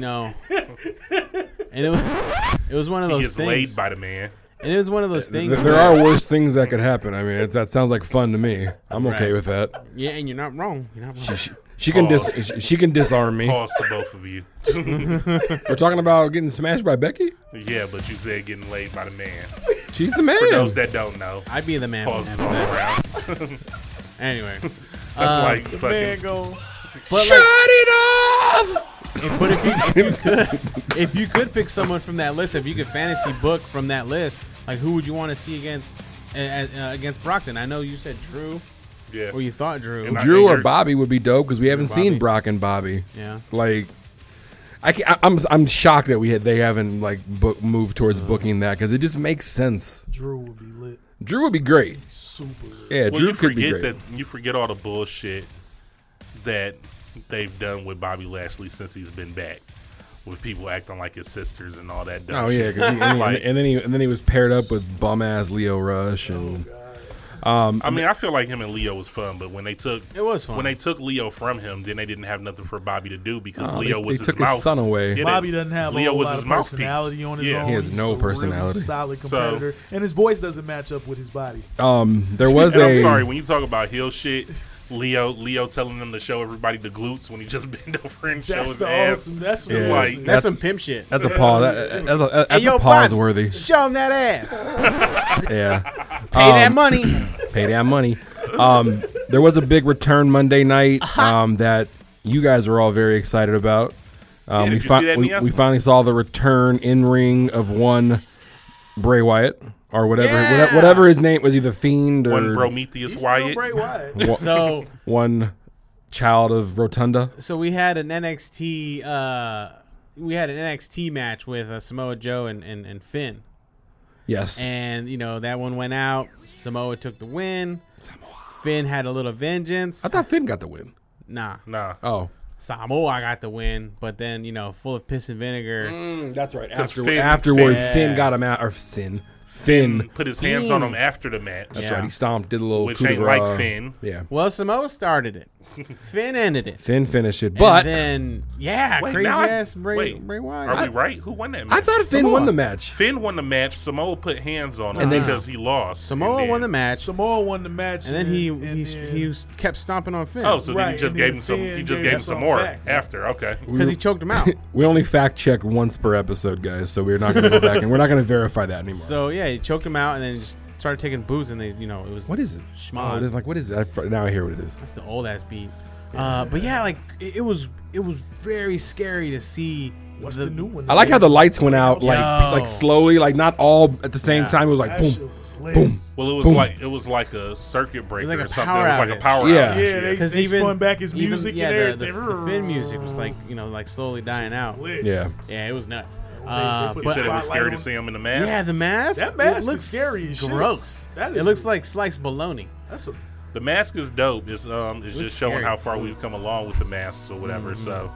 Speaker 2: [LAUGHS]
Speaker 4: know. and it was it was one of
Speaker 5: He
Speaker 4: those
Speaker 5: gets
Speaker 4: things.
Speaker 5: laid by the man.
Speaker 4: and it was one of those
Speaker 6: Th-
Speaker 4: things.
Speaker 6: Uh, There are worse things that could happen. I mean, it's, that sounds like fun to me. I'm okay
Speaker 4: Right.
Speaker 6: with that.
Speaker 4: yeah, and you're not wrong. You're not wrong.
Speaker 6: She, she can dis,
Speaker 5: Pause.
Speaker 6: she- she can disarm me.
Speaker 5: Pause to both of you. [LAUGHS]
Speaker 6: We're talking about getting smashed by Becky.
Speaker 5: yeah, but you said getting laid by the man.
Speaker 6: She's the
Speaker 5: [LAUGHS] For
Speaker 6: man.
Speaker 5: those that don't know,
Speaker 4: I'd be the man.
Speaker 5: pause
Speaker 4: after
Speaker 5: all
Speaker 4: that.
Speaker 5: around.
Speaker 4: Anyway,
Speaker 5: That's like
Speaker 7: Man,
Speaker 5: fucking.
Speaker 7: go.
Speaker 4: but
Speaker 6: Shut
Speaker 4: like,
Speaker 6: it off.
Speaker 4: But if you, if you could, if you could pick someone from that list, if you could fantasy book from that list, like who would you want to see against uh, uh, against Brockton? I know you said Drew,
Speaker 5: Yeah.
Speaker 4: or you thought Drew.
Speaker 5: And I-
Speaker 6: Drew or
Speaker 5: you're-
Speaker 6: Bobby would be dope because we haven't seen
Speaker 4: Bobby.
Speaker 6: Brock and Bobby.
Speaker 4: Yeah.
Speaker 6: Like, I can, I, I'm I'm shocked that we had they haven't like book, moved
Speaker 5: Uh-huh.
Speaker 6: towards booking that because it just makes sense.
Speaker 7: Drew would be lit.
Speaker 6: Drew would be great.
Speaker 7: Super lit.
Speaker 6: Yeah,
Speaker 5: Well,
Speaker 6: Drew
Speaker 5: you
Speaker 6: could be
Speaker 5: forget
Speaker 6: great.
Speaker 5: that you forget all the bullshit that they've done with Bobby Lashley since he's been back, with people acting like his sisters and all that. Dumb
Speaker 6: Oh yeah,
Speaker 5: shit.
Speaker 6: 'cause he, and, he-
Speaker 5: [LAUGHS] Like-
Speaker 6: and then he and then he was paired up with bum ass Leo Rush and
Speaker 5: Oh, I mean, I feel like him and Leo was fun, but when they took
Speaker 4: It was fun.
Speaker 5: when they took Leo from him, then they didn't have nothing for Bobby to do because
Speaker 6: Oh,
Speaker 5: Leo
Speaker 6: they-
Speaker 5: was
Speaker 6: they
Speaker 5: his
Speaker 6: took his
Speaker 5: mouth.
Speaker 6: son away.
Speaker 5: Get it?
Speaker 7: Bobby doesn't have
Speaker 5: Leo
Speaker 7: a whole
Speaker 5: was
Speaker 7: lot
Speaker 5: his
Speaker 7: of
Speaker 5: mouthpiece.
Speaker 7: personality on his
Speaker 5: Yeah.
Speaker 7: own.
Speaker 5: He
Speaker 6: has
Speaker 7: He's
Speaker 6: no
Speaker 7: a really
Speaker 6: personality.
Speaker 7: solid
Speaker 5: So-
Speaker 7: competitor, and his voice doesn't match up with his body.
Speaker 6: um there was
Speaker 5: And
Speaker 6: a
Speaker 5: I'm sorry when you talk about heel shit. Leo Leo telling them to show everybody the glutes when he just [LAUGHS] bent over and showed
Speaker 7: That's
Speaker 5: his
Speaker 7: the
Speaker 5: ass.
Speaker 7: awesome. That's what
Speaker 6: Yeah.
Speaker 7: it
Speaker 5: like-
Speaker 7: is.
Speaker 4: That's,
Speaker 6: That's-
Speaker 4: some pimp shit.
Speaker 6: That's a pause.
Speaker 5: [LAUGHS]
Speaker 6: That- That's a, that's
Speaker 4: Hey, yo,
Speaker 6: a pause
Speaker 4: Biden,
Speaker 6: worthy.
Speaker 4: Show him that ass.
Speaker 6: Yeah.
Speaker 4: Pay that money.
Speaker 6: pay that money. Um, there was a big return Monday night
Speaker 5: Uh-huh.
Speaker 6: um, that you guys were all very excited about. Um,
Speaker 5: Yeah,
Speaker 6: we,
Speaker 5: did you see that,
Speaker 6: we,
Speaker 5: Nia?
Speaker 6: we finally saw the return in ring of one Bray Wyatt or whatever whate-
Speaker 4: Yeah.
Speaker 6: whatever, his name was either Fiend or
Speaker 5: One
Speaker 7: He's
Speaker 5: Prometheus
Speaker 7: still
Speaker 5: Wyatt.
Speaker 7: Bray Wyatt.
Speaker 6: wa-
Speaker 4: So
Speaker 6: one child of Rotunda.
Speaker 4: so we had an NXT uh we had an NXT match with uh, Samoa Joe and, and, and Finn.
Speaker 6: Yes.
Speaker 4: And you know, that one went out. Samoa took the win. Finn had a little vengeance.
Speaker 6: I thought Finn got the win.
Speaker 4: nah.
Speaker 5: Nah,
Speaker 6: Oh.
Speaker 4: Samoa got the win, but then, you know, full of piss and vinegar.
Speaker 6: Mm, That's right.
Speaker 5: After- Finn-
Speaker 6: afterwards,
Speaker 4: Finn-
Speaker 6: Sin got him out. Or Sin. Finn.
Speaker 5: put his hands on him after the match.
Speaker 6: That's
Speaker 4: Yeah.
Speaker 6: right. He stomped, did a little
Speaker 5: Which
Speaker 6: coup de
Speaker 5: ain't like
Speaker 6: grace.
Speaker 5: Finn.
Speaker 6: Yeah.
Speaker 4: Well, Samoa started it. Finn ended it.
Speaker 6: Finn finished it.
Speaker 4: and
Speaker 6: But.
Speaker 4: then yeah,
Speaker 5: Wait,
Speaker 4: crazy
Speaker 5: now I-
Speaker 4: ass Bray
Speaker 5: wait,
Speaker 4: Bray Wyatt.
Speaker 5: Are we right? Who won that match?
Speaker 6: I thought Finn won the match.
Speaker 5: [LAUGHS] Finn won the match. Samoa put hands on him
Speaker 6: And then-
Speaker 5: because he lost.
Speaker 4: Samoa
Speaker 5: and
Speaker 4: won the
Speaker 5: then-
Speaker 4: match,
Speaker 7: Samoa won the match,
Speaker 4: and then he
Speaker 7: and
Speaker 4: he,
Speaker 7: then-
Speaker 4: he was- kept stomping on Finn.
Speaker 5: Oh, so then
Speaker 7: Right,
Speaker 5: he just
Speaker 7: and
Speaker 5: gave
Speaker 7: then
Speaker 5: him some. He
Speaker 7: Finn
Speaker 5: just
Speaker 7: gave
Speaker 5: gave him
Speaker 7: us
Speaker 5: some
Speaker 7: all
Speaker 5: more
Speaker 7: back.
Speaker 5: after. Okay.
Speaker 4: because he choked him out.
Speaker 6: [LAUGHS] We only fact check once per episode, guys, so we're not going to go back and we're not going to verify that anymore.
Speaker 4: so yeah, he choked him out, and then just started taking boots, and they you know it was
Speaker 6: what is it?
Speaker 4: Schmoz.
Speaker 6: Oh, it is like what is it? I, fr- now I hear what it is.
Speaker 4: That's the old ass beat. Uh, but yeah, like it, it was it was very scary to see.
Speaker 7: What's the, new one?
Speaker 6: I like how the lights went out like
Speaker 4: Yo.
Speaker 6: like slowly, like not all at the same time. It was like
Speaker 7: That shit
Speaker 6: boom,
Speaker 7: was lit.
Speaker 6: boom.
Speaker 5: Well, it was
Speaker 6: Boom.
Speaker 5: like it was like a circuit breaker
Speaker 4: like a
Speaker 5: or something.
Speaker 4: power
Speaker 5: it was like
Speaker 4: outage.
Speaker 5: a power
Speaker 6: Yeah.
Speaker 5: outage.
Speaker 7: Yeah, they-
Speaker 4: Because
Speaker 7: they
Speaker 4: even
Speaker 7: spun back his
Speaker 4: even-
Speaker 7: music
Speaker 4: yeah,
Speaker 7: and
Speaker 4: the, the,
Speaker 7: everything.
Speaker 4: the Finn music was like you know like slowly dying out.
Speaker 7: Lit.
Speaker 6: Yeah.
Speaker 4: Yeah, it was nuts. Uh,
Speaker 7: put
Speaker 5: You
Speaker 4: but
Speaker 5: said it was
Speaker 7: Spotlight
Speaker 5: scary
Speaker 7: on-
Speaker 5: to see him in the mask.
Speaker 4: Yeah, the mask.
Speaker 7: That
Speaker 4: it
Speaker 7: mask is
Speaker 4: looks
Speaker 7: scary as shit.
Speaker 4: gross.
Speaker 7: That
Speaker 4: it
Speaker 7: is-
Speaker 4: looks like sliced bologna.
Speaker 7: That's a
Speaker 5: The mask is dope. It's um, it's
Speaker 4: Looks
Speaker 5: just showing
Speaker 4: scary. Mm-hmm.
Speaker 5: how far we've come along with the masks or whatever. So,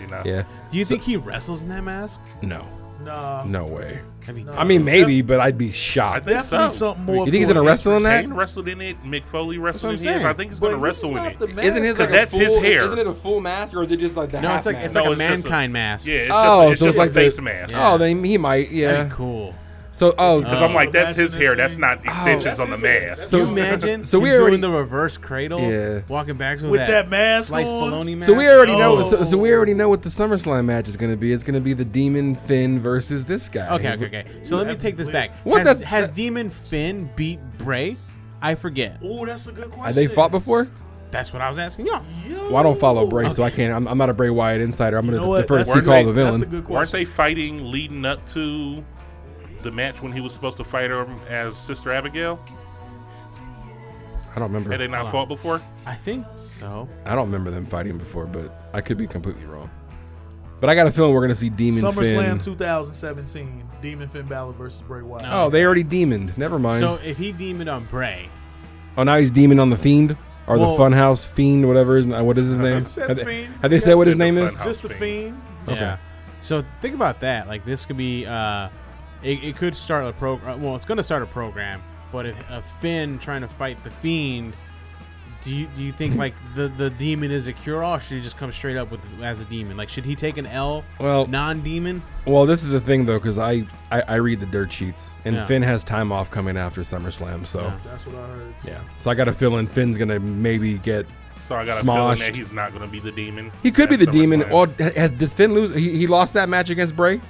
Speaker 5: you know,
Speaker 6: Yeah.
Speaker 4: Do you think he wrestles in that mask?
Speaker 6: No.
Speaker 7: nah.
Speaker 6: No way.
Speaker 4: That'd be
Speaker 6: I mean,
Speaker 7: it's
Speaker 6: maybe, but I'd be
Speaker 5: I
Speaker 6: shocked.
Speaker 5: think
Speaker 7: Definitely
Speaker 5: so.
Speaker 7: something more.
Speaker 6: You think he's
Speaker 7: for
Speaker 6: gonna
Speaker 7: an
Speaker 6: wrestle in that?
Speaker 5: Kane wrestled in it. Mick Foley wrestled in
Speaker 4: That's what I'm
Speaker 5: his.
Speaker 4: saying.
Speaker 5: I think he's going to
Speaker 7: But
Speaker 5: wrestle
Speaker 7: he's
Speaker 5: in
Speaker 7: not
Speaker 5: it.
Speaker 7: the mask.
Speaker 6: Isn't his like a
Speaker 5: that's his
Speaker 6: full-
Speaker 5: hair.
Speaker 6: Isn't it a full mask or is it just like the
Speaker 4: no,
Speaker 6: half
Speaker 4: it's like it's
Speaker 6: mask?
Speaker 4: like
Speaker 5: No,
Speaker 4: a
Speaker 5: it's just a-
Speaker 4: mankind mask.
Speaker 5: yeah, it's
Speaker 6: Oh,
Speaker 5: just, it's
Speaker 6: so
Speaker 5: just
Speaker 6: it's like
Speaker 5: a
Speaker 6: the-
Speaker 5: face mask.
Speaker 6: Oh, then he might,
Speaker 4: That'd
Speaker 6: yeah.
Speaker 4: be cool.
Speaker 6: So, oh,
Speaker 5: Because I'm like, that's his
Speaker 7: Imagine
Speaker 5: hair.
Speaker 7: that
Speaker 5: That's
Speaker 7: thing.
Speaker 5: not extensions on the
Speaker 7: That's his hair.
Speaker 5: mask.
Speaker 4: Can you
Speaker 6: So-
Speaker 4: imagine?
Speaker 6: [LAUGHS] so we
Speaker 4: him
Speaker 6: already-
Speaker 4: doing the reverse cradle,
Speaker 6: Yeah.
Speaker 4: walking back with,
Speaker 7: With that mask
Speaker 4: sliced
Speaker 7: on?
Speaker 4: bologna mask.
Speaker 6: So we already know.
Speaker 7: No.
Speaker 6: So, so we already know what the SummerSlam match is going to be. It's going to be the Demon Finn versus this guy.
Speaker 4: Okay, okay, okay. So let me take this back.
Speaker 6: What
Speaker 4: has,
Speaker 6: the-
Speaker 4: has Demon Finn beat Bray? I forget.
Speaker 7: Ooh, that's a good question.
Speaker 6: Have they fought before?
Speaker 4: That's what I was asking. Yeah.
Speaker 6: Well, I don't follow Bray, so I can't. I'm, I'm not a Bray Wyatt insider. I'm going
Speaker 7: know
Speaker 6: to
Speaker 7: what?
Speaker 6: defer to
Speaker 7: That's
Speaker 6: C
Speaker 5: a
Speaker 6: Call
Speaker 5: great-
Speaker 6: the
Speaker 7: That's a
Speaker 6: villain.
Speaker 7: good
Speaker 5: Weren't
Speaker 7: question.
Speaker 5: they fighting leading up to the match when he was supposed to fight her as Sister Abigail?
Speaker 6: I don't remember.
Speaker 5: Had they not fought before?
Speaker 4: I think so.
Speaker 6: I don't remember them fighting before, but I could be completely wrong. But I got a feeling we're going to see Demon Finn.
Speaker 7: SummerSlam 2017, Demon Finn Balor versus Bray Wyatt.
Speaker 6: Oh, they already demoned. Never mind.
Speaker 4: So if he demoned on Bray,
Speaker 6: oh, now he's demon on the Fiend or
Speaker 4: Well-
Speaker 6: the Funhouse Fiend, whatever his what is
Speaker 7: [LAUGHS]
Speaker 6: his name?
Speaker 7: said
Speaker 6: have, they,
Speaker 7: Fiend.
Speaker 6: have they
Speaker 7: Yeah,
Speaker 6: said what his
Speaker 5: said the
Speaker 6: name is?
Speaker 5: Funhouse.
Speaker 7: Just the Fiend.
Speaker 4: Yeah. So think about that. Like this could be, uh, it, it could start a program. Well, it's going to start a program. But if a Finn trying to fight the fiend, do you do you think
Speaker 6: [CLEARS THROAT]
Speaker 4: like the the demon is a cure all? Should he just come straight up with as a demon? Like should he take an L?
Speaker 6: Well-
Speaker 4: non demon.
Speaker 6: Well, this is the thing though, because I, I I read the dirt sheets, and
Speaker 4: Yeah.
Speaker 6: Finn has time off coming after SummerSlam, so.
Speaker 7: That's what I heard.
Speaker 6: Yeah. So I got a feeling Finn's gonna maybe get.
Speaker 5: So I got a
Speaker 6: Smoshed.
Speaker 5: feeling that he's not going to be the demon.
Speaker 6: He could be
Speaker 5: at
Speaker 6: the demon.
Speaker 5: SummerSlam.
Speaker 6: Or has does Finn lose? He, he lost that match against Bray.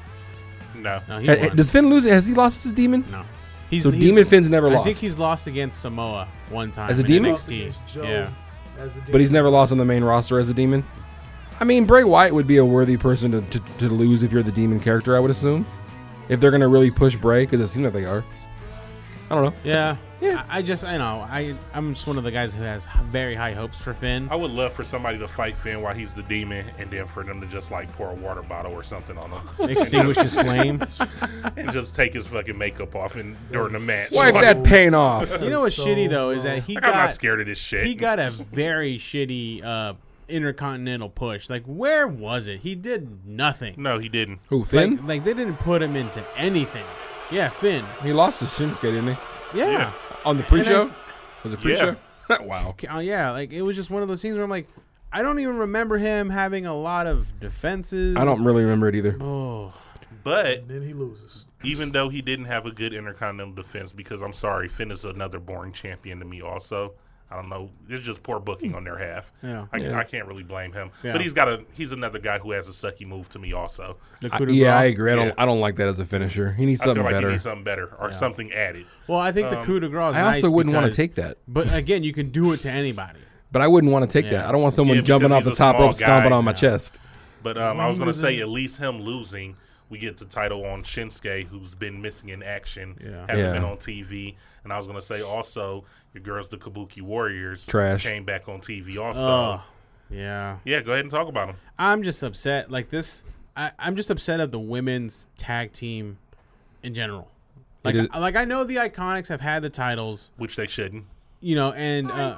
Speaker 5: no.
Speaker 4: No, he
Speaker 6: Ha-
Speaker 4: won.
Speaker 6: does Finn lose? Has he lost his demon?
Speaker 4: no. He's,
Speaker 6: So Demon Finn's never
Speaker 4: I
Speaker 6: lost.
Speaker 4: think he's lost against Samoa one time
Speaker 6: As a
Speaker 4: in
Speaker 6: demon?
Speaker 7: Lost
Speaker 4: NXT.
Speaker 7: against Joe
Speaker 4: Yeah.
Speaker 7: as a
Speaker 6: But he's
Speaker 7: demon.
Speaker 6: never lost on the main roster as a demon. I mean, Bray Wyatt would be a worthy person to, to, to lose if you're the demon character. I would assume, if they're gonna really push Bray, because it seems like they are. I don't know.
Speaker 4: Yeah.
Speaker 6: Yeah.
Speaker 4: I I just, I know, I, I'm just one of the guys who has very high hopes for Finn.
Speaker 5: I would love for somebody to fight Finn while he's the demon, and then for them to just like pour a water bottle or something on him,
Speaker 4: Extinguish his flame.
Speaker 5: [LAUGHS] and just take his fucking makeup off and during the match.
Speaker 6: Wipe
Speaker 5: Like,
Speaker 6: that pain off.
Speaker 4: [LAUGHS] You know what's
Speaker 7: So
Speaker 4: shitty though is that he
Speaker 5: like,
Speaker 4: got
Speaker 5: I'm not scared of this shit.
Speaker 4: he got a very shitty uh, intercontinental push. Like where was it? He did nothing.
Speaker 5: no, he didn't.
Speaker 6: Who
Speaker 4: Like,
Speaker 6: Finn?
Speaker 4: like they didn't put him into anything. Yeah, Finn.
Speaker 6: he lost his Shinsuke, didn't he?
Speaker 4: Yeah.
Speaker 6: On the pre-show.
Speaker 4: And
Speaker 6: Was it pre-show? [LAUGHS] wow.
Speaker 4: Yeah. Uh, yeah, like it was just one of those things where I'm like, I don't even remember him having a lot of defenses.
Speaker 6: I don't really remember it either.
Speaker 4: Oh,
Speaker 5: But
Speaker 7: Then he loses.
Speaker 5: even though he didn't have a good intercontinental defense, because I'm sorry, Finn is another boring champion to me. Also, I don't know. It's just poor booking on their half.
Speaker 4: Yeah.
Speaker 5: I, I can't really blame him.
Speaker 4: Yeah.
Speaker 5: But he's got a he's another guy who has a sucky move to me also.
Speaker 4: The
Speaker 6: I-
Speaker 4: coup de grace.
Speaker 6: yeah, I agree. I don't.
Speaker 5: Yeah.
Speaker 6: I don't like that as a finisher. He needs
Speaker 5: I
Speaker 6: something
Speaker 5: feel like
Speaker 6: better.
Speaker 5: he needs something better or something added.
Speaker 4: Well, I think the coup de grace. Is
Speaker 6: I also
Speaker 4: nice
Speaker 6: wouldn't wanna
Speaker 4: because-
Speaker 6: take that.
Speaker 4: But again, you can do it to anybody.
Speaker 6: but I wouldn't want to take that. I don't want someone
Speaker 5: Yeah, because
Speaker 6: jumping off
Speaker 5: he's
Speaker 6: the
Speaker 5: a
Speaker 6: top
Speaker 5: small
Speaker 6: rope, stomping
Speaker 5: guy.
Speaker 6: on my chest.
Speaker 5: But um, I was
Speaker 7: he
Speaker 5: going to
Speaker 7: was
Speaker 5: say,
Speaker 7: in-
Speaker 5: at least him losing, we get the title on Shinsuke, who's been missing in action,
Speaker 4: Yeah.
Speaker 5: hasn't
Speaker 6: Yeah.
Speaker 5: been on TV. And I was going to say also, your girls, the Kabuki Warriors,
Speaker 6: Trash.
Speaker 5: came back on TV also.
Speaker 4: Ugh. yeah.
Speaker 5: Yeah, go ahead and talk about them.
Speaker 4: I'm just upset. Like this, I, I'm just upset of the women's tag team in general. Like,
Speaker 6: is-
Speaker 4: like I know the Iconics have had the titles,
Speaker 5: Which they shouldn't.
Speaker 4: you know, and uh,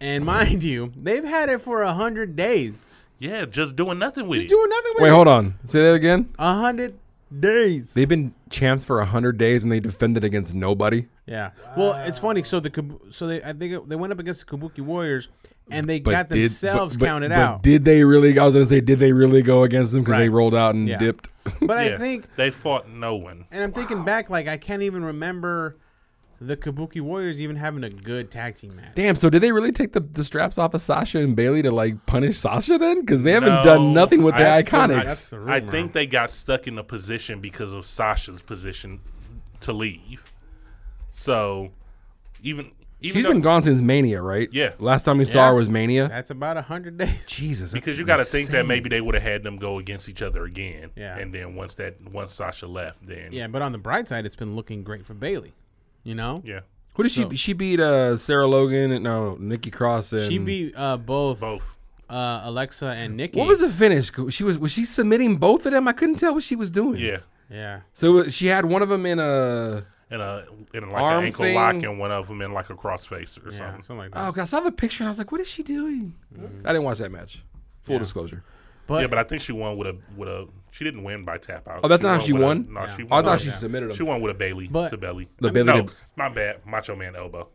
Speaker 4: and mind you, they've had it for a hundred days.
Speaker 5: Yeah, just doing nothing with
Speaker 4: Just
Speaker 5: it.
Speaker 4: doing nothing with
Speaker 6: Wait,
Speaker 4: it.
Speaker 6: hold on. Say that again.
Speaker 4: A hundred days.
Speaker 6: They've been champs for hundred days and they defended against nobody.
Speaker 4: Yeah. Well, it's funny. So the Kabu- so they I think they went up against the Kabuki Warriors and they
Speaker 6: But
Speaker 4: got
Speaker 6: did-
Speaker 4: themselves
Speaker 6: but- but-
Speaker 4: counted
Speaker 6: but
Speaker 4: out.
Speaker 6: Did they really? I was gonna say, did they really go against them because they
Speaker 4: Right.
Speaker 6: rolled out and
Speaker 4: Yeah.
Speaker 6: dipped? [LAUGHS]
Speaker 4: but I
Speaker 5: Yeah,
Speaker 4: think
Speaker 5: they fought no one.
Speaker 4: And I'm thinking back, like I can't even remember the Kabuki Warriors even having a good tag team match.
Speaker 6: Damn. So did they really take the, the straps off of Sasha and Bailey to like punish Sasha then? Because they haven't
Speaker 5: No,
Speaker 6: done nothing with the
Speaker 5: I-
Speaker 6: iconics.
Speaker 5: I-
Speaker 4: That's the
Speaker 5: I
Speaker 4: rumor.
Speaker 5: think they got stuck in a position because of Sasha's position to leave. So even even
Speaker 6: She's
Speaker 5: though-
Speaker 6: been gone since Mania, right?
Speaker 5: Yeah.
Speaker 6: Last time we saw
Speaker 4: Yeah.
Speaker 6: her was Mania.
Speaker 4: That's about a hundred days. [LAUGHS]
Speaker 6: Jesus. that's
Speaker 5: because you got to think that
Speaker 6: insane.
Speaker 5: maybe they would have had them go against each other again.
Speaker 4: Yeah.
Speaker 5: And then once that once Sasha left, then
Speaker 4: Yeah, but on the bright side, it's been looking great for Bailey. You know,
Speaker 5: yeah,
Speaker 6: Who did she? be- She beat uh, Sarah Logan and no Nikki Cross and
Speaker 4: she beat uh, both
Speaker 5: both.
Speaker 4: uh, Alexa and Nikki.
Speaker 6: What was the finish? She was was she submitting both of them? I couldn't tell what she was doing.
Speaker 5: Yeah,
Speaker 4: Yeah,
Speaker 6: So it was- she had one of them in uh, a.
Speaker 5: and a and like
Speaker 6: Arm
Speaker 5: an ankle
Speaker 6: thing.
Speaker 5: lock and one of them in like a crossface or
Speaker 4: yeah,
Speaker 5: something.
Speaker 4: something like that.
Speaker 6: Oh, 'cause I saw the picture and I was like, "What is she doing?"
Speaker 5: Mm.
Speaker 6: I didn't watch that match. Full disclosure.
Speaker 4: But-
Speaker 5: yeah, but I think she won with a with a. She didn't win by tap out.
Speaker 6: Oh, that's not how she
Speaker 5: with a-
Speaker 6: won?
Speaker 5: no,
Speaker 6: Yeah.
Speaker 5: she
Speaker 6: Oh, I
Speaker 5: won.
Speaker 6: thought she submitted him.
Speaker 5: She won with a Bailey
Speaker 4: But-
Speaker 5: to belly.
Speaker 6: The
Speaker 5: I mean,
Speaker 6: Bailey
Speaker 5: No,
Speaker 6: to-
Speaker 5: my bad. Macho Man elbow.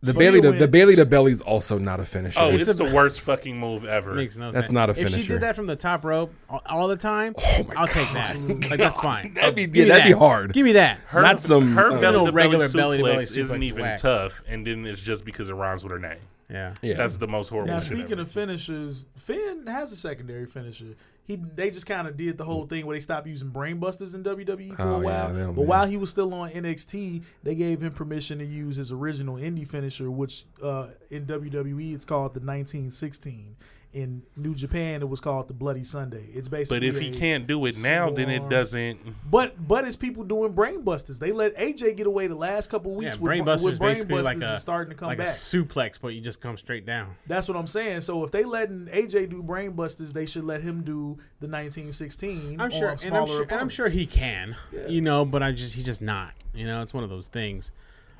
Speaker 6: The Bailey to the
Speaker 7: wins.
Speaker 6: Bailey to Belly's also not a finisher.
Speaker 5: Oh,
Speaker 6: It's-
Speaker 5: it's, the worst fucking move ever.
Speaker 4: Makes no
Speaker 6: That's
Speaker 4: sense.
Speaker 6: not a
Speaker 4: If she
Speaker 6: finisher. Oh
Speaker 4: did that from the top rope all, all the time,
Speaker 6: my
Speaker 4: I'll take
Speaker 6: [LAUGHS]
Speaker 4: that. Like that's fine.
Speaker 6: That'd be-
Speaker 4: Give me
Speaker 6: yeah, that'd be
Speaker 4: that.
Speaker 6: hard.
Speaker 4: Give me that.
Speaker 5: Her,
Speaker 6: Not some,
Speaker 5: her
Speaker 6: uh,
Speaker 5: belly
Speaker 4: No
Speaker 5: to
Speaker 4: regular
Speaker 5: regular
Speaker 4: belly
Speaker 5: belly
Speaker 4: to belly
Speaker 5: suplex isn't
Speaker 4: suplex
Speaker 5: even
Speaker 4: whack.
Speaker 5: tough, and then it's just because it rhymes with her name.
Speaker 4: yeah.
Speaker 6: yeah.
Speaker 5: That's the most horrible.
Speaker 7: Now
Speaker 5: shit
Speaker 7: speaking
Speaker 5: ever.
Speaker 7: of finishers, Finn has a secondary finisher. He they just kind of did the whole thing where they stopped using brainbusters in WWE for
Speaker 6: Oh,
Speaker 7: a
Speaker 6: yeah,
Speaker 7: while.
Speaker 6: they don't-
Speaker 7: but while he was still on NXT, they gave him permission to use his original indie finisher, which uh, in WWE it's called the 1916. In New Japan, it was called the Bloody Sunday. It's
Speaker 5: but
Speaker 7: basically.
Speaker 5: if he
Speaker 7: a-
Speaker 5: can't do it now, then it doesn't.
Speaker 7: But but it's people doing brainbusters. They let AJ get away the last couple
Speaker 4: Yeah,
Speaker 7: weeks with,
Speaker 4: brainbuster is
Speaker 7: with
Speaker 4: basically
Speaker 7: brainbusters
Speaker 4: like a
Speaker 7: and starting to come
Speaker 4: like a
Speaker 7: back.
Speaker 4: suplex, but you just come straight down.
Speaker 7: That's what I'm saying. So if they letting AJ do brainbusters, they should let him do the 1916.
Speaker 4: I'm
Speaker 7: on
Speaker 4: sure, and
Speaker 7: smaller
Speaker 4: I'm sure, and I'm
Speaker 7: opponents.
Speaker 4: sure he can, you know. But I just, he just not, you know. It's one of those things.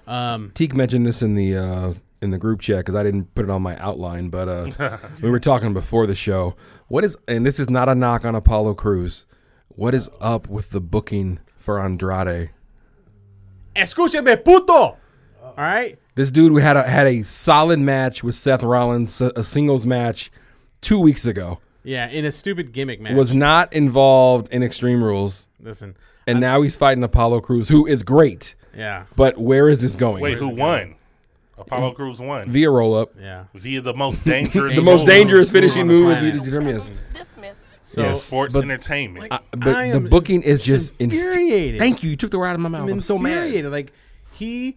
Speaker 4: Um,
Speaker 6: Teak mentioned this in the uh, in the group chat because I didn't put it on my outline, but
Speaker 4: [LAUGHS]
Speaker 6: uh, we were talking before the show. What is and this is not a knock on Apollo Cruz. What is up with the booking for Andrade?
Speaker 4: Escúchame, puto.
Speaker 6: Oh.
Speaker 4: All right,
Speaker 6: This dude had a, had a solid match with Seth Rollins, a singles match, two weeks ago.
Speaker 4: yeah, in a stupid gimmick match.
Speaker 6: Was not involved in Extreme Rules,
Speaker 4: Listen,
Speaker 6: and now he's fighting Apollo Cruz, who is great.
Speaker 4: yeah,
Speaker 6: But where is this going?
Speaker 5: Wait, who won? Apollo Crews won.
Speaker 6: Via roll up,
Speaker 4: yeah.
Speaker 5: Via the most
Speaker 6: [LAUGHS]
Speaker 5: dangerous,
Speaker 6: the most
Speaker 5: move
Speaker 6: dangerous
Speaker 4: move
Speaker 6: finishing
Speaker 4: on the
Speaker 6: move is we
Speaker 4: planet.
Speaker 6: determine is.
Speaker 4: So
Speaker 5: in
Speaker 6: Yes.
Speaker 5: sports
Speaker 6: But-
Speaker 5: entertainment.
Speaker 6: But
Speaker 4: I
Speaker 6: the
Speaker 4: am
Speaker 6: booking is just inf-
Speaker 4: infuriated.
Speaker 6: Thank you. You took the word out of my mouth.
Speaker 4: I'm,
Speaker 6: I'm, so mad.
Speaker 4: infuriated. Like he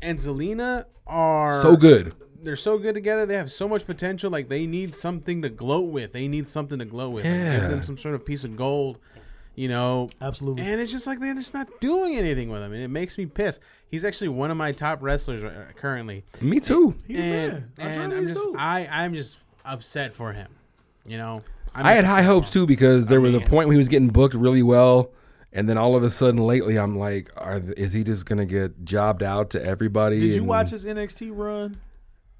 Speaker 4: and Zelina are
Speaker 6: So good.
Speaker 4: They're so good together. They have so much potential. Like they need something to gloat with. They need something to gloat with. Like,
Speaker 6: Yeah.
Speaker 4: give them some sort of piece of gold. You know,
Speaker 7: Absolutely.
Speaker 4: And it's just like they're just not doing anything with him, and it makes me pissed. He's actually one of my top wrestlers right- currently,
Speaker 6: Me too.
Speaker 7: the
Speaker 4: and,
Speaker 7: man. I'm
Speaker 4: and I'm
Speaker 7: telling you, he's
Speaker 4: just
Speaker 7: dope.
Speaker 4: I I'm just upset for him. You know, I'm
Speaker 6: I had high hopes too because there was a point when he was getting booked really well, and then all of a sudden lately I'm like, are th- is he just gonna get jobbed out to everybody?
Speaker 7: Did you
Speaker 6: And
Speaker 7: watch his NXT run?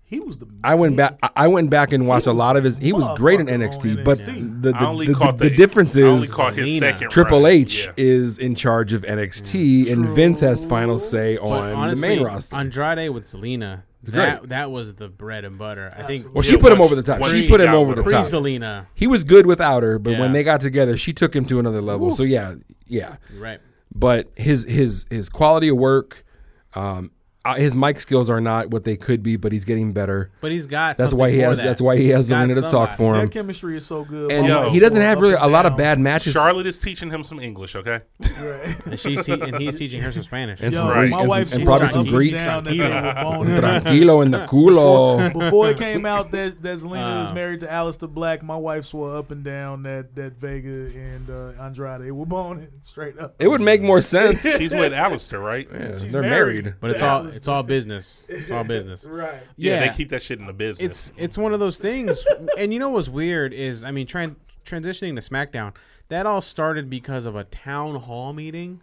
Speaker 7: He was the.
Speaker 6: I went back. I- I went back and watched a lot of his. He was great in
Speaker 7: motherfucker on
Speaker 6: NXT, but the
Speaker 7: NXT.
Speaker 6: the,
Speaker 5: I only
Speaker 6: the-
Speaker 5: caught
Speaker 6: the
Speaker 5: the,
Speaker 6: difference
Speaker 5: I only
Speaker 6: is
Speaker 5: caught his
Speaker 4: Zelina.
Speaker 5: second
Speaker 6: Triple
Speaker 5: run.
Speaker 6: H
Speaker 5: Yeah.
Speaker 6: is in charge of NXT, and Vince has final say on
Speaker 4: But honestly,
Speaker 6: the main roster.
Speaker 4: Andrade with Selena, that
Speaker 6: great.
Speaker 4: that was the bread and butter. I think
Speaker 6: well,
Speaker 5: Yeah,
Speaker 6: she put him
Speaker 5: once-
Speaker 6: over the top.
Speaker 5: once
Speaker 6: She
Speaker 5: he
Speaker 6: put him
Speaker 5: got
Speaker 6: over
Speaker 5: with
Speaker 6: the
Speaker 5: her.
Speaker 6: top.
Speaker 4: pre Selena,
Speaker 6: He was good without her, but when
Speaker 4: Yeah.
Speaker 6: they got together, she took him to another level. So yeah, yeah.
Speaker 4: right?
Speaker 6: But his his his quality of work, um, uh, his mic skills are not what they could be, but he's getting better.
Speaker 4: But he's got.
Speaker 6: That's
Speaker 4: something
Speaker 6: why he
Speaker 4: for
Speaker 6: has.
Speaker 4: That.
Speaker 6: That's why he has the
Speaker 4: Got
Speaker 6: winner to talk
Speaker 4: somebody.
Speaker 6: for
Speaker 7: Their
Speaker 6: him.
Speaker 7: chemistry is so good.
Speaker 6: And
Speaker 7: Both
Speaker 5: Yo.
Speaker 6: he doesn't
Speaker 7: up
Speaker 6: have really
Speaker 7: and
Speaker 6: a lot of
Speaker 7: down.
Speaker 6: bad matches.
Speaker 5: Charlotte is teaching him some
Speaker 6: [LAUGHS]
Speaker 5: English, okay?
Speaker 4: And she's te- and he's teaching her some Spanish.
Speaker 6: And
Speaker 7: Yo,
Speaker 6: some
Speaker 5: Right.
Speaker 6: Greek,
Speaker 7: my
Speaker 6: and,
Speaker 7: wife
Speaker 6: some- and
Speaker 7: she's
Speaker 6: probably
Speaker 7: trying
Speaker 6: some
Speaker 7: to
Speaker 6: Greek.
Speaker 7: eat down that
Speaker 4: Tranquilo.
Speaker 7: they were boning.
Speaker 6: Tranquilo in the culo.
Speaker 7: Before it came
Speaker 6: [LAUGHS]
Speaker 7: out that Deslina was married to Alistair Black, my wife swore up and down that that Vega and uh, Andrade were boning straight up.
Speaker 6: It would make more sense. Yeah,
Speaker 5: She's with Alistair, right? Yeah,
Speaker 6: they're married.
Speaker 4: But it's all it's all business. It's all business.
Speaker 7: right.
Speaker 5: they keep that shit in the business.
Speaker 4: it's it's one of those things. and you know what's weird is I mean tran- transitioning to SmackDown. That all started because of a town hall meeting.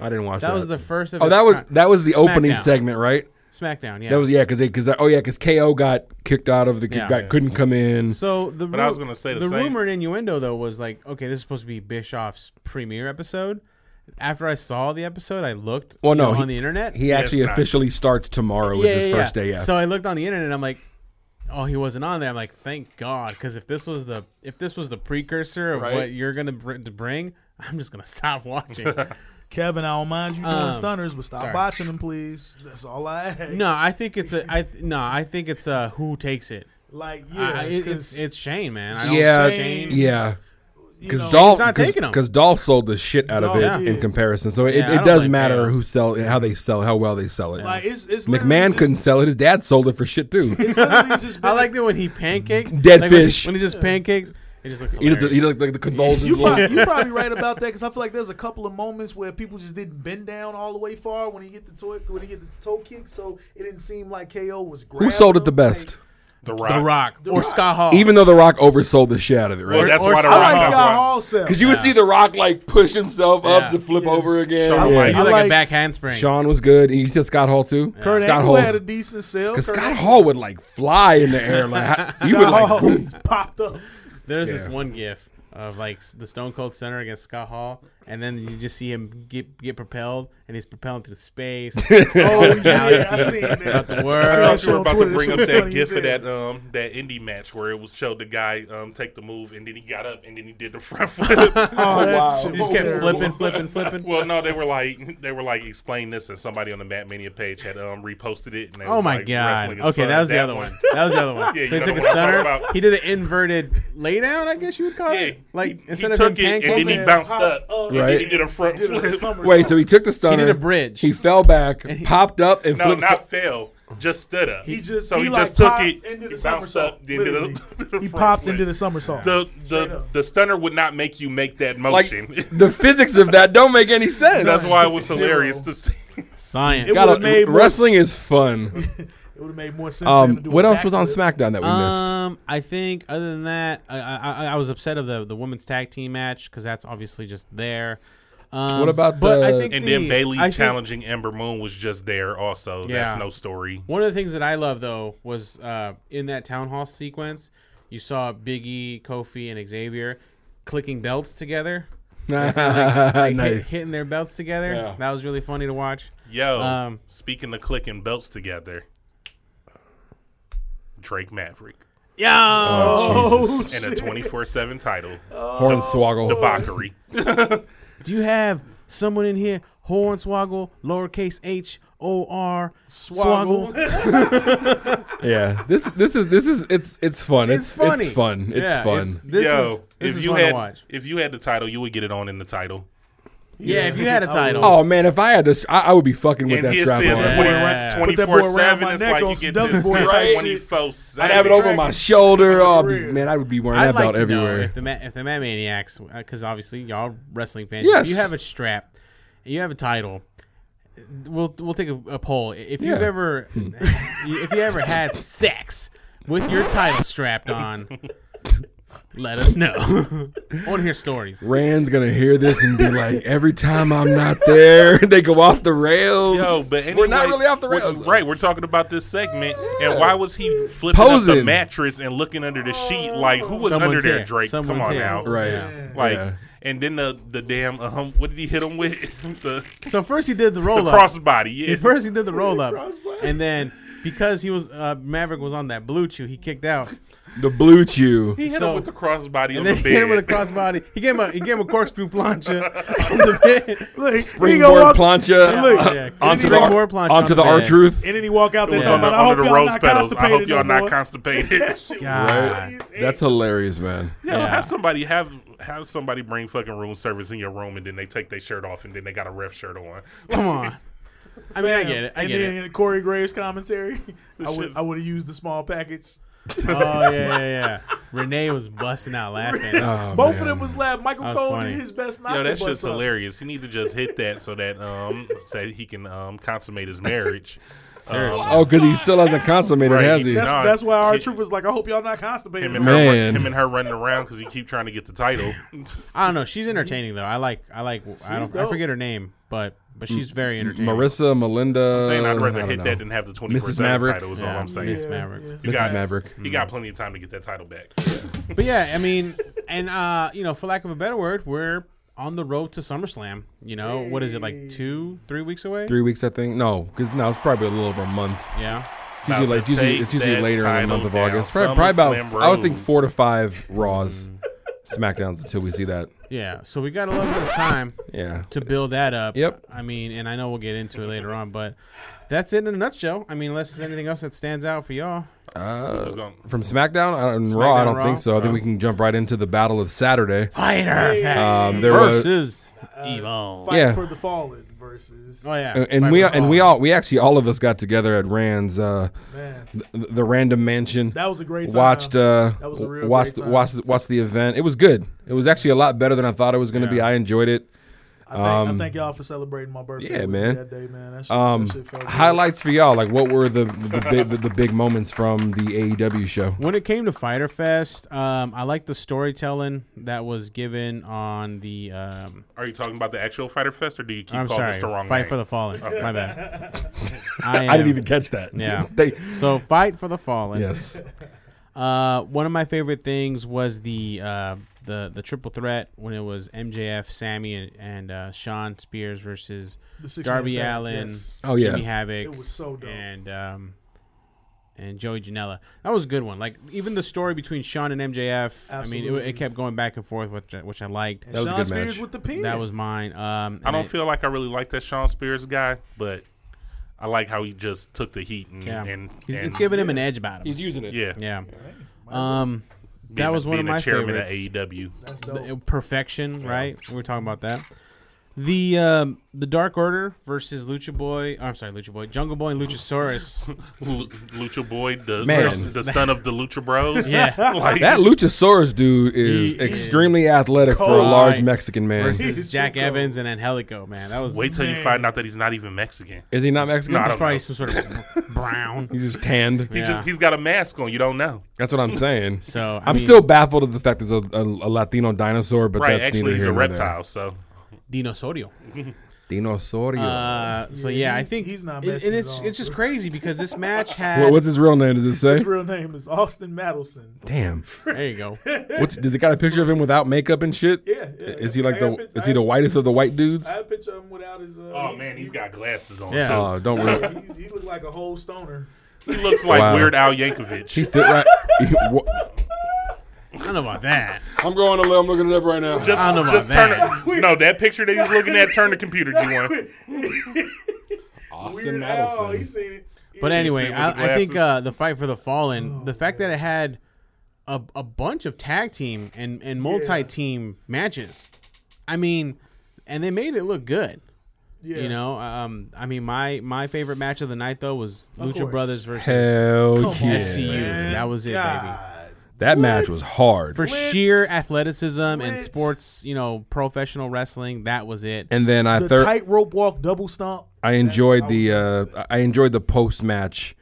Speaker 6: I didn't watch that.
Speaker 4: That was the first. Of
Speaker 6: Oh,
Speaker 4: its
Speaker 6: that was
Speaker 4: kind.
Speaker 6: that was the opening
Speaker 4: SmackDown.
Speaker 6: segment, right?
Speaker 4: SmackDown. Yeah.
Speaker 6: That was yeah, because because oh yeah, because KO got kicked out of the
Speaker 4: Yeah.
Speaker 6: got, couldn't come in.
Speaker 4: So the
Speaker 5: But I was gonna say the same.
Speaker 4: rumor and innuendo though was like, okay, this is supposed to be Bischoff's premiere episode. After I saw the episode, I looked
Speaker 6: well,
Speaker 4: you
Speaker 6: no,
Speaker 4: know,
Speaker 6: he-
Speaker 4: on the internet.
Speaker 6: He actually
Speaker 5: it's not.
Speaker 6: officially starts tomorrow. is his first day. Yeah.
Speaker 4: So I looked on the internet and I'm like, oh, he wasn't on there. I'm like, thank God, because if this was the if this was the precursor of
Speaker 6: Right.
Speaker 4: what you're gonna br- to bring, I'm just gonna [LAUGHS] stop watching.
Speaker 7: Kevin, I don't mind you doing
Speaker 4: Um,
Speaker 7: stunners, but stop
Speaker 4: sorry.
Speaker 7: watching them, please. That's all I ask.
Speaker 4: no, I think it's a I th- no, I think it's a who takes it.
Speaker 7: like
Speaker 4: Yeah,
Speaker 7: yeah,
Speaker 4: it, it's
Speaker 7: 'cause,
Speaker 4: it's Shane, man. I don't
Speaker 6: yeah,
Speaker 4: Shane.
Speaker 6: yeah.
Speaker 7: you
Speaker 6: Because
Speaker 7: know,
Speaker 4: not taking
Speaker 6: Dolph,
Speaker 4: 'em.
Speaker 6: because Dolph sold the shit out of it
Speaker 7: Dolph
Speaker 6: in
Speaker 7: did.
Speaker 6: comparison. So it,
Speaker 4: Yeah, I
Speaker 6: it
Speaker 4: don't
Speaker 6: does
Speaker 4: blame
Speaker 6: matter
Speaker 4: Taylor.
Speaker 6: who sell how they sell how well they sell it.
Speaker 7: like it's, it's
Speaker 6: McMahon
Speaker 7: literally
Speaker 6: couldn't sell it. His dad sold it for shit too.
Speaker 7: Just,
Speaker 6: [LAUGHS]
Speaker 7: it's literally just
Speaker 4: I
Speaker 7: been-
Speaker 4: like that when he pancakes
Speaker 6: Dead
Speaker 4: like when he-
Speaker 6: fish.
Speaker 4: when he, just pancakes. It just looks.
Speaker 6: He
Speaker 4: Hilarious.
Speaker 6: looked, he looked like the convulsions.
Speaker 7: You
Speaker 6: little-
Speaker 7: probably, you probably right about that because I feel like there's a couple of moments where people just didn't bend down all the way far when he hit the toe when he hit the toe kick, so it didn't seem like KO was.
Speaker 6: who
Speaker 7: grabbing
Speaker 6: sold it the
Speaker 7: him,
Speaker 6: best?
Speaker 5: the Rock.
Speaker 4: The Rock or Scott Hall.
Speaker 6: Even though The Rock oversold the shit out of it,
Speaker 5: Well,
Speaker 6: right?
Speaker 5: that's
Speaker 4: Oh. or
Speaker 5: why the
Speaker 4: Scott-
Speaker 7: Like, I
Speaker 5: Rock.
Speaker 7: like
Speaker 5: that's
Speaker 7: Scott
Speaker 5: why-
Speaker 7: Hall sell.
Speaker 6: Because you would see The Rock like push himself
Speaker 4: Yeah.
Speaker 6: up to flip over again.
Speaker 5: Shawn
Speaker 6: yeah.
Speaker 5: Michaels.
Speaker 4: you like,
Speaker 7: like-
Speaker 4: a back handspring.
Speaker 6: Sean was good. And you said Scott Hall too.
Speaker 7: Kurt
Speaker 6: Scott
Speaker 7: Angle had
Speaker 6: Hall.
Speaker 7: a decent sell.
Speaker 6: Because
Speaker 7: Kurt
Speaker 6: Scott
Speaker 7: Angle-
Speaker 6: Hall would like fly in the air. Like
Speaker 4: [LAUGHS]
Speaker 6: he would
Speaker 7: Scott
Speaker 6: like.
Speaker 7: Hall
Speaker 6: boom.
Speaker 7: just [LAUGHS] popped up.
Speaker 4: There's this
Speaker 6: Yeah.
Speaker 4: one gif of like s- the Stone Cold Center against Scott Hall, and then you just see him get get propelled, and he's propelling through
Speaker 5: [LAUGHS]
Speaker 4: space.
Speaker 7: Oh yeah,
Speaker 4: Galaxies
Speaker 7: I seen
Speaker 4: throughout
Speaker 7: that.
Speaker 4: the
Speaker 5: I
Speaker 4: world.
Speaker 5: thought you
Speaker 4: [LAUGHS]
Speaker 5: were about to
Speaker 7: Twitter,
Speaker 5: bring
Speaker 7: it's
Speaker 5: up
Speaker 7: so
Speaker 5: that
Speaker 7: funny
Speaker 5: gif
Speaker 7: you
Speaker 5: of
Speaker 7: said.
Speaker 5: that um that indie match where it was showed the guy um take the move and then he got up and then he did the front flip.
Speaker 7: Oh, that
Speaker 6: wow.
Speaker 7: shit
Speaker 4: He just
Speaker 7: was
Speaker 4: kept
Speaker 7: terrible.
Speaker 4: flipping, flipping, flipping.
Speaker 5: well, no, they were like they were like explain this and somebody on the Matt Mania page had um reposted it. And
Speaker 4: [LAUGHS]
Speaker 5: it
Speaker 4: Oh
Speaker 5: was
Speaker 4: my
Speaker 5: like,
Speaker 4: god!
Speaker 5: wrestling is
Speaker 4: Okay,
Speaker 5: fun.
Speaker 4: that was the other one. That was the other one.
Speaker 5: Yeah, you
Speaker 4: so he
Speaker 5: know
Speaker 4: took a
Speaker 5: the one I'm talking
Speaker 4: stunner.
Speaker 5: about.
Speaker 4: He did an inverted laydown, I guess you would call
Speaker 5: [LAUGHS] Yeah,
Speaker 4: it. [LAUGHS] Like
Speaker 5: he,
Speaker 4: instead
Speaker 5: he
Speaker 4: of
Speaker 5: took
Speaker 4: him
Speaker 5: it and then he
Speaker 4: pancaking,
Speaker 5: bounced
Speaker 7: popped
Speaker 5: up,
Speaker 7: up,
Speaker 5: and then he
Speaker 6: Right.
Speaker 5: did a front flip.
Speaker 6: Wait, so he took the stunner.
Speaker 4: a bridge.
Speaker 6: He fell back, popped up, and
Speaker 5: No,
Speaker 6: flipped.
Speaker 5: not fell. Just stood up.
Speaker 7: He just-
Speaker 5: so
Speaker 7: he
Speaker 5: he,
Speaker 7: like
Speaker 5: just took
Speaker 7: popped
Speaker 5: it,
Speaker 7: and did a
Speaker 5: he bounced
Speaker 7: somersault,
Speaker 5: up, then did a,
Speaker 7: literally.
Speaker 5: [LAUGHS] did a
Speaker 7: He
Speaker 5: front
Speaker 7: popped into
Speaker 5: flip.
Speaker 7: the somersault.
Speaker 5: the
Speaker 7: Straight
Speaker 5: the
Speaker 7: up.
Speaker 5: the stunner would not make you make that
Speaker 6: like
Speaker 5: motion.
Speaker 7: [LAUGHS]
Speaker 5: [LAUGHS]
Speaker 6: the physics of that don't make any sense.
Speaker 5: That's why it was hilarious to see.
Speaker 4: science.
Speaker 7: It
Speaker 6: Gotta-
Speaker 7: would've made more-
Speaker 6: wrestling is fun.
Speaker 7: It would have made more sense. for him to
Speaker 6: Um,
Speaker 7: do a
Speaker 6: what else was on
Speaker 7: backflip.
Speaker 6: SmackDown that we missed?
Speaker 4: Um, I think other than that, I I, I, I was upset of the the women's tag team match because that's obviously just there. Um,
Speaker 6: What about
Speaker 4: but I
Speaker 6: the-
Speaker 4: think
Speaker 5: And
Speaker 4: the,
Speaker 5: then Bailey
Speaker 4: I think
Speaker 5: challenging Ember Moon was just there also.
Speaker 4: Yeah.
Speaker 5: That's no story.
Speaker 4: One of the things that I love though was uh, in that town hall sequence, you saw Big E, Kofi, and Xavier clicking belts together,
Speaker 6: [LAUGHS]
Speaker 4: like, hit-
Speaker 6: nice.
Speaker 4: hitting their belts together.
Speaker 6: Yeah.
Speaker 4: That was really funny to watch.
Speaker 5: Yo,
Speaker 4: Um,
Speaker 5: speaking of clicking belts together, Drake Maverick
Speaker 4: Yeah,
Speaker 6: Oh, Jesus.
Speaker 5: and a 24 7 title,
Speaker 6: Oh. Hornswoggle.
Speaker 5: debauchery.
Speaker 4: do you have someone in here? Hornswoggle, lowercase h o r swoggle.
Speaker 6: Yeah. This this is this is it's it's fun. It's
Speaker 4: It's funny.
Speaker 6: It's fun. It's
Speaker 4: Yeah,
Speaker 6: fun.
Speaker 4: it's- this
Speaker 5: Yo,
Speaker 4: is this
Speaker 5: if
Speaker 4: is
Speaker 5: you
Speaker 4: fun
Speaker 5: had
Speaker 4: to watch.
Speaker 5: if you had the title, you would get it on in the title.
Speaker 4: Yeah, if you had a title.
Speaker 6: oh man, if I had this, I, I would be fucking with
Speaker 5: And
Speaker 6: that
Speaker 5: he
Speaker 6: strap
Speaker 5: says
Speaker 6: on.
Speaker 4: Yeah.
Speaker 7: Put that boy
Speaker 5: 24
Speaker 7: around my
Speaker 5: 7. It's
Speaker 7: neck
Speaker 5: like
Speaker 7: on
Speaker 5: you
Speaker 7: some
Speaker 5: get
Speaker 7: Dudley
Speaker 5: this
Speaker 7: Boy
Speaker 6: type
Speaker 5: 24
Speaker 6: I'd have it
Speaker 5: 7.
Speaker 6: over my shoulder. Oh man, I would be wearing
Speaker 4: I'd
Speaker 6: that
Speaker 4: like
Speaker 6: belt
Speaker 4: to
Speaker 6: everywhere.
Speaker 4: know if the Ma- if the Mad Maniacs, because obviously y'all wrestling fans,
Speaker 6: Yes.
Speaker 4: if you have a strap, you have a title. We'll we'll take a, a poll. If you've
Speaker 6: Yeah. Hmm.
Speaker 4: ever [LAUGHS] if you ever had sex with your title strapped on, let us know. [LAUGHS] I want to hear stories.
Speaker 6: Rand's gonna hear this and be like, every time I'm not there, [LAUGHS] they go off the rails.
Speaker 5: Yo, but
Speaker 6: we're not
Speaker 5: anyway,
Speaker 6: really off the
Speaker 5: we're-
Speaker 6: rails,
Speaker 5: right? We're talking about this segment, and why was he flipping up the
Speaker 6: Posing.
Speaker 5: mattress and looking under the sheet? Like, who was
Speaker 4: Someone's
Speaker 5: under there,
Speaker 4: here.
Speaker 5: Drake?
Speaker 4: Someone's
Speaker 5: Come on
Speaker 4: here.
Speaker 5: now,
Speaker 6: Right.
Speaker 4: Yeah.
Speaker 5: Like,
Speaker 6: Yeah.
Speaker 5: and then the the damn um, what did he hit him with? [LAUGHS] the
Speaker 4: So first he did the
Speaker 5: the
Speaker 4: roll up.
Speaker 5: crossbody. Yeah,
Speaker 4: At first he did the roll up, and then because he was uh, Maverick was on that blue chew, he kicked out.
Speaker 6: The blue chew.
Speaker 5: he hit
Speaker 4: so-
Speaker 5: him with the crossbody on
Speaker 4: And then
Speaker 5: the
Speaker 4: he hit
Speaker 5: bed.
Speaker 4: him with a
Speaker 5: [LAUGHS]
Speaker 4: crossbody. He gave him a he gave him a corkscrew plancha on the bed.
Speaker 7: Look, he gonna
Speaker 6: Springboard
Speaker 7: walk-
Speaker 6: plancha. Uh,
Speaker 7: Look,
Speaker 4: Yeah,
Speaker 6: onto
Speaker 4: Drink
Speaker 6: the,
Speaker 4: more plancha
Speaker 6: onto
Speaker 4: on
Speaker 6: the
Speaker 4: the
Speaker 6: R
Speaker 4: bed.
Speaker 6: Truth.
Speaker 7: And then he walk out
Speaker 5: It
Speaker 7: there
Speaker 5: was
Speaker 4: Yeah.
Speaker 5: on
Speaker 7: talking
Speaker 5: the,
Speaker 7: about, I hope
Speaker 5: under the
Speaker 7: y'all
Speaker 5: rose
Speaker 7: not
Speaker 5: petals. I hope
Speaker 7: constipated
Speaker 5: y'all
Speaker 7: no
Speaker 5: not [LAUGHS]
Speaker 7: more."
Speaker 5: constipated.
Speaker 4: God.
Speaker 6: That's hilarious, man.
Speaker 5: Yeah,
Speaker 4: Yeah.
Speaker 5: have somebody have have somebody bring fucking room service in your room, and then they take their shirt off, and then they got a ref shirt on.
Speaker 4: Come on. I mean, I get it. I
Speaker 7: and
Speaker 4: get
Speaker 7: then
Speaker 4: it.
Speaker 7: in Corey
Speaker 5: [LAUGHS]
Speaker 7: Graves' commentary, I would
Speaker 5: shit's-
Speaker 7: I would have used the small package.
Speaker 4: Oh yeah, yeah, yeah. Renee was busting out laughing.
Speaker 6: Oh,
Speaker 7: Both of
Speaker 6: man.
Speaker 7: them was laughing. Michael
Speaker 4: That was
Speaker 7: Cole
Speaker 4: funny.
Speaker 7: did his best not
Speaker 5: Yo,
Speaker 7: to
Speaker 5: that's
Speaker 7: bust
Speaker 5: just
Speaker 7: up.
Speaker 5: hilarious. He needs to just hit that so that um [LAUGHS] so that he can um consummate his marriage. [LAUGHS] Um,
Speaker 4: Seriously.
Speaker 6: Oh, because he still hasn't consummated,
Speaker 5: Right.
Speaker 6: has he?
Speaker 7: That's,
Speaker 5: Nah,
Speaker 7: that's why our
Speaker 5: he-
Speaker 7: troop was like, I hope y'all not constipated.
Speaker 5: Him and
Speaker 7: no more."
Speaker 5: her,
Speaker 6: Man.
Speaker 5: run, him and her running around because he keep trying to get the title. [LAUGHS]
Speaker 4: I don't know. She's entertaining though. I like. I like. I don't. I
Speaker 7: dope.
Speaker 4: forget her name, but but she's very entertaining.
Speaker 6: Marissa, Melinda.
Speaker 5: saying I'd
Speaker 6: I
Speaker 5: rather
Speaker 6: don't
Speaker 5: hit
Speaker 6: know.
Speaker 5: that than have the twenty
Speaker 6: Mrs.
Speaker 5: percent
Speaker 6: Maverick.
Speaker 5: title. Is all
Speaker 4: Yeah,
Speaker 5: I'm saying.
Speaker 4: Miss Maverick.
Speaker 5: You
Speaker 6: Mrs.
Speaker 5: got-
Speaker 6: Maverick. Mm-hmm. Uh,
Speaker 5: He got plenty of time to get that title back.
Speaker 4: But yeah, I mean, and uh, you know, for lack of a better word, we're on the road to SummerSlam. You know, what is it like two, three weeks away?
Speaker 6: Three weeks, I think. No, because now it's probably a little over a month.
Speaker 4: Yeah.
Speaker 6: Usually,
Speaker 5: About
Speaker 6: like,
Speaker 5: to
Speaker 6: usually
Speaker 5: take
Speaker 6: it's usually
Speaker 5: that
Speaker 6: later in the month
Speaker 5: title
Speaker 6: of
Speaker 5: down.
Speaker 6: August. Probably, probably about,
Speaker 5: SummerSlam
Speaker 6: I would think
Speaker 5: Road.
Speaker 6: four to five Raws,
Speaker 7: Mm-hmm.
Speaker 6: SmackDowns until we see that.
Speaker 4: Yeah. So we got a little bit of time
Speaker 6: Yeah.
Speaker 4: to build that up.
Speaker 6: Yep.
Speaker 4: I mean, and I know we'll get into it later on, but that's it in a nutshell. I mean, unless there's anything else that stands out for y'all.
Speaker 5: Who's gonna-
Speaker 6: From SmackDown I don't Raw, I
Speaker 4: SmackDown,
Speaker 6: don't
Speaker 4: Raw?
Speaker 6: think so. I think we can jump right into the Battle of Saturday.
Speaker 4: Fighter
Speaker 6: Um, there was,
Speaker 4: versus Evil.
Speaker 7: Fight
Speaker 6: Yeah.
Speaker 7: for the Fallen versus.
Speaker 4: Oh yeah.
Speaker 6: and, and
Speaker 4: Fight
Speaker 6: we
Speaker 4: versus
Speaker 6: and
Speaker 4: Evil.
Speaker 6: we all we actually all of us got together at Rand's uh,
Speaker 7: Man,
Speaker 6: the, the Random Mansion.
Speaker 7: that was a great time.
Speaker 6: watched uh
Speaker 7: That was a real
Speaker 6: watched
Speaker 7: great time.
Speaker 6: watched watched the event. It was good. It was actually a lot better than I thought it was going to be.
Speaker 4: Yeah.
Speaker 6: I enjoyed it.
Speaker 7: I thank, I thank y'all for celebrating my birthday.
Speaker 6: Um, yeah,
Speaker 7: with me
Speaker 6: man.
Speaker 7: That day, man. That shit,
Speaker 6: Um,
Speaker 7: that shit felt good.
Speaker 6: highlights for y'all. Like, what were the the big, the, the big moments from the AEW show?
Speaker 4: When it came to Fighter Fest, um, I like the storytelling that was given on the. Um,
Speaker 5: Are you talking about the actual Fighter Fest, or do you keep
Speaker 4: I'm
Speaker 5: calling
Speaker 4: sorry,
Speaker 5: this the wrong
Speaker 4: Fight
Speaker 5: name?
Speaker 4: for the Fallen. My bad.
Speaker 6: [LAUGHS] I
Speaker 4: am-
Speaker 6: didn't even catch that.
Speaker 4: Yeah.
Speaker 6: [LAUGHS] they.
Speaker 4: So Fight for the Fallen.
Speaker 6: Yes.
Speaker 4: Uh, one of my favorite things was the uh, the the triple threat when it was MJF, Sammy, and, and uh, Sean Spears versus
Speaker 7: The six-man
Speaker 4: Darby
Speaker 7: tag,
Speaker 4: Allen,
Speaker 7: yes.
Speaker 6: Oh, yeah.
Speaker 4: Jimmy Havoc.
Speaker 7: It was so dope.
Speaker 4: And um, and Joey Janela. That was a good one. Like even the story between Sean and MJF. I mean, it,
Speaker 7: Absolutely.
Speaker 4: it kept going back and forth, which I, which I liked.
Speaker 7: And
Speaker 6: That was a
Speaker 7: Sean
Speaker 6: good
Speaker 7: Spears
Speaker 6: match.
Speaker 7: with the pin.
Speaker 4: That was mine. Um,
Speaker 5: I
Speaker 4: and
Speaker 5: don't
Speaker 4: it-
Speaker 5: feel like I really like that Sean Spears guy, but I like how he just took the heat and,
Speaker 4: Yeah.
Speaker 5: and,
Speaker 4: He's-
Speaker 5: and
Speaker 4: it's giving him an edge about him.
Speaker 6: using it.
Speaker 5: yeah,
Speaker 4: yeah. Um, that
Speaker 5: being-
Speaker 4: was one of
Speaker 5: being a E
Speaker 4: my
Speaker 5: chairman
Speaker 4: favorites.
Speaker 7: E
Speaker 5: of AEW.
Speaker 7: That's
Speaker 4: The-
Speaker 7: dope.
Speaker 4: uh, perfection, right? We were talking about that. The um, the Dark Order versus Lucha Boy. oh, I'm sorry, Lucha Boy, Jungle Boy, and
Speaker 5: [LAUGHS]
Speaker 4: Luchasaurus.
Speaker 5: Lu- Lucha Boy, the,
Speaker 6: Man.
Speaker 5: the son of the Lucha
Speaker 4: [LAUGHS]
Speaker 5: Bros.
Speaker 4: Yeah.
Speaker 5: [LAUGHS] like
Speaker 6: That Luchasaurus dude is
Speaker 4: He
Speaker 6: extremely athletic for a
Speaker 7: Cold.
Speaker 6: large
Speaker 4: Right.
Speaker 6: Mexican man.
Speaker 7: He's
Speaker 4: versus
Speaker 7: too
Speaker 4: Jack
Speaker 7: cool.
Speaker 4: Evans and Angelico. Man, that was
Speaker 5: wait till you find out that he's not even Mexican.
Speaker 6: Is he not Mexican?
Speaker 5: No, I
Speaker 4: It's
Speaker 5: don't
Speaker 4: probably
Speaker 5: know.
Speaker 4: some sort
Speaker 5: [LAUGHS]
Speaker 4: of brown.
Speaker 6: He's just tanned.
Speaker 5: He
Speaker 4: Yeah.
Speaker 5: just he's got a mask on. You don't know,
Speaker 6: That's what I'm saying.
Speaker 4: So I
Speaker 6: I'm
Speaker 4: mean,
Speaker 6: still baffled at the fact there's a, a, a Latino dinosaur, but
Speaker 5: right?
Speaker 6: that's
Speaker 5: Actually,
Speaker 6: neither
Speaker 5: he's
Speaker 6: here
Speaker 5: a
Speaker 6: nor
Speaker 5: reptile. So
Speaker 4: Dinosaurio.
Speaker 6: there. Dinosaurio.
Speaker 4: Uh, so yeah, I
Speaker 7: he-
Speaker 4: think
Speaker 7: he's not
Speaker 4: and-
Speaker 7: messing
Speaker 4: and
Speaker 7: at
Speaker 4: it's
Speaker 7: all.
Speaker 4: it's just crazy because this
Speaker 6: [LAUGHS]
Speaker 4: match had.
Speaker 6: What- what's his real name? Does it [LAUGHS] say?
Speaker 7: [LAUGHS] His real name is Austin Madelson.
Speaker 6: Damn.
Speaker 4: there you go.
Speaker 6: What's did they got a picture of him without makeup and shit?
Speaker 7: Yeah, yeah.
Speaker 6: Is he like
Speaker 7: I
Speaker 6: the
Speaker 7: got a pic-
Speaker 6: is he the whitest of the white dudes?
Speaker 7: I had a picture of him without his. Uh,
Speaker 5: oh man, he's got glasses on
Speaker 4: Yeah.
Speaker 5: too.
Speaker 6: Oh, [LAUGHS] don't
Speaker 7: [LAUGHS]
Speaker 6: worry.
Speaker 7: he, he looked like a whole stoner.
Speaker 5: He looks like
Speaker 6: Oh, Wow.
Speaker 5: Weird Al Yankovic.
Speaker 6: He fit right. [LAUGHS]
Speaker 4: I don't know about that.
Speaker 6: I'm going to I'm looking it up right now.
Speaker 5: Just,
Speaker 4: I don't know
Speaker 5: just
Speaker 4: about
Speaker 5: turn it. [LAUGHS] No, that picture that he's looking at. Turn the computer, G one.
Speaker 6: Austin
Speaker 7: Oh, he
Speaker 6: Madison.
Speaker 7: seen it.
Speaker 4: But anyway,
Speaker 5: with the
Speaker 4: I, I think
Speaker 5: glasses.
Speaker 4: uh, the fight for the
Speaker 7: Oh,
Speaker 4: fallen, the fact that it had a, a bunch of tag team and, and multi team matches, I mean, and they made it look good.
Speaker 7: Yeah.
Speaker 4: You know, um, I mean, my my favorite match of the night though was
Speaker 7: Of
Speaker 4: Lucha
Speaker 7: course.
Speaker 4: Brothers versus
Speaker 6: Hell
Speaker 7: Come on,
Speaker 6: yeah.
Speaker 4: SCU.
Speaker 7: man.
Speaker 4: That was it, baby.
Speaker 7: God.
Speaker 6: That match was hard.
Speaker 4: For
Speaker 7: Blitz.
Speaker 4: sheer athleticism and
Speaker 7: Blitz.
Speaker 4: sports, you know, professional wrestling, that was it.
Speaker 6: and then I
Speaker 7: The
Speaker 6: third
Speaker 7: tightrope walk double stomp.
Speaker 6: I enjoyed the uh I enjoyed the post match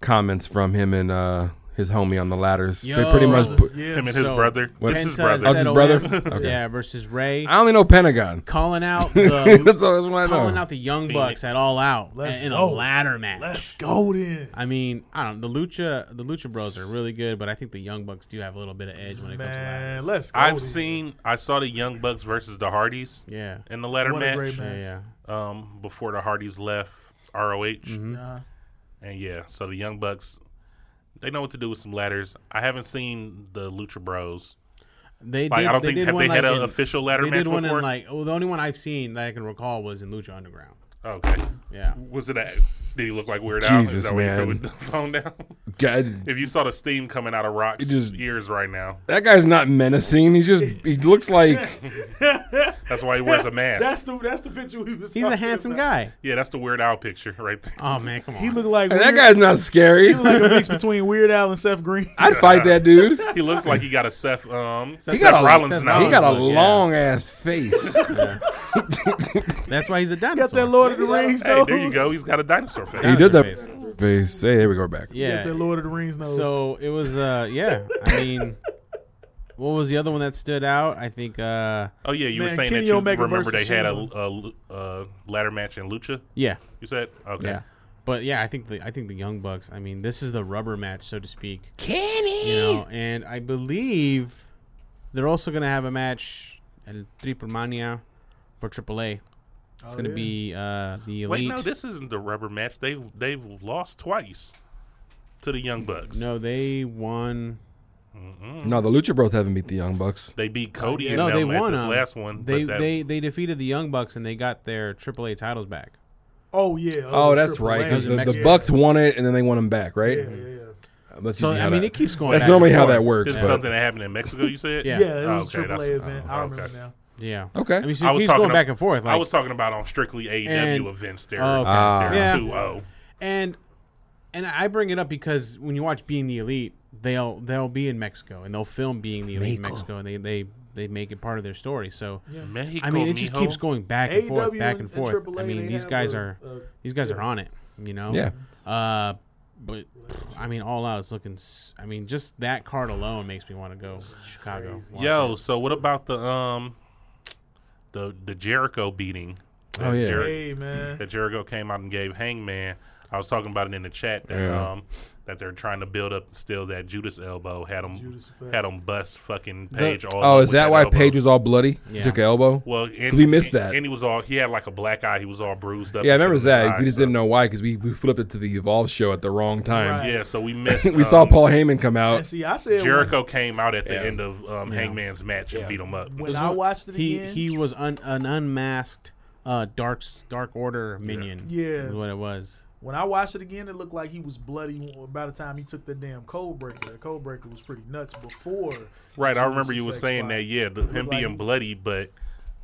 Speaker 6: comments from him and uh his homie on the ladders. they pretty much put,
Speaker 5: Him and his
Speaker 4: So,
Speaker 5: brother. It's
Speaker 4: Penta
Speaker 5: his brother.
Speaker 6: Oh, it's his
Speaker 4: ZOM, [LAUGHS]
Speaker 6: brother? Okay.
Speaker 4: Yeah, versus Ray.
Speaker 6: I only know Pentagon.
Speaker 4: calling
Speaker 6: [LAUGHS]
Speaker 4: out
Speaker 6: that's,
Speaker 4: the
Speaker 6: all, that's what I know.
Speaker 4: Um, calling out the Young Bucks at all out
Speaker 7: Let's
Speaker 4: in a
Speaker 7: go.
Speaker 4: ladder match.
Speaker 7: Let's go then.
Speaker 4: I mean, I don't. The lucha, the lucha bros are really good, but I think the Young Bucks do have a little bit of edge when it comes to ladder.
Speaker 7: Man, let's go.
Speaker 5: I've
Speaker 7: then.
Speaker 5: seen. I saw the Young Bucks versus the Hardys.
Speaker 4: Yeah.
Speaker 5: In the ladder
Speaker 7: What a
Speaker 5: match.
Speaker 7: great match.
Speaker 4: Yeah,
Speaker 5: Um, before the Hardys left ROH,
Speaker 7: Uh,
Speaker 5: and yeah, so the Young Bucks, they know what to do with some ladders. I haven't seen the Lucha Bros.
Speaker 4: they.
Speaker 5: Like,
Speaker 4: did,
Speaker 5: I don't
Speaker 4: they
Speaker 5: think-
Speaker 4: did
Speaker 5: have
Speaker 4: one
Speaker 5: they had
Speaker 4: like
Speaker 5: a
Speaker 4: in-
Speaker 5: official ladder
Speaker 4: they
Speaker 5: match
Speaker 4: did one
Speaker 5: before?
Speaker 4: in like. Well, the only one I've seen that I can recall was in Lucha Underground.
Speaker 5: Okay.
Speaker 4: Yeah.
Speaker 5: Was it a? Did he look like Weird Al?
Speaker 6: Jesus,
Speaker 5: Is that why he threw
Speaker 6: man.
Speaker 5: the [LAUGHS] phone down?
Speaker 6: God,
Speaker 5: if you saw the steam coming out of Rock's
Speaker 6: It just-
Speaker 5: ears right now,
Speaker 6: that guy's not menacing. He's just he looks like
Speaker 5: that's why he wears a mask.
Speaker 7: [LAUGHS] That's the that's the picture we was.
Speaker 4: He's a
Speaker 7: talking
Speaker 4: handsome
Speaker 7: about.
Speaker 4: guy.
Speaker 5: yeah, that's the Weird Al picture right there.
Speaker 4: Oh man, come on.
Speaker 7: He looked like
Speaker 6: that
Speaker 7: Weird-
Speaker 6: guy's not scary.
Speaker 7: he looked like a mix between Weird Al and Seth Green.
Speaker 6: I'd fight that dude.
Speaker 5: He looks like he got a Seth. Um, Seth,
Speaker 6: He got a
Speaker 5: Rollins
Speaker 4: Seth
Speaker 5: now.
Speaker 6: He got a
Speaker 4: Yeah.
Speaker 6: long ass face.
Speaker 4: That's why he's a dinosaur.
Speaker 7: Got that Lord of the Rings
Speaker 5: Hey,
Speaker 7: nose.
Speaker 5: there you go. He's got a dinosaur face.
Speaker 6: he does
Speaker 4: Dinosaur
Speaker 6: have face. Hey, here we go we're back.
Speaker 7: Got that
Speaker 4: Yeah.
Speaker 7: Lord of the Rings nose.
Speaker 4: So it was. Uh, yeah. I
Speaker 7: [LAUGHS]
Speaker 4: mean, what was the other one that stood out? I think. Uh,
Speaker 5: Oh yeah, you were
Speaker 7: Man,
Speaker 5: saying
Speaker 7: Kenny
Speaker 5: that you
Speaker 7: Omega
Speaker 5: remember they
Speaker 7: versus
Speaker 5: had a,
Speaker 7: Shima.
Speaker 5: a- a ladder match in Lucha.
Speaker 4: yeah.
Speaker 5: You said okay.
Speaker 4: Yeah. But yeah, I think the I think the Young Bucks. I mean, this is the rubber match, so to speak.
Speaker 6: Kenny.
Speaker 4: You know, and I believe they're also gonna have a match at Triple Mania for AAA. It's gonna be uh, the elite.
Speaker 5: Wait, no, this isn't the rubber match. They've they've lost twice to the Young Bucks.
Speaker 4: No, they won.
Speaker 6: No, the Lucha Bros haven't beat the Young Bucks.
Speaker 5: They beat Cody and
Speaker 4: No,
Speaker 5: them
Speaker 4: they
Speaker 5: at
Speaker 4: won
Speaker 5: this
Speaker 4: um,
Speaker 5: last one.
Speaker 4: They
Speaker 5: but that-
Speaker 4: they they defeated the Young Bucks and they got their AAA titles back.
Speaker 7: oh yeah.
Speaker 6: Oh, that's
Speaker 7: Triple
Speaker 6: right.
Speaker 7: A.
Speaker 4: Those are
Speaker 6: 'cause the, the
Speaker 4: Mexican.
Speaker 6: Bucks won it, and then they won them back, right?
Speaker 7: Yeah, yeah, yeah.
Speaker 6: That's
Speaker 4: So
Speaker 6: usually
Speaker 4: I
Speaker 6: how
Speaker 4: mean,
Speaker 6: that-
Speaker 4: it keeps going.
Speaker 6: That's
Speaker 4: back and
Speaker 6: normally how
Speaker 4: forth.
Speaker 6: that works.
Speaker 5: this is
Speaker 6: but-
Speaker 5: something that happened in Mexico. You said
Speaker 4: Yeah.
Speaker 7: Yeah, it
Speaker 5: Oh,
Speaker 7: was
Speaker 5: okay,
Speaker 7: a AAA
Speaker 5: that's-
Speaker 7: event.
Speaker 5: oh,
Speaker 7: I remember
Speaker 5: okay.
Speaker 7: now.
Speaker 4: Yeah.
Speaker 6: Okay.
Speaker 4: I mean, so
Speaker 5: I
Speaker 4: it
Speaker 5: was
Speaker 4: keeps
Speaker 5: talking
Speaker 4: going
Speaker 5: ab-
Speaker 4: back and forth. Like,
Speaker 5: I was talking about on strictly AEW
Speaker 4: And-
Speaker 5: events. There,
Speaker 4: Oh, okay. Ah. Yeah.
Speaker 5: two oh. zero.
Speaker 4: and and I bring it up because when you watch Being the Elite, they'll they'll be in Mexico and they'll film Being the Elite in Mexico and they they they make it part of their story. So
Speaker 5: Mexico,
Speaker 4: I mean, it just
Speaker 5: mijo.
Speaker 4: keeps going back and forth,
Speaker 7: AEW
Speaker 4: back
Speaker 7: and-
Speaker 4: and
Speaker 7: and
Speaker 4: forth.
Speaker 7: AAA,
Speaker 4: I mean,
Speaker 7: they
Speaker 4: these
Speaker 7: have
Speaker 4: guys
Speaker 7: a-
Speaker 4: are
Speaker 7: a-
Speaker 4: these guys are on it. You know.
Speaker 6: Yeah.
Speaker 4: Uh, but I mean, all out is looking. s- I mean, just that card alone makes me want to go to Chicago. watch
Speaker 5: Yo,
Speaker 4: it.
Speaker 5: so what about the um the the Jericho beating?
Speaker 6: Oh, yeah.
Speaker 7: Hey man.
Speaker 5: that Jericho came out and gave Hangman. I was talking about it in the chat that
Speaker 6: Yeah.
Speaker 5: um that they're trying to build up still that Judas elbow had him
Speaker 7: Judas effect.
Speaker 5: had him bust fucking Page all.
Speaker 6: Oh,
Speaker 5: up
Speaker 6: is
Speaker 5: with
Speaker 6: that why
Speaker 5: elbow.
Speaker 6: Paige was all bloody? He
Speaker 4: Yeah.
Speaker 6: Took an elbow.
Speaker 5: Well, and,
Speaker 6: we missed
Speaker 5: and-
Speaker 6: that.
Speaker 5: And he was all he had like a black eye. He was all bruised up.
Speaker 6: yeah, I
Speaker 5: and shit
Speaker 6: remember
Speaker 5: on his
Speaker 6: that.
Speaker 5: eye,
Speaker 6: We just
Speaker 5: so-
Speaker 6: didn't know why because we, we flipped it to the Evolve show at the wrong time.
Speaker 5: Yeah, so we
Speaker 6: [LAUGHS]
Speaker 5: missed.
Speaker 6: we saw
Speaker 5: um,
Speaker 6: Paul Heyman come out.
Speaker 7: And see, I said
Speaker 5: Jericho came out at the end of um,
Speaker 4: Yeah.
Speaker 5: Hangman's match and beat him up.
Speaker 7: when, when I watched it
Speaker 4: he
Speaker 7: again.
Speaker 4: he was un, an unmasked uh, dark dark order minion.
Speaker 7: Yeah.
Speaker 4: is what it was.
Speaker 7: when I watched it again, it looked like he was bloody by the time he took the damn cold breaker. The cold breaker was pretty nuts before.
Speaker 5: Right, I
Speaker 7: Judas
Speaker 5: remember you were
Speaker 7: Effect
Speaker 5: saying
Speaker 7: spot.
Speaker 5: that. Yeah, the, him
Speaker 7: Looked like
Speaker 5: being
Speaker 7: he-
Speaker 5: bloody, but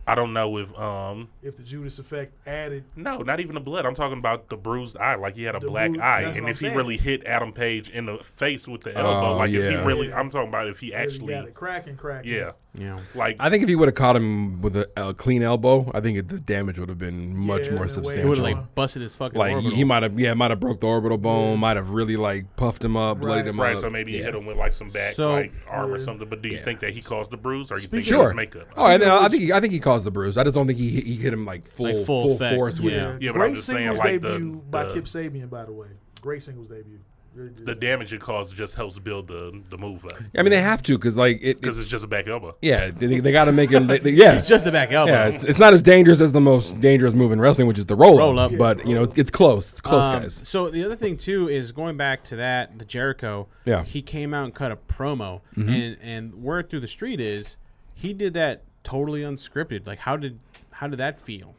Speaker 5: I don't know if um
Speaker 7: If the Judas effect added,
Speaker 5: No, not even the blood. I'm talking about the bruised eye. Like he had a
Speaker 7: The
Speaker 5: black
Speaker 7: bru-
Speaker 5: eye,
Speaker 7: that's
Speaker 5: and
Speaker 7: what
Speaker 5: if
Speaker 7: I'm
Speaker 5: he
Speaker 7: saying.
Speaker 5: really hit Adam Page in the face with the elbow,
Speaker 6: Oh,
Speaker 5: like if
Speaker 6: yeah.
Speaker 5: he really, I'm talking about if he actually,
Speaker 7: really got it cracking, cracking.
Speaker 5: yeah,
Speaker 4: Yeah.
Speaker 5: like
Speaker 6: I think if he would have caught him with a, a clean elbow, I think it, the damage would have been much
Speaker 7: Yeah,
Speaker 6: more
Speaker 4: It
Speaker 7: way
Speaker 4: would
Speaker 6: substantial.
Speaker 4: have
Speaker 7: Angela.
Speaker 6: Like,
Speaker 4: like busted his fucking
Speaker 6: he-
Speaker 4: orbital.
Speaker 6: he might have, yeah, might have broke the orbital bone, might have really like puffed him up, bloodied
Speaker 7: Right.
Speaker 6: him
Speaker 5: right.
Speaker 6: up.
Speaker 5: So maybe he
Speaker 6: uh, Yeah.
Speaker 5: hit him with like some back,
Speaker 4: So-
Speaker 5: like arm or something. But do you think that he caused the bruise, or you think it
Speaker 6: Sure.
Speaker 5: was makeup?
Speaker 6: Oh, I, think- I think he, I think he caused the bruise. I just don't think he hit- he hit him like full
Speaker 4: Like full
Speaker 6: full,
Speaker 4: effect.
Speaker 6: force with
Speaker 4: Yeah.
Speaker 6: it.
Speaker 5: Yeah, but I'm
Speaker 7: Great
Speaker 5: just saying,
Speaker 7: singles
Speaker 5: like, the-
Speaker 7: debut by
Speaker 5: the-
Speaker 7: Kip Sabian, by the way. Great singles debut. Really good.
Speaker 5: the damage it caused just helps build the the move up
Speaker 6: I mean, they have to because like it.
Speaker 5: because
Speaker 6: it
Speaker 5: it's just a back elbow.
Speaker 6: yeah, they, they got to make it. They, they- yeah,
Speaker 4: It's just a back elbow.
Speaker 6: yeah. It's, it's not as dangerous as the most dangerous move in wrestling, which is the roll,
Speaker 4: Roll up. Yeah,
Speaker 6: But you know, it's, it's close. It's close,
Speaker 4: Um,
Speaker 6: guys.
Speaker 4: So the other thing too is going back to that the Jericho.
Speaker 6: Yeah. Mm-hmm.
Speaker 4: He came out and cut a promo, and and word through the street is he did that totally unscripted. Like how did how did that feel?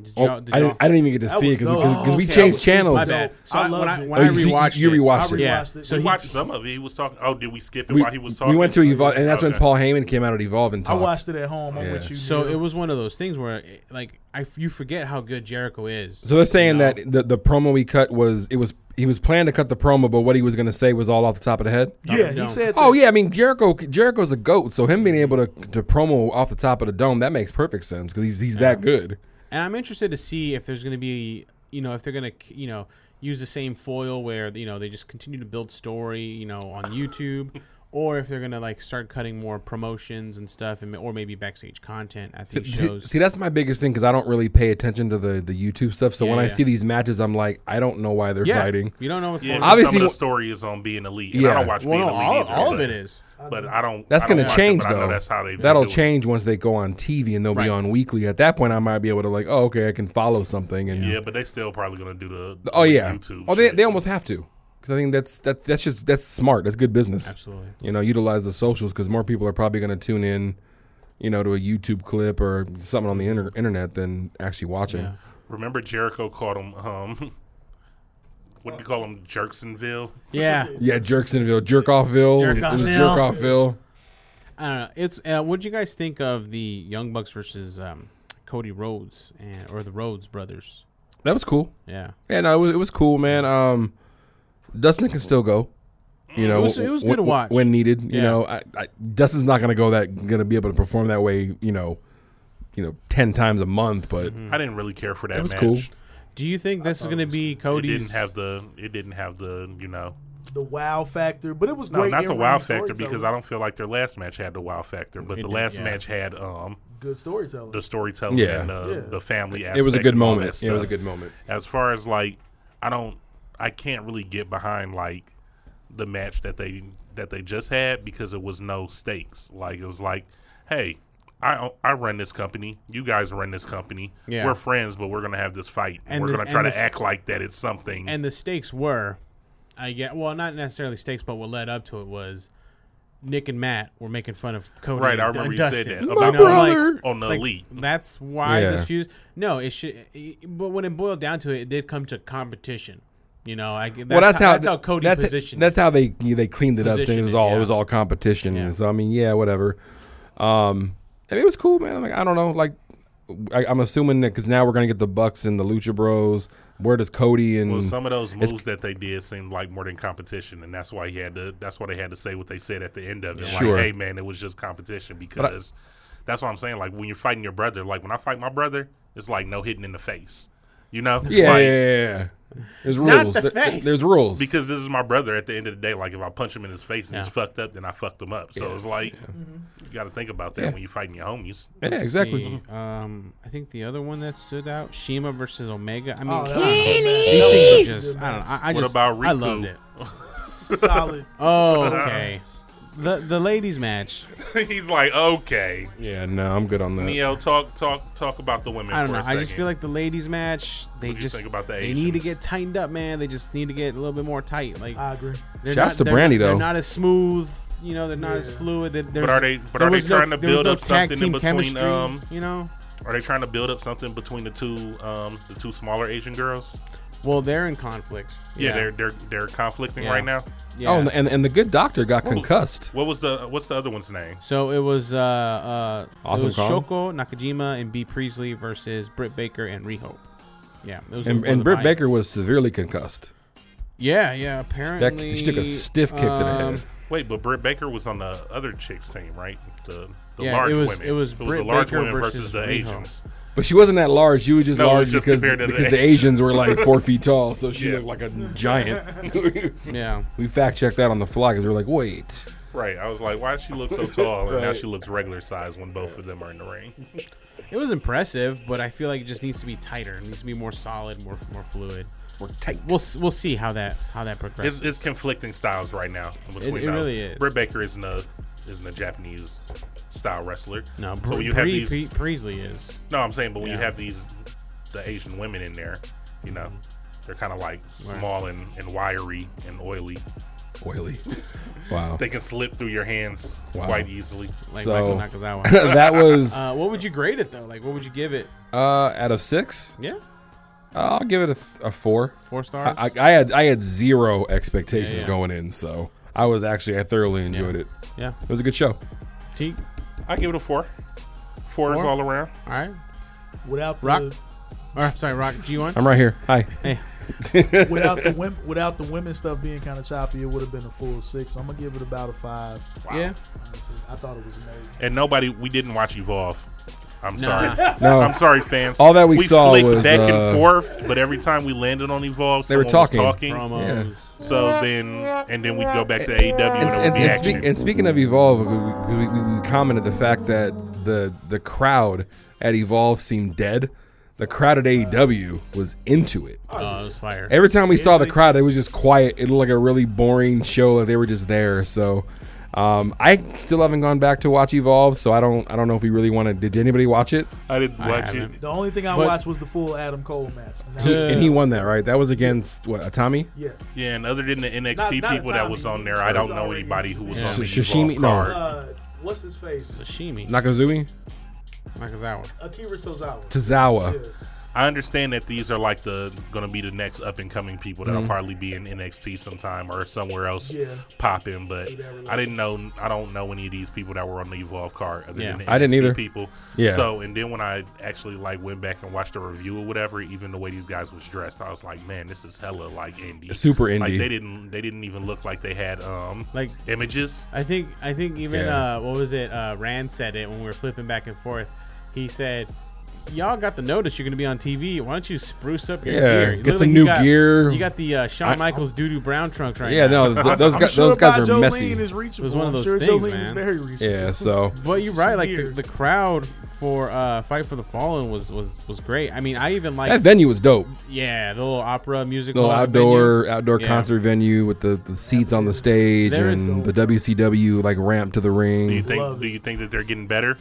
Speaker 4: Did
Speaker 6: Oh,
Speaker 4: y'all- did
Speaker 6: I
Speaker 4: y'all-
Speaker 6: didn't. I didn't even get to
Speaker 7: That
Speaker 6: see it
Speaker 7: was
Speaker 6: because
Speaker 7: dope.
Speaker 6: we, cause, 'cause
Speaker 7: Oh,
Speaker 6: we
Speaker 7: okay.
Speaker 6: changed
Speaker 7: That was
Speaker 6: channels.
Speaker 4: My bad. I,
Speaker 7: So I
Speaker 4: when
Speaker 7: loved
Speaker 4: I,
Speaker 7: it.
Speaker 4: when
Speaker 6: Oh,
Speaker 4: I
Speaker 6: you see-
Speaker 4: rewatched
Speaker 6: you rewatched
Speaker 4: it.
Speaker 6: it.
Speaker 4: Yeah.
Speaker 7: Rewatched it.
Speaker 4: So
Speaker 5: He
Speaker 4: he,
Speaker 5: watched some of it. He was talking. Oh, did we skip it
Speaker 6: We,
Speaker 5: while he was
Speaker 6: we
Speaker 5: talking?
Speaker 6: went to Evolve, and that's when
Speaker 5: Okay.
Speaker 6: Paul Heyman came out at Evolve and
Speaker 7: I
Speaker 6: talked.
Speaker 7: watched it at home. I'm
Speaker 6: Yeah.
Speaker 7: with you.
Speaker 4: so
Speaker 7: Neil.
Speaker 4: it was one of those things where it, like I you forget how good Jericho is.
Speaker 6: So they're saying that the, the promo we cut was it was he was planned to cut the promo, but what he was going to say was all off the top of the head.
Speaker 7: Yeah, he
Speaker 4: Dome.
Speaker 7: said.
Speaker 6: Oh yeah, I mean Jericho Jericho's a goat, so him being able to to promo off the top of the dome that makes perfect sense because he's he's that good.
Speaker 4: And I'm interested to see if there's going to be, you know, if they're going to, you know, use the same foil where, you know, they just continue to build story, you know,
Speaker 5: [LAUGHS]
Speaker 4: on YouTube, or if they're going to like start cutting more promotions and stuff, and or maybe backstage content at these
Speaker 6: See,
Speaker 4: shows.
Speaker 6: see, that's my biggest thing because I don't really pay attention to the, the YouTube stuff. So
Speaker 4: Yeah,
Speaker 6: when I
Speaker 4: yeah.
Speaker 6: see these matches, I'm like, I don't know why they're
Speaker 4: yeah,
Speaker 6: fighting.
Speaker 4: you don't know what's
Speaker 5: Yeah,
Speaker 4: going on.
Speaker 6: Obviously-
Speaker 5: obviously, some of the story is on being elite. And
Speaker 6: Yeah.
Speaker 5: I don't watch
Speaker 4: Well,
Speaker 5: being
Speaker 4: no,
Speaker 5: elite.
Speaker 4: all,
Speaker 5: either,
Speaker 4: all of it
Speaker 5: but-
Speaker 4: is.
Speaker 5: But I don't.
Speaker 6: That's
Speaker 5: I don't
Speaker 6: going to
Speaker 5: watch it,
Speaker 6: change
Speaker 5: but I know
Speaker 6: though.
Speaker 5: That's how they.
Speaker 6: That'll
Speaker 5: do it.
Speaker 6: change once they go on TV and they'll
Speaker 4: Right.
Speaker 6: be on weekly. At that point, I might be able to like, oh okay, I can follow something. And
Speaker 5: Yeah, but they still probably gonna do the.
Speaker 6: oh
Speaker 5: the
Speaker 6: yeah,
Speaker 5: YouTube.
Speaker 6: oh they
Speaker 5: shit.
Speaker 6: they almost have to because I think that's that's that's just that's smart. That's good business.
Speaker 4: Absolutely.
Speaker 6: You know, utilize the socials because more people are probably going to tune in, you know, to a YouTube clip or something on the inter- internet than actually watching.
Speaker 5: Remember Jericho called him um, [LAUGHS] what do you call him, Jerksonville?
Speaker 4: Yeah,
Speaker 6: Yeah, Jerksonville, Jerkoffville. It was
Speaker 4: Jerkoffville.
Speaker 6: Jerkoffville.
Speaker 4: I don't know. It's uh, what would you guys think of the Young Bucks versus um, Cody Rhodes and or the Rhodes brothers?
Speaker 6: That was cool.
Speaker 4: Yeah,
Speaker 6: Yeah, no, it was, it was cool, man. Um, Dustin can still go. You know,
Speaker 4: Mm, It was- it was good
Speaker 6: when-
Speaker 4: to watch.
Speaker 6: when needed. You
Speaker 4: Yeah.
Speaker 6: know, I, I, Dustin's not gonna go that gonna be able to perform that way. You know, you know, ten times a month, but
Speaker 4: Mm-hmm.
Speaker 5: I didn't really care for that
Speaker 6: Hmm. That was
Speaker 5: match.
Speaker 6: cool.
Speaker 4: Do you think this is going to be
Speaker 5: It
Speaker 4: Cody's?
Speaker 5: didn't have the it didn't have the you know
Speaker 7: the wow factor, but it was
Speaker 5: no
Speaker 7: great.
Speaker 5: not the
Speaker 7: in-ring
Speaker 5: wow factor
Speaker 7: storytelling.
Speaker 5: because I don't feel like their last match had the wow factor, but the
Speaker 4: did,
Speaker 5: last
Speaker 4: yeah.
Speaker 5: match had um
Speaker 7: good storytelling.
Speaker 5: the storytelling
Speaker 6: Yeah.
Speaker 5: and the,
Speaker 7: Yeah.
Speaker 5: the family. Aspect
Speaker 6: it was a good
Speaker 5: and all
Speaker 6: moment.
Speaker 5: that
Speaker 6: Yeah, it was a
Speaker 5: stuff.
Speaker 6: good moment.
Speaker 5: as far as like I don't I can't really get behind like the match that they that they just had because it was no stakes. Like it was like, hey, I I run this company, you guys run this company.
Speaker 4: Yeah.
Speaker 5: We're friends, but we're gonna have this fight.
Speaker 4: And
Speaker 5: we're
Speaker 4: the-
Speaker 5: gonna try
Speaker 4: and
Speaker 5: to
Speaker 4: the s-
Speaker 5: act like that it's something.
Speaker 4: and the stakes were, I get well, not necessarily stakes, but what led up to it was Nick and Matt were making fun of Cody.
Speaker 5: Right,
Speaker 4: and,
Speaker 5: I remember
Speaker 4: and
Speaker 5: you said
Speaker 4: Dustin.
Speaker 5: that about
Speaker 4: know, like-
Speaker 6: brother.
Speaker 5: on the
Speaker 4: like,
Speaker 5: elite.
Speaker 4: That's why
Speaker 6: Yeah.
Speaker 4: this feud. No, it should. But when it boiled down to it, it did come to competition. You know, I, that's,
Speaker 6: well, that's how,
Speaker 4: that's how Cody
Speaker 6: that's
Speaker 4: positioned.
Speaker 6: That's how they they cleaned it up. Saying it
Speaker 4: Positioned
Speaker 6: was
Speaker 4: it,
Speaker 6: all
Speaker 4: yeah.
Speaker 6: it was all competition.
Speaker 4: Yeah.
Speaker 6: So I mean, yeah, whatever. Um, I mean, it was cool, man. I'm like, I don't know, like. I, I'm assuming that because now we're gonna get the Bucks and the Lucha Bros. Where does Cody and
Speaker 5: Well, some of those moves that they did seemed like more than competition, and that's why he had to. That's why they had to say what they said at the end of it.
Speaker 6: Sure.
Speaker 5: Like, hey, man, it was just competition because that's what I'm saying. Like when you're fighting your brother, like when I fight my brother, it's like no hitting in the face, you know?
Speaker 6: Yeah, yeah,
Speaker 5: Like,
Speaker 6: yeah, yeah. There's
Speaker 4: Not
Speaker 6: rules.
Speaker 4: the
Speaker 6: There-
Speaker 4: face.
Speaker 6: There's rules.
Speaker 5: Because this is my brother. At the end of the day, like if I punch him in his face and he's
Speaker 4: Yeah.
Speaker 5: fucked up, then I fucked him up. So it's like you got to think about that when you're fighting your homies. [LAUGHS]
Speaker 6: yeah, exactly.
Speaker 5: Mm-hmm.
Speaker 4: The, um, I think the other one that stood out, Shima versus Omega. I mean,
Speaker 7: Oh, that
Speaker 4: God,
Speaker 7: was
Speaker 4: these things are just, I don't know. I, I
Speaker 5: What
Speaker 4: just,
Speaker 5: about
Speaker 4: I
Speaker 5: Riku?
Speaker 4: loved it.
Speaker 7: [LAUGHS] solid.
Speaker 4: [LAUGHS] Oh,
Speaker 5: [LAUGHS]
Speaker 4: okay. the the ladies match.
Speaker 5: he's like, okay,
Speaker 6: Yeah, no, I'm good on that.
Speaker 5: Neo, talk, talk, talk about the women.
Speaker 4: I don't
Speaker 5: for
Speaker 4: know.
Speaker 5: a
Speaker 4: I just
Speaker 5: second.
Speaker 4: feel like the ladies match. They
Speaker 5: you
Speaker 4: just
Speaker 5: think about the
Speaker 4: they need to
Speaker 5: Asians?
Speaker 4: get tightened up, man. They just need to get a little bit more tight. Like
Speaker 7: I agree.
Speaker 4: they're
Speaker 6: Uh, Shouts
Speaker 4: not,
Speaker 6: to
Speaker 4: they're
Speaker 6: Brandy,
Speaker 4: not-
Speaker 6: though.
Speaker 4: They're not as smooth. You know, they're not as fluid. They,
Speaker 5: But are they- but are they trying to build up something in between, um,
Speaker 4: you know,
Speaker 5: Are they trying to build up something between the two um, the two smaller Asian girls?
Speaker 4: well, they're in conflict.
Speaker 5: Yeah, they're they're they're conflicting
Speaker 4: Yeah.
Speaker 5: right now.
Speaker 4: Yeah.
Speaker 6: Oh, and, and and the good doctor got concussed.
Speaker 5: What was the what's the other one's name?
Speaker 4: So it was uh, uh, it
Speaker 6: Awesome
Speaker 4: was
Speaker 6: call.
Speaker 4: Shoko Nakajima and B Priestley versus Britt Baker and Riho. Yeah, those
Speaker 6: And,
Speaker 4: were
Speaker 6: and
Speaker 4: the
Speaker 6: Britt
Speaker 4: buy-in.
Speaker 6: Baker was severely concussed.
Speaker 4: Yeah, yeah.
Speaker 6: That
Speaker 4: Apparently,
Speaker 6: she took a stiff kick to the head.
Speaker 4: um,
Speaker 5: Wait, but Britt Baker was on the other chicks team, right? The the
Speaker 4: Yeah,
Speaker 5: large
Speaker 4: it was-
Speaker 5: women.
Speaker 4: it was Britt Baker versus
Speaker 5: the
Speaker 4: Riho.
Speaker 5: Asians.
Speaker 6: But she wasn't that large. She was just
Speaker 5: No, it was
Speaker 6: large
Speaker 5: just
Speaker 6: because
Speaker 5: compared to the
Speaker 6: because the
Speaker 5: Asians.
Speaker 6: Asians were like
Speaker 5: [LAUGHS]
Speaker 6: four feet tall, so she
Speaker 5: Yeah.
Speaker 6: looked like a giant.
Speaker 4: yeah.
Speaker 6: we fact checked that on the fly because we were like, wait,
Speaker 5: Right. I was like, why does she
Speaker 4: [LAUGHS]
Speaker 5: look so tall? And now
Speaker 6: Right.
Speaker 5: she looks regular size when both of them are in the ring.
Speaker 4: It was impressive, but I feel like it just needs to be tighter. It needs to be more solid, more more fluid.
Speaker 6: we're tight.
Speaker 4: We'll s- we'll see how that how that progresses.
Speaker 5: It's, it's conflicting styles right now. Between
Speaker 4: it
Speaker 5: those.
Speaker 4: really is.
Speaker 5: Britt Baker isn't a isn't a Japanese style wrestler.
Speaker 4: no,
Speaker 5: So
Speaker 4: Br-
Speaker 5: when you have
Speaker 4: Bree,
Speaker 5: these
Speaker 4: Bree, Priestley is.
Speaker 5: No, I'm saying, but when you
Speaker 4: Yeah.
Speaker 5: have these, the Asian women in there, you know, they're kind of like small and, and wiry and oily.
Speaker 6: Oily. [LAUGHS] Wow.
Speaker 5: They can slip through your hands
Speaker 6: Wow.
Speaker 5: quite easily.
Speaker 4: Like
Speaker 6: So-
Speaker 4: Michael
Speaker 6: [LAUGHS]
Speaker 4: Nakazawa.
Speaker 6: that was
Speaker 4: uh, what would you grade it though? Like, what would you give it?
Speaker 6: uh, out of six.
Speaker 4: Yeah,
Speaker 6: I'll give it a, th- a four.
Speaker 4: four stars.
Speaker 6: I, I I had I had zero expectations
Speaker 4: Yeah, yeah.
Speaker 6: going in, so I was actually I thoroughly enjoyed it.
Speaker 4: yeah,
Speaker 6: It was a good show.
Speaker 4: Teak.
Speaker 5: I give it a four. Four, is
Speaker 4: Four?
Speaker 5: all around.
Speaker 4: All right,
Speaker 7: Without the
Speaker 4: Rock. Or I'm sorry, Rock. G one.
Speaker 6: I'm right here. Hi.
Speaker 4: Hey,
Speaker 5: [LAUGHS]
Speaker 7: without the women, without the women stuff being kind of choppy, it would have been a full six. I'm gonna give it about a five.
Speaker 4: yeah.
Speaker 7: Honestly, I thought it was amazing.
Speaker 5: And nobody, we didn't watch Evolve. I'm
Speaker 4: Nah.
Speaker 5: sorry.
Speaker 6: [LAUGHS] [LAUGHS] No,
Speaker 5: I'm sorry, fans.
Speaker 6: Oh. All that we saw
Speaker 5: flicked
Speaker 6: was,
Speaker 5: back
Speaker 6: uh,
Speaker 5: and forth, but every time we landed on Evolve,
Speaker 6: They were
Speaker 5: someone was
Speaker 6: talking.
Speaker 4: Promos.
Speaker 6: Yeah.
Speaker 5: So then, and then we'd go back to AEW and,
Speaker 6: and,
Speaker 5: it would
Speaker 6: and,
Speaker 5: be
Speaker 6: and
Speaker 5: action.
Speaker 6: speak- and speaking of Evolve, we, we, we, we commented the fact that the the crowd at Evolve seemed dead. The crowd at AEW was into it.
Speaker 4: Oh, it was fire.
Speaker 6: Every time we saw the crowd, it was just quiet. It looked like a really boring show. Like they were just there. So, um, I still haven't gone back to watch Evolve. So I don't I don't know if we really want to. Did anybody watch it?
Speaker 5: I didn't watch it.
Speaker 4: haven't.
Speaker 7: The only thing I
Speaker 4: But-
Speaker 7: watched was the full Adam Cole match. Now-
Speaker 4: To-
Speaker 6: and he won that right. That was against what Atami.
Speaker 7: yeah,
Speaker 5: Yeah, and other than the NXT
Speaker 7: Not- not
Speaker 5: people that
Speaker 7: Itami.
Speaker 5: was on there,
Speaker 7: It
Speaker 5: I don't
Speaker 7: was
Speaker 5: know
Speaker 7: already-
Speaker 5: anybody who was
Speaker 4: Yeah.
Speaker 5: on the
Speaker 6: Sashimi?
Speaker 5: Evolve
Speaker 6: No.
Speaker 5: card.
Speaker 7: uh, what's his face?
Speaker 4: Shimi
Speaker 6: Nakazumi
Speaker 4: Nakazawa.
Speaker 7: Akira Tozawa.
Speaker 6: Tozawa.
Speaker 7: Yes.
Speaker 5: I understand that these are like the going to be the next up and coming people that'll
Speaker 6: Mm-hmm.
Speaker 5: probably be in NXT sometime or somewhere else
Speaker 7: Yeah.
Speaker 5: popping. But I didn't know. I don't know any of these people that were on the Evolve card. Other
Speaker 4: Yeah.
Speaker 5: than the
Speaker 6: I didn't
Speaker 5: NXT
Speaker 6: either.
Speaker 5: People.
Speaker 6: Yeah.
Speaker 5: So and then when I actually like went back and watched the review or whatever, even the way these guys was dressed, I was like, man, this is hella like indie,
Speaker 6: Super
Speaker 5: Like
Speaker 6: indie.
Speaker 5: they didn't. They didn't even look like they had um
Speaker 4: Like-
Speaker 5: images.
Speaker 4: I think I think even
Speaker 6: Yeah.
Speaker 4: uh, what was it? Uh, Rand said it when we were flipping back and forth. He said, "Y'all got the notice you're going to be on TV. Why don't you spruce up your
Speaker 6: Yeah,
Speaker 4: gear? You
Speaker 6: get
Speaker 4: look
Speaker 6: some
Speaker 4: you
Speaker 6: new
Speaker 4: got-
Speaker 6: gear."
Speaker 4: You got the uh, Shawn Michaels doo doo brown trunks right
Speaker 6: Yeah,
Speaker 4: now.
Speaker 6: no, th- those guys,
Speaker 7: sure
Speaker 6: those guys are
Speaker 7: Jolene
Speaker 6: messy.
Speaker 7: is reachable.
Speaker 4: was one of
Speaker 7: I'm
Speaker 4: those
Speaker 7: sure
Speaker 4: things,
Speaker 7: Jolene is
Speaker 4: man.
Speaker 7: very reachable.
Speaker 6: Yeah, so
Speaker 4: But you're
Speaker 7: Just
Speaker 4: right.
Speaker 7: some
Speaker 4: Like the,
Speaker 7: beer.
Speaker 4: the crowd for uh, Fight for the Fallen was was was great. I mean, I even like
Speaker 6: that venue was dope.
Speaker 4: yeah the little opera music
Speaker 6: The little
Speaker 4: hall
Speaker 6: outdoor
Speaker 4: venue.
Speaker 6: outdoor
Speaker 4: Yeah.
Speaker 6: concert venue with the, the seats on the stage
Speaker 4: There is
Speaker 6: and the WCW like ramp to the
Speaker 5: Do you
Speaker 6: ring.
Speaker 5: think?
Speaker 7: Love
Speaker 5: do you think that they're getting better?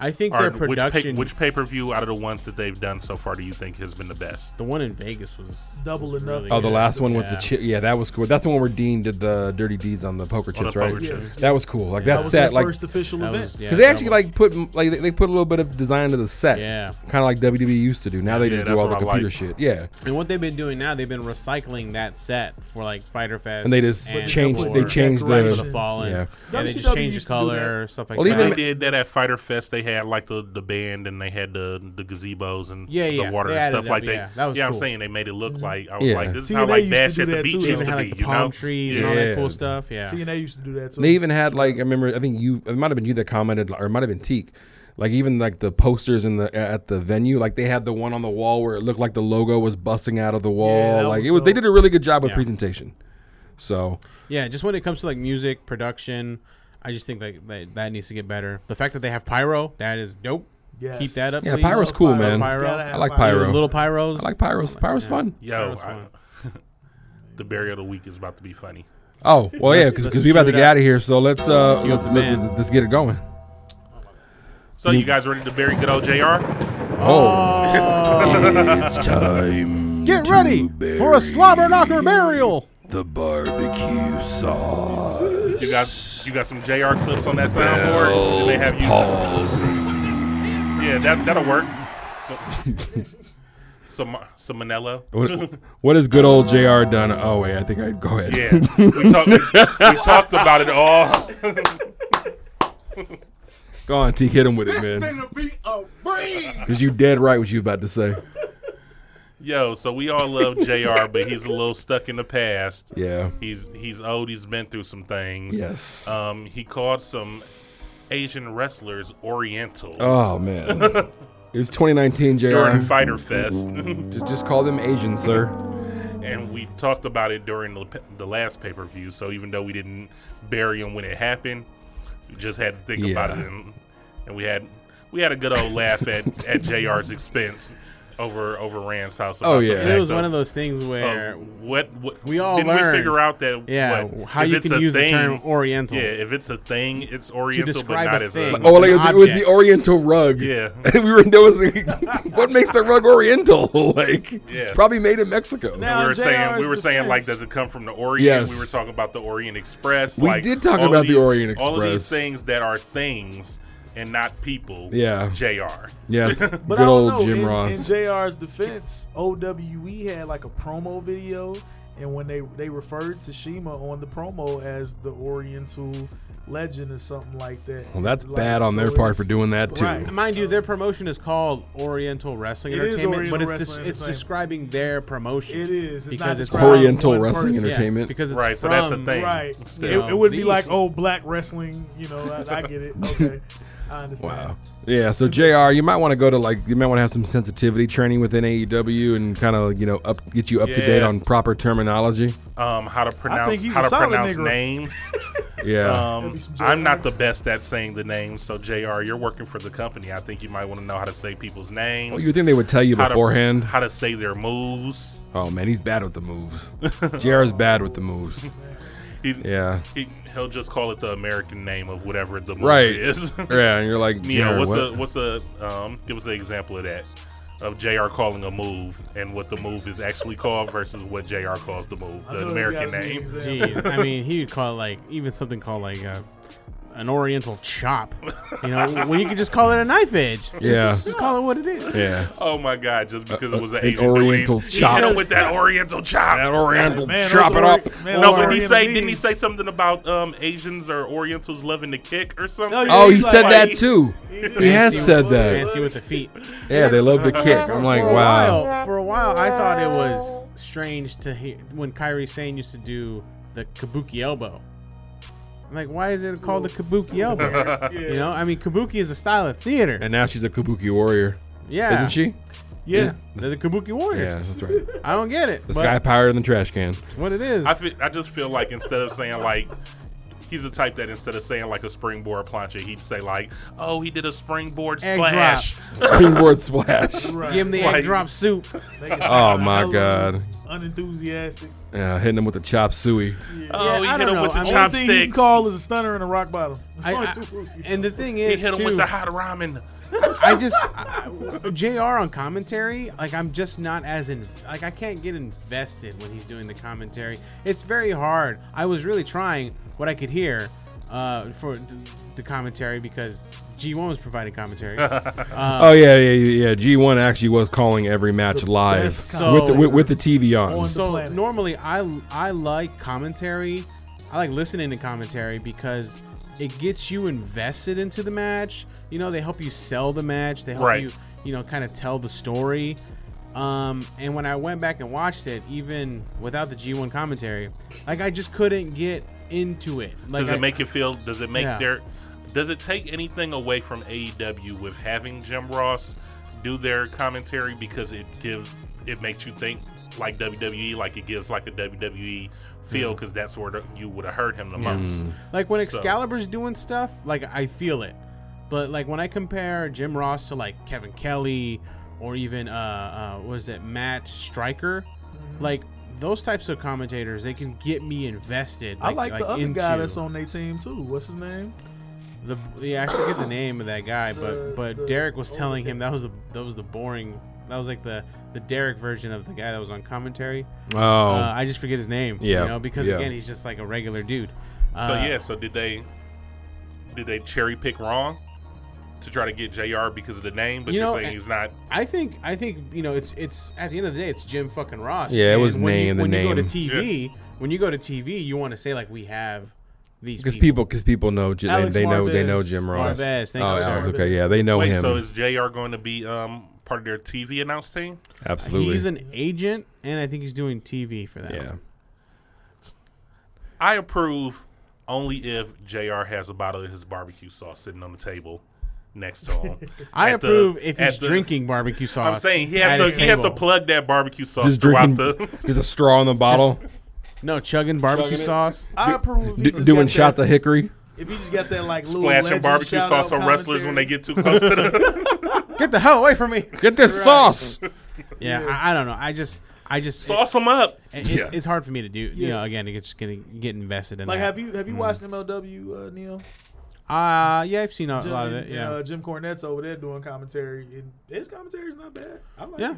Speaker 4: I think
Speaker 5: Or
Speaker 4: their
Speaker 5: which pay,
Speaker 4: production,
Speaker 5: which pay per view out of the ones that they've done so far do you think has been the best?
Speaker 4: the one in Vegas was
Speaker 7: Double
Speaker 4: was
Speaker 7: or nothing.
Speaker 4: really
Speaker 6: Oh, the
Speaker 4: good.
Speaker 6: last one with the
Speaker 4: Yeah.
Speaker 6: chip. Yeah, that was cool. That's the one where Dean did the dirty deeds on the poker
Speaker 5: the
Speaker 6: chips, right?
Speaker 5: poker chips.
Speaker 6: That was cool. Like
Speaker 7: That
Speaker 6: that
Speaker 7: was
Speaker 6: set,
Speaker 7: their
Speaker 6: like
Speaker 7: first official
Speaker 4: That
Speaker 7: event.
Speaker 4: was- yeah,
Speaker 6: because they actually
Speaker 4: that
Speaker 6: like put like they, they put a little bit of design to the set.
Speaker 4: Yeah.
Speaker 6: kind of like WWE used to do. Now they
Speaker 5: Yeah,
Speaker 6: just do
Speaker 5: that's
Speaker 6: all the
Speaker 5: what I
Speaker 6: computer
Speaker 5: like.
Speaker 6: shit. Yeah,
Speaker 4: And what they've been doing now, they've been recycling that set for like Fighter Fest,
Speaker 6: and they just
Speaker 4: and
Speaker 6: changed.
Speaker 4: for
Speaker 6: They changed
Speaker 4: Fight for the
Speaker 7: Decorations.
Speaker 6: the.
Speaker 4: Fallen.
Speaker 6: Yeah.
Speaker 4: Yeah, they just
Speaker 7: WCW
Speaker 4: changed
Speaker 7: used
Speaker 4: the
Speaker 7: to do
Speaker 4: color, stuff like
Speaker 6: Well,
Speaker 4: that.
Speaker 6: even-
Speaker 5: they did that at Fighter Fest. They had like the, the band and they had the the gazebos and
Speaker 4: Yeah, yeah,
Speaker 5: the water
Speaker 4: they
Speaker 5: and
Speaker 4: added
Speaker 5: stuff
Speaker 4: that,
Speaker 5: like
Speaker 4: but
Speaker 5: that.
Speaker 4: yeah, that was
Speaker 5: I'm
Speaker 4: cool. Mm-hmm.
Speaker 5: saying they made it look like I was
Speaker 6: Yeah.
Speaker 5: like this is
Speaker 7: See,
Speaker 5: how
Speaker 7: they
Speaker 5: like
Speaker 7: used to
Speaker 5: Bash
Speaker 7: do
Speaker 5: at the
Speaker 7: that
Speaker 5: beach
Speaker 7: too,
Speaker 4: they
Speaker 5: used
Speaker 4: even
Speaker 5: to
Speaker 4: had
Speaker 5: be.
Speaker 4: like the
Speaker 5: you
Speaker 4: palm
Speaker 5: know,
Speaker 4: trees
Speaker 5: yeah.
Speaker 4: and all that
Speaker 6: Yeah.
Speaker 4: cool stuff. Yeah,
Speaker 7: TNA used to do that too.
Speaker 6: They even had like I remember I think you it might have been you that commented or it might have been Teak. Like even like the posters in the at the venue, like they had the one on the wall where it looked like the logo was busting out of the wall.
Speaker 7: that
Speaker 6: like
Speaker 7: was
Speaker 6: it was, they
Speaker 7: dope.
Speaker 6: did a really good job with
Speaker 4: Yeah.
Speaker 6: presentation. So
Speaker 4: yeah. Just when it comes to like music production, I just think like that, that needs to get better. The fact that they have pyro, that is dope.
Speaker 7: Yes.
Speaker 4: Keep that up.
Speaker 6: Yeah,
Speaker 4: please.
Speaker 6: pyro's cool, man.
Speaker 4: Pyro.
Speaker 7: Gotta have
Speaker 6: I like
Speaker 7: fire.
Speaker 6: pyro.
Speaker 4: Little pyros.
Speaker 6: I like
Speaker 4: Oh
Speaker 6: pyros. Pyros fun.
Speaker 5: Yo,
Speaker 4: was
Speaker 5: I-
Speaker 4: fun.
Speaker 5: [LAUGHS] the burial of the week is about to be funny.
Speaker 6: Oh well, yeah,
Speaker 4: Let's- let's
Speaker 6: because we about
Speaker 4: cue
Speaker 6: to
Speaker 4: it
Speaker 6: get
Speaker 4: up.
Speaker 6: out of here. So let's uh
Speaker 4: Cue
Speaker 6: let's,
Speaker 4: the
Speaker 6: let's,
Speaker 4: man.
Speaker 6: let's get it going.
Speaker 5: So
Speaker 6: Mm-hmm.
Speaker 5: you guys ready to bury good old Jr.
Speaker 6: Oh,
Speaker 8: It's time.
Speaker 4: Get ready for a slobber knocker burial.
Speaker 8: The barbecue sauce.
Speaker 5: You got you got some Jr. clips on that soundboard. Do they have you? Yeah, that that'll work. So, some some Manello.
Speaker 6: what, what has good old Jr. done? Oh wait, I think I'd go ahead.
Speaker 5: [LAUGHS] Yeah, we talked we, we talked about it all.
Speaker 6: go on, Teak, hit him with it, man. Because you dead right what you about to say.
Speaker 5: Yo, so we all love Jr., but he's a little stuck in the past.
Speaker 6: Yeah.
Speaker 5: he's he's old. He's been through some things.
Speaker 6: Yes.
Speaker 5: Um, he called some Asian wrestlers Orientals
Speaker 6: Oh man, it was 2019, Jr.
Speaker 5: during Fighter Fest,
Speaker 6: Mm-hmm. Just, just call them Asian, sir.
Speaker 5: and we talked about it during the, the last pay per view. So even though we didn't bury him when it happened, we just had to think about
Speaker 6: Yeah.
Speaker 5: it, and, and we had we had a good old laugh
Speaker 6: [LAUGHS]
Speaker 5: at at Jr.'s expense over over Rand's house.
Speaker 6: Oh,
Speaker 5: about the
Speaker 6: yeah.
Speaker 5: fact
Speaker 4: It was
Speaker 5: of-
Speaker 4: one of those things where
Speaker 5: of what, what
Speaker 4: We all
Speaker 5: didn't
Speaker 4: learned.
Speaker 5: we figure out that
Speaker 4: Yeah,
Speaker 5: what,
Speaker 4: how
Speaker 5: if
Speaker 4: you
Speaker 5: it's
Speaker 4: can
Speaker 5: a
Speaker 4: use the
Speaker 5: thing-
Speaker 4: term Oriental.
Speaker 5: Yeah, if it's a thing, it's Oriental, but
Speaker 4: describe
Speaker 5: not
Speaker 4: a
Speaker 5: as
Speaker 4: thing.
Speaker 5: a.
Speaker 6: Oh, like it, was- it was the
Speaker 4: Object.
Speaker 6: Oriental rug.
Speaker 5: Yeah.
Speaker 6: [LAUGHS] we were there was [LAUGHS] what makes the rug Oriental? [LAUGHS] like it's
Speaker 5: Yeah.
Speaker 6: probably made in Mexico.
Speaker 7: Now-
Speaker 5: we
Speaker 7: on
Speaker 5: were saying we
Speaker 7: JR's
Speaker 5: were saying like,
Speaker 7: defense.
Speaker 5: does it come from the Orient?
Speaker 6: Yes.
Speaker 5: We were talking about the Orient Express.
Speaker 6: We
Speaker 5: like,
Speaker 6: did talk
Speaker 5: all of
Speaker 6: about the
Speaker 5: these-
Speaker 6: Orient
Speaker 5: All of these
Speaker 6: Express.
Speaker 5: things that are things and not people.
Speaker 6: Yeah.
Speaker 5: Jr. [LAUGHS]
Speaker 6: Yes,
Speaker 7: But
Speaker 6: good
Speaker 7: I don't
Speaker 6: old
Speaker 7: know,
Speaker 6: Jim
Speaker 7: in,
Speaker 6: Ross.
Speaker 7: In JR's defense, OWE had like a promo video, and when they they referred to Shima on the promo as the Oriental legend or something like that.
Speaker 6: well, that's
Speaker 7: Like,
Speaker 6: bad on
Speaker 7: so
Speaker 6: their part
Speaker 7: it's-
Speaker 6: for doing that too.
Speaker 7: Right.
Speaker 4: Mind you, their promotion is called Oriental Wrestling
Speaker 7: It is
Speaker 4: Entertainment, but
Speaker 7: Oriental
Speaker 4: it's des-
Speaker 7: Wrestling
Speaker 4: it's
Speaker 7: Entertainment.
Speaker 4: describing their promotion.
Speaker 7: It is. It's not
Speaker 4: because it's
Speaker 7: described
Speaker 4: from-
Speaker 6: Oriental
Speaker 7: one
Speaker 6: Wrestling
Speaker 7: person.
Speaker 4: yeah,
Speaker 6: Entertainment.
Speaker 4: because it's
Speaker 5: Right, so that's the
Speaker 4: from-
Speaker 5: thing.
Speaker 7: Right.
Speaker 5: Still.
Speaker 7: It, it would be
Speaker 4: These-
Speaker 7: like, oh, black wrestling. You know, I, I get it. Okay, I understand.
Speaker 6: Wow. Yeah, so JR, you might want to go to like you might want to have some sensitivity training within AEW and kind of you know up get you up to date
Speaker 5: Yeah.
Speaker 6: on proper terminology.
Speaker 5: Um, how to pronounce
Speaker 7: he's
Speaker 5: how
Speaker 7: a
Speaker 5: to
Speaker 7: solid
Speaker 5: pronounce
Speaker 7: nigger.
Speaker 5: names.
Speaker 7: [LAUGHS]
Speaker 6: Yeah,
Speaker 5: Um,
Speaker 7: be some JR.
Speaker 5: I'm not the best at saying the names, so Jr. You're working for the company. I think you might want to know how to say people's names.
Speaker 6: well, Oh, you would think they would tell you
Speaker 5: how to-
Speaker 6: beforehand?
Speaker 5: how to say their moves.
Speaker 6: Oh man, he's bad with the moves. JR's bad with the moves.
Speaker 5: He,
Speaker 6: Yeah.
Speaker 5: he, he'll just call it the American name of whatever the movie
Speaker 6: Right.
Speaker 5: is. [LAUGHS]
Speaker 6: Yeah, and you're like,
Speaker 5: you know,
Speaker 6: JR,
Speaker 5: what's
Speaker 6: what?
Speaker 5: a what's a um? Give us an example of that, of Jr. calling a move and what the move is actually called versus what Jr. calls the move,
Speaker 7: I know
Speaker 5: the
Speaker 7: it's
Speaker 5: American
Speaker 7: gotta be
Speaker 5: name.
Speaker 7: an example.
Speaker 4: Jeez, I mean, he would call it like even something called like uh, an Oriental chop. You know, when you could just call it a knife edge.
Speaker 6: [LAUGHS]
Speaker 4: Just-
Speaker 6: Yeah.
Speaker 4: just call it what it is.
Speaker 6: Yeah.
Speaker 5: Oh my god! Just because it was an,
Speaker 6: Uh, an
Speaker 5: Asian
Speaker 6: oriental
Speaker 5: [LAUGHS] dude,
Speaker 6: chop.
Speaker 5: hit him with that oriental chop.
Speaker 6: That
Speaker 5: [LAUGHS]
Speaker 6: Oriental
Speaker 7: Man, those
Speaker 6: chop it
Speaker 7: Ori-
Speaker 6: up.
Speaker 7: man,
Speaker 5: no,
Speaker 7: those
Speaker 5: but he
Speaker 7: Oriental
Speaker 5: say didn't he
Speaker 7: meetings.
Speaker 5: say something about um Asians or Orientals loving to kick or something?
Speaker 7: No,
Speaker 6: Oh, he
Speaker 7: He's
Speaker 6: said
Speaker 7: like-
Speaker 6: that too. He has
Speaker 4: Fancy-
Speaker 6: said that.
Speaker 4: Fancy with the feet.
Speaker 6: Yeah, they love to kick. I'm like,
Speaker 4: for a
Speaker 6: wow.
Speaker 4: While, for a while, I thought it was strange to hear when Kyrie Sane used to do the kabuki elbow. I'm like, why is it called the
Speaker 5: [LAUGHS]
Speaker 4: kabuki elbow? You know, I mean, kabuki is a style of theater.
Speaker 6: And now she's a Kabuki warrior,
Speaker 4: yeah,
Speaker 6: isn't she?
Speaker 7: Yeah.
Speaker 4: They're the kabuki
Speaker 6: Yeah,
Speaker 4: warriors.
Speaker 6: that's right.
Speaker 4: I don't get it.
Speaker 6: The
Speaker 4: but
Speaker 6: sky pirate in the trash can.
Speaker 4: it's what it is.
Speaker 5: I feel, I just feel like instead of saying like he's the type that instead of saying like a springboard planche, he'd say like, oh, he did a springboard
Speaker 4: Egg
Speaker 5: splash.
Speaker 6: Springboard splash.
Speaker 7: Right.
Speaker 4: Give him the
Speaker 5: Like-
Speaker 4: egg drop soup.
Speaker 7: They can
Speaker 6: Oh
Speaker 7: sound
Speaker 6: my
Speaker 7: hella
Speaker 6: god.
Speaker 7: Unenthusiastic.
Speaker 6: Yeah, hitting him with the chop suey.
Speaker 5: Oh, he
Speaker 4: I
Speaker 5: hit
Speaker 4: don't
Speaker 5: him
Speaker 4: know.
Speaker 5: with the
Speaker 4: I mean,
Speaker 7: Only thing he can
Speaker 5: chopsticks.
Speaker 7: call is a stunner and a rock bottom. It's
Speaker 4: I-
Speaker 7: only
Speaker 4: I-
Speaker 7: two moves he can
Speaker 4: and the thing
Speaker 5: he
Speaker 4: is,
Speaker 5: hit him
Speaker 4: too,
Speaker 5: with the hot ramen.
Speaker 4: I just I, I- Jr. on commentary, like I'm just not as in, like I can't get invested when he's doing the commentary. It's very hard. I was really trying what I could hear uh, for th- the commentary because G1 was providing commentary.
Speaker 6: oh yeah, yeah, yeah. yeah. G1 actually was calling every match live with
Speaker 7: best
Speaker 6: the,
Speaker 4: commentator
Speaker 6: with, with the TV on.
Speaker 7: on the
Speaker 4: so
Speaker 7: planet.
Speaker 4: normally I I like commentary. I like listening to commentary because it gets you invested into the match. You know, they help you sell the match. They help
Speaker 5: Right.
Speaker 4: you, you know, kind of tell the story. Um, and when I went back and watched it, even without the G1 commentary, like I just couldn't get into it. Like
Speaker 5: Does
Speaker 4: I-
Speaker 5: it make you feel? Does it make
Speaker 4: Yeah.
Speaker 5: their? Does it take anything away from AEW with having Jim Ross do their commentary because it gives it makes you think like WWE, like it gives like a WWE feel because that's where the, you would have heard him the
Speaker 4: Mm.
Speaker 5: most.
Speaker 7: Mm.
Speaker 4: Like when
Speaker 5: So-
Speaker 4: Excalibur's doing stuff, like I feel it. But like when I compare Jim Ross to like Kevin Kelly or even uh, uh was it Matt Stryker,
Speaker 5: Mm-hmm.
Speaker 4: like those types of commentators, they can get me invested.
Speaker 7: I like, the other guy
Speaker 4: into
Speaker 7: that's on their team too. What's his name?
Speaker 4: the. Yeah, I forget the name of that guy, but but
Speaker 7: the-
Speaker 4: Derek was
Speaker 7: oh,
Speaker 4: telling him
Speaker 7: the-
Speaker 4: that was the that was the boring. That was like the the Derek version of the guy that was on commentary.
Speaker 6: Oh,
Speaker 4: Uh, I just forget his name.
Speaker 6: Yeah,
Speaker 4: you know because
Speaker 6: yeah.
Speaker 4: again he's just like a regular dude.
Speaker 5: So
Speaker 4: Uh,
Speaker 5: yeah, so did they did they cherry pick wrong to try to get Jr. because of the name? But
Speaker 4: You
Speaker 5: you are
Speaker 4: know, eh,
Speaker 5: saying he's not.
Speaker 4: I think I think you know it's it's at the end of the day it's Jim fucking Ross.
Speaker 6: Yeah, it was
Speaker 4: when you,
Speaker 6: name, the
Speaker 4: when you go
Speaker 6: name.
Speaker 4: to TV, when you go to TV, you want to say like we have these
Speaker 6: because people because people know J- they,
Speaker 7: Alex
Speaker 6: they know they know
Speaker 7: Marvez.
Speaker 6: Jim Ross.
Speaker 4: Marvez, thank
Speaker 6: oh,
Speaker 4: you,
Speaker 6: Alex,
Speaker 7: sir.
Speaker 6: okay, yeah, they know
Speaker 5: Wait,
Speaker 6: Oh, him.
Speaker 5: so is Jr. going to be um part of their TV announce team?
Speaker 6: Absolutely.
Speaker 4: He's an agent, and I think he's doing TV for that.
Speaker 6: yeah.
Speaker 4: one.
Speaker 5: I approve only if Jr. has a bottle of his barbecue sauce sitting on the table next to
Speaker 6: [LAUGHS]
Speaker 5: him.
Speaker 4: I
Speaker 5: At the-
Speaker 4: approve if he's
Speaker 5: at the-
Speaker 4: drinking barbecue sauce.
Speaker 5: I'm saying he
Speaker 4: at
Speaker 5: has
Speaker 4: his
Speaker 5: to he has to
Speaker 4: table.
Speaker 5: plug that barbecue sauce
Speaker 6: Just
Speaker 5: throughout
Speaker 6: drinking, [LAUGHS]
Speaker 5: the. [LAUGHS]
Speaker 6: just a straw in the bottle,
Speaker 4: no chugging barbecue
Speaker 6: Chugging it.
Speaker 5: [LAUGHS]
Speaker 4: sauce.
Speaker 7: I approve. if he
Speaker 6: d-
Speaker 7: just
Speaker 6: doing
Speaker 7: got
Speaker 6: shots
Speaker 7: that,
Speaker 6: of hickory.
Speaker 7: If he just got that like little
Speaker 5: Splashing
Speaker 7: legend
Speaker 5: barbecue
Speaker 7: shout-out
Speaker 5: sauce on wrestlers when they
Speaker 7: commentary.
Speaker 5: get too close to
Speaker 7: [LAUGHS]
Speaker 5: the.
Speaker 4: Get the hell away from
Speaker 5: [LAUGHS]
Speaker 4: me.
Speaker 6: Get this sauce.
Speaker 4: Yeah, I, I don't know. I just I just it-
Speaker 5: sauce them up.
Speaker 4: it's, it's hard for me to do. You
Speaker 7: Yeah.
Speaker 4: know, again, it's just gonna get invested in
Speaker 7: Like,
Speaker 4: that.
Speaker 7: have you
Speaker 5: Mm.
Speaker 7: have you watched MLW, uh, Neil?
Speaker 4: uh yeah, I've seen a
Speaker 7: Jim,
Speaker 4: lot of it.
Speaker 7: and,
Speaker 4: Yeah.
Speaker 7: uh, Jim Cornette's over there doing commentary, and his commentary is not bad. I like.
Speaker 4: Yeah.
Speaker 7: it.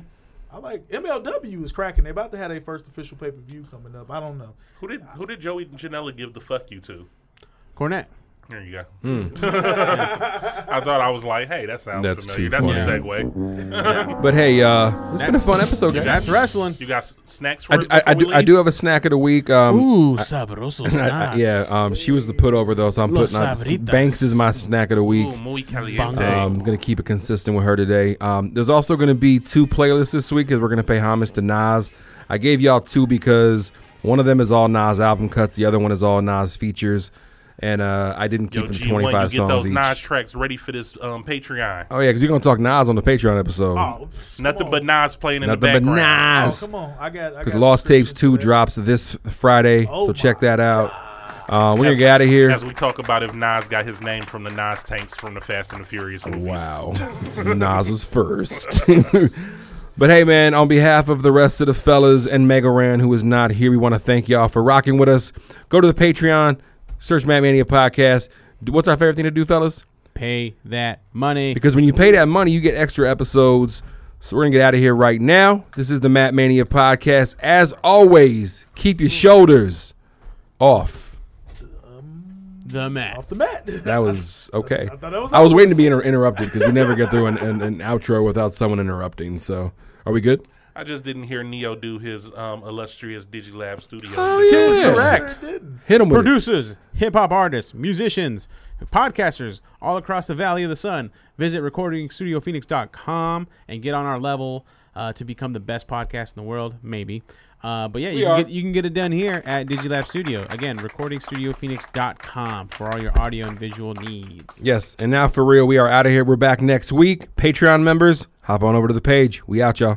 Speaker 7: I like MLW is cracking. They about to have their first official pay per view coming up. I don't know.
Speaker 5: Who did who did Joey Janela give the fuck you to?
Speaker 4: Cornette.
Speaker 5: There you go. [LAUGHS] I thought I was like, hey, that sounds
Speaker 6: Hmm. That's
Speaker 5: familiar.
Speaker 6: too
Speaker 5: That's
Speaker 6: funny.
Speaker 5: a segue.
Speaker 6: But hey, uh, it's been a fun episode, guys.
Speaker 4: That's wrestling.
Speaker 5: You got s- snacks for
Speaker 6: I,
Speaker 5: us
Speaker 6: I, I
Speaker 5: before
Speaker 6: do.
Speaker 5: we
Speaker 6: I
Speaker 5: leave?
Speaker 6: do have a snack of the week. Um,
Speaker 4: Ooh, sabroso
Speaker 6: [LAUGHS] I- I- yeah, um, she was the put over though, so I'm
Speaker 4: Los
Speaker 6: putting on
Speaker 4: Sabritas.
Speaker 6: Banks is my snack of the
Speaker 5: Ooh,
Speaker 6: week.
Speaker 5: muy caliente.
Speaker 6: I'm gonna keep it consistent with her today. Um, there's also gonna be two playlists this week because we're gonna pay homage to Nas. I gave y'all two because one of them is all Nas album cuts, the other one is all Nas features, and uh, I didn't
Speaker 5: Yo,
Speaker 6: keep them
Speaker 5: G1,
Speaker 6: 25
Speaker 5: you get
Speaker 6: songs
Speaker 5: those
Speaker 6: each.
Speaker 5: Nas tracks ready for this um, Patreon.
Speaker 6: oh yeah, because you're gonna talk Nas on the Patreon episode.
Speaker 7: Oh, pff,
Speaker 5: Nothing
Speaker 7: come
Speaker 5: but
Speaker 7: on.
Speaker 5: Nas playing in the
Speaker 6: Nothing but
Speaker 5: background.
Speaker 7: Oh,
Speaker 6: Nas.
Speaker 7: come on, I got. I
Speaker 6: because
Speaker 7: got
Speaker 6: Lost Tapes
Speaker 7: subscriptions
Speaker 6: Two
Speaker 7: to that.
Speaker 6: drops this Friday,
Speaker 7: Oh
Speaker 6: so check
Speaker 7: my
Speaker 6: that out. Uh, we're gonna get out of here.
Speaker 5: As we talk about if Nas got his name from the Nas tanks from the Fast and the Furious movies.
Speaker 6: Wow. Nas was first. [LAUGHS] but hey, man, on behalf of the rest of the fellas and Megaran, who is not here, we want to thank y'all for rocking with us. Go to the Patreon, search Mad Mania Podcast. Do- What's our favorite thing to do, fellas?
Speaker 4: Pay that money.
Speaker 6: Because when you pay that money, you get extra episodes. So we're going to get out of here right now. This is the Mad Mania Podcast. As always, keep your shoulders off.
Speaker 4: the mat.
Speaker 7: off the mat.
Speaker 6: [LAUGHS] That was okay. I,
Speaker 7: thought that was
Speaker 6: was
Speaker 7: all.
Speaker 6: waiting to be inter- interrupted because we never get through an, an, an outro without someone interrupting. So, are we good?
Speaker 5: I just didn't hear Neo do his um, illustrious DigiLab studio.
Speaker 6: yeah.
Speaker 4: Is correct.
Speaker 6: Hit them with it.
Speaker 4: Producers, hip hop artists, musicians, podcasters all across the Valley of the Sun. Visit recordingstudiophoenix.com and get on our level uh, to become the best podcast in the world, maybe. Uh, but yeah, you can,
Speaker 6: are.
Speaker 4: get, you can get it done here at Digilab Studio. Again, recordingstudiophoenix.com for all your audio and visual needs.
Speaker 6: Yes, and now for real, we are out of here. We're back next week. Patreon members, hop on over to the page. We out, y'all.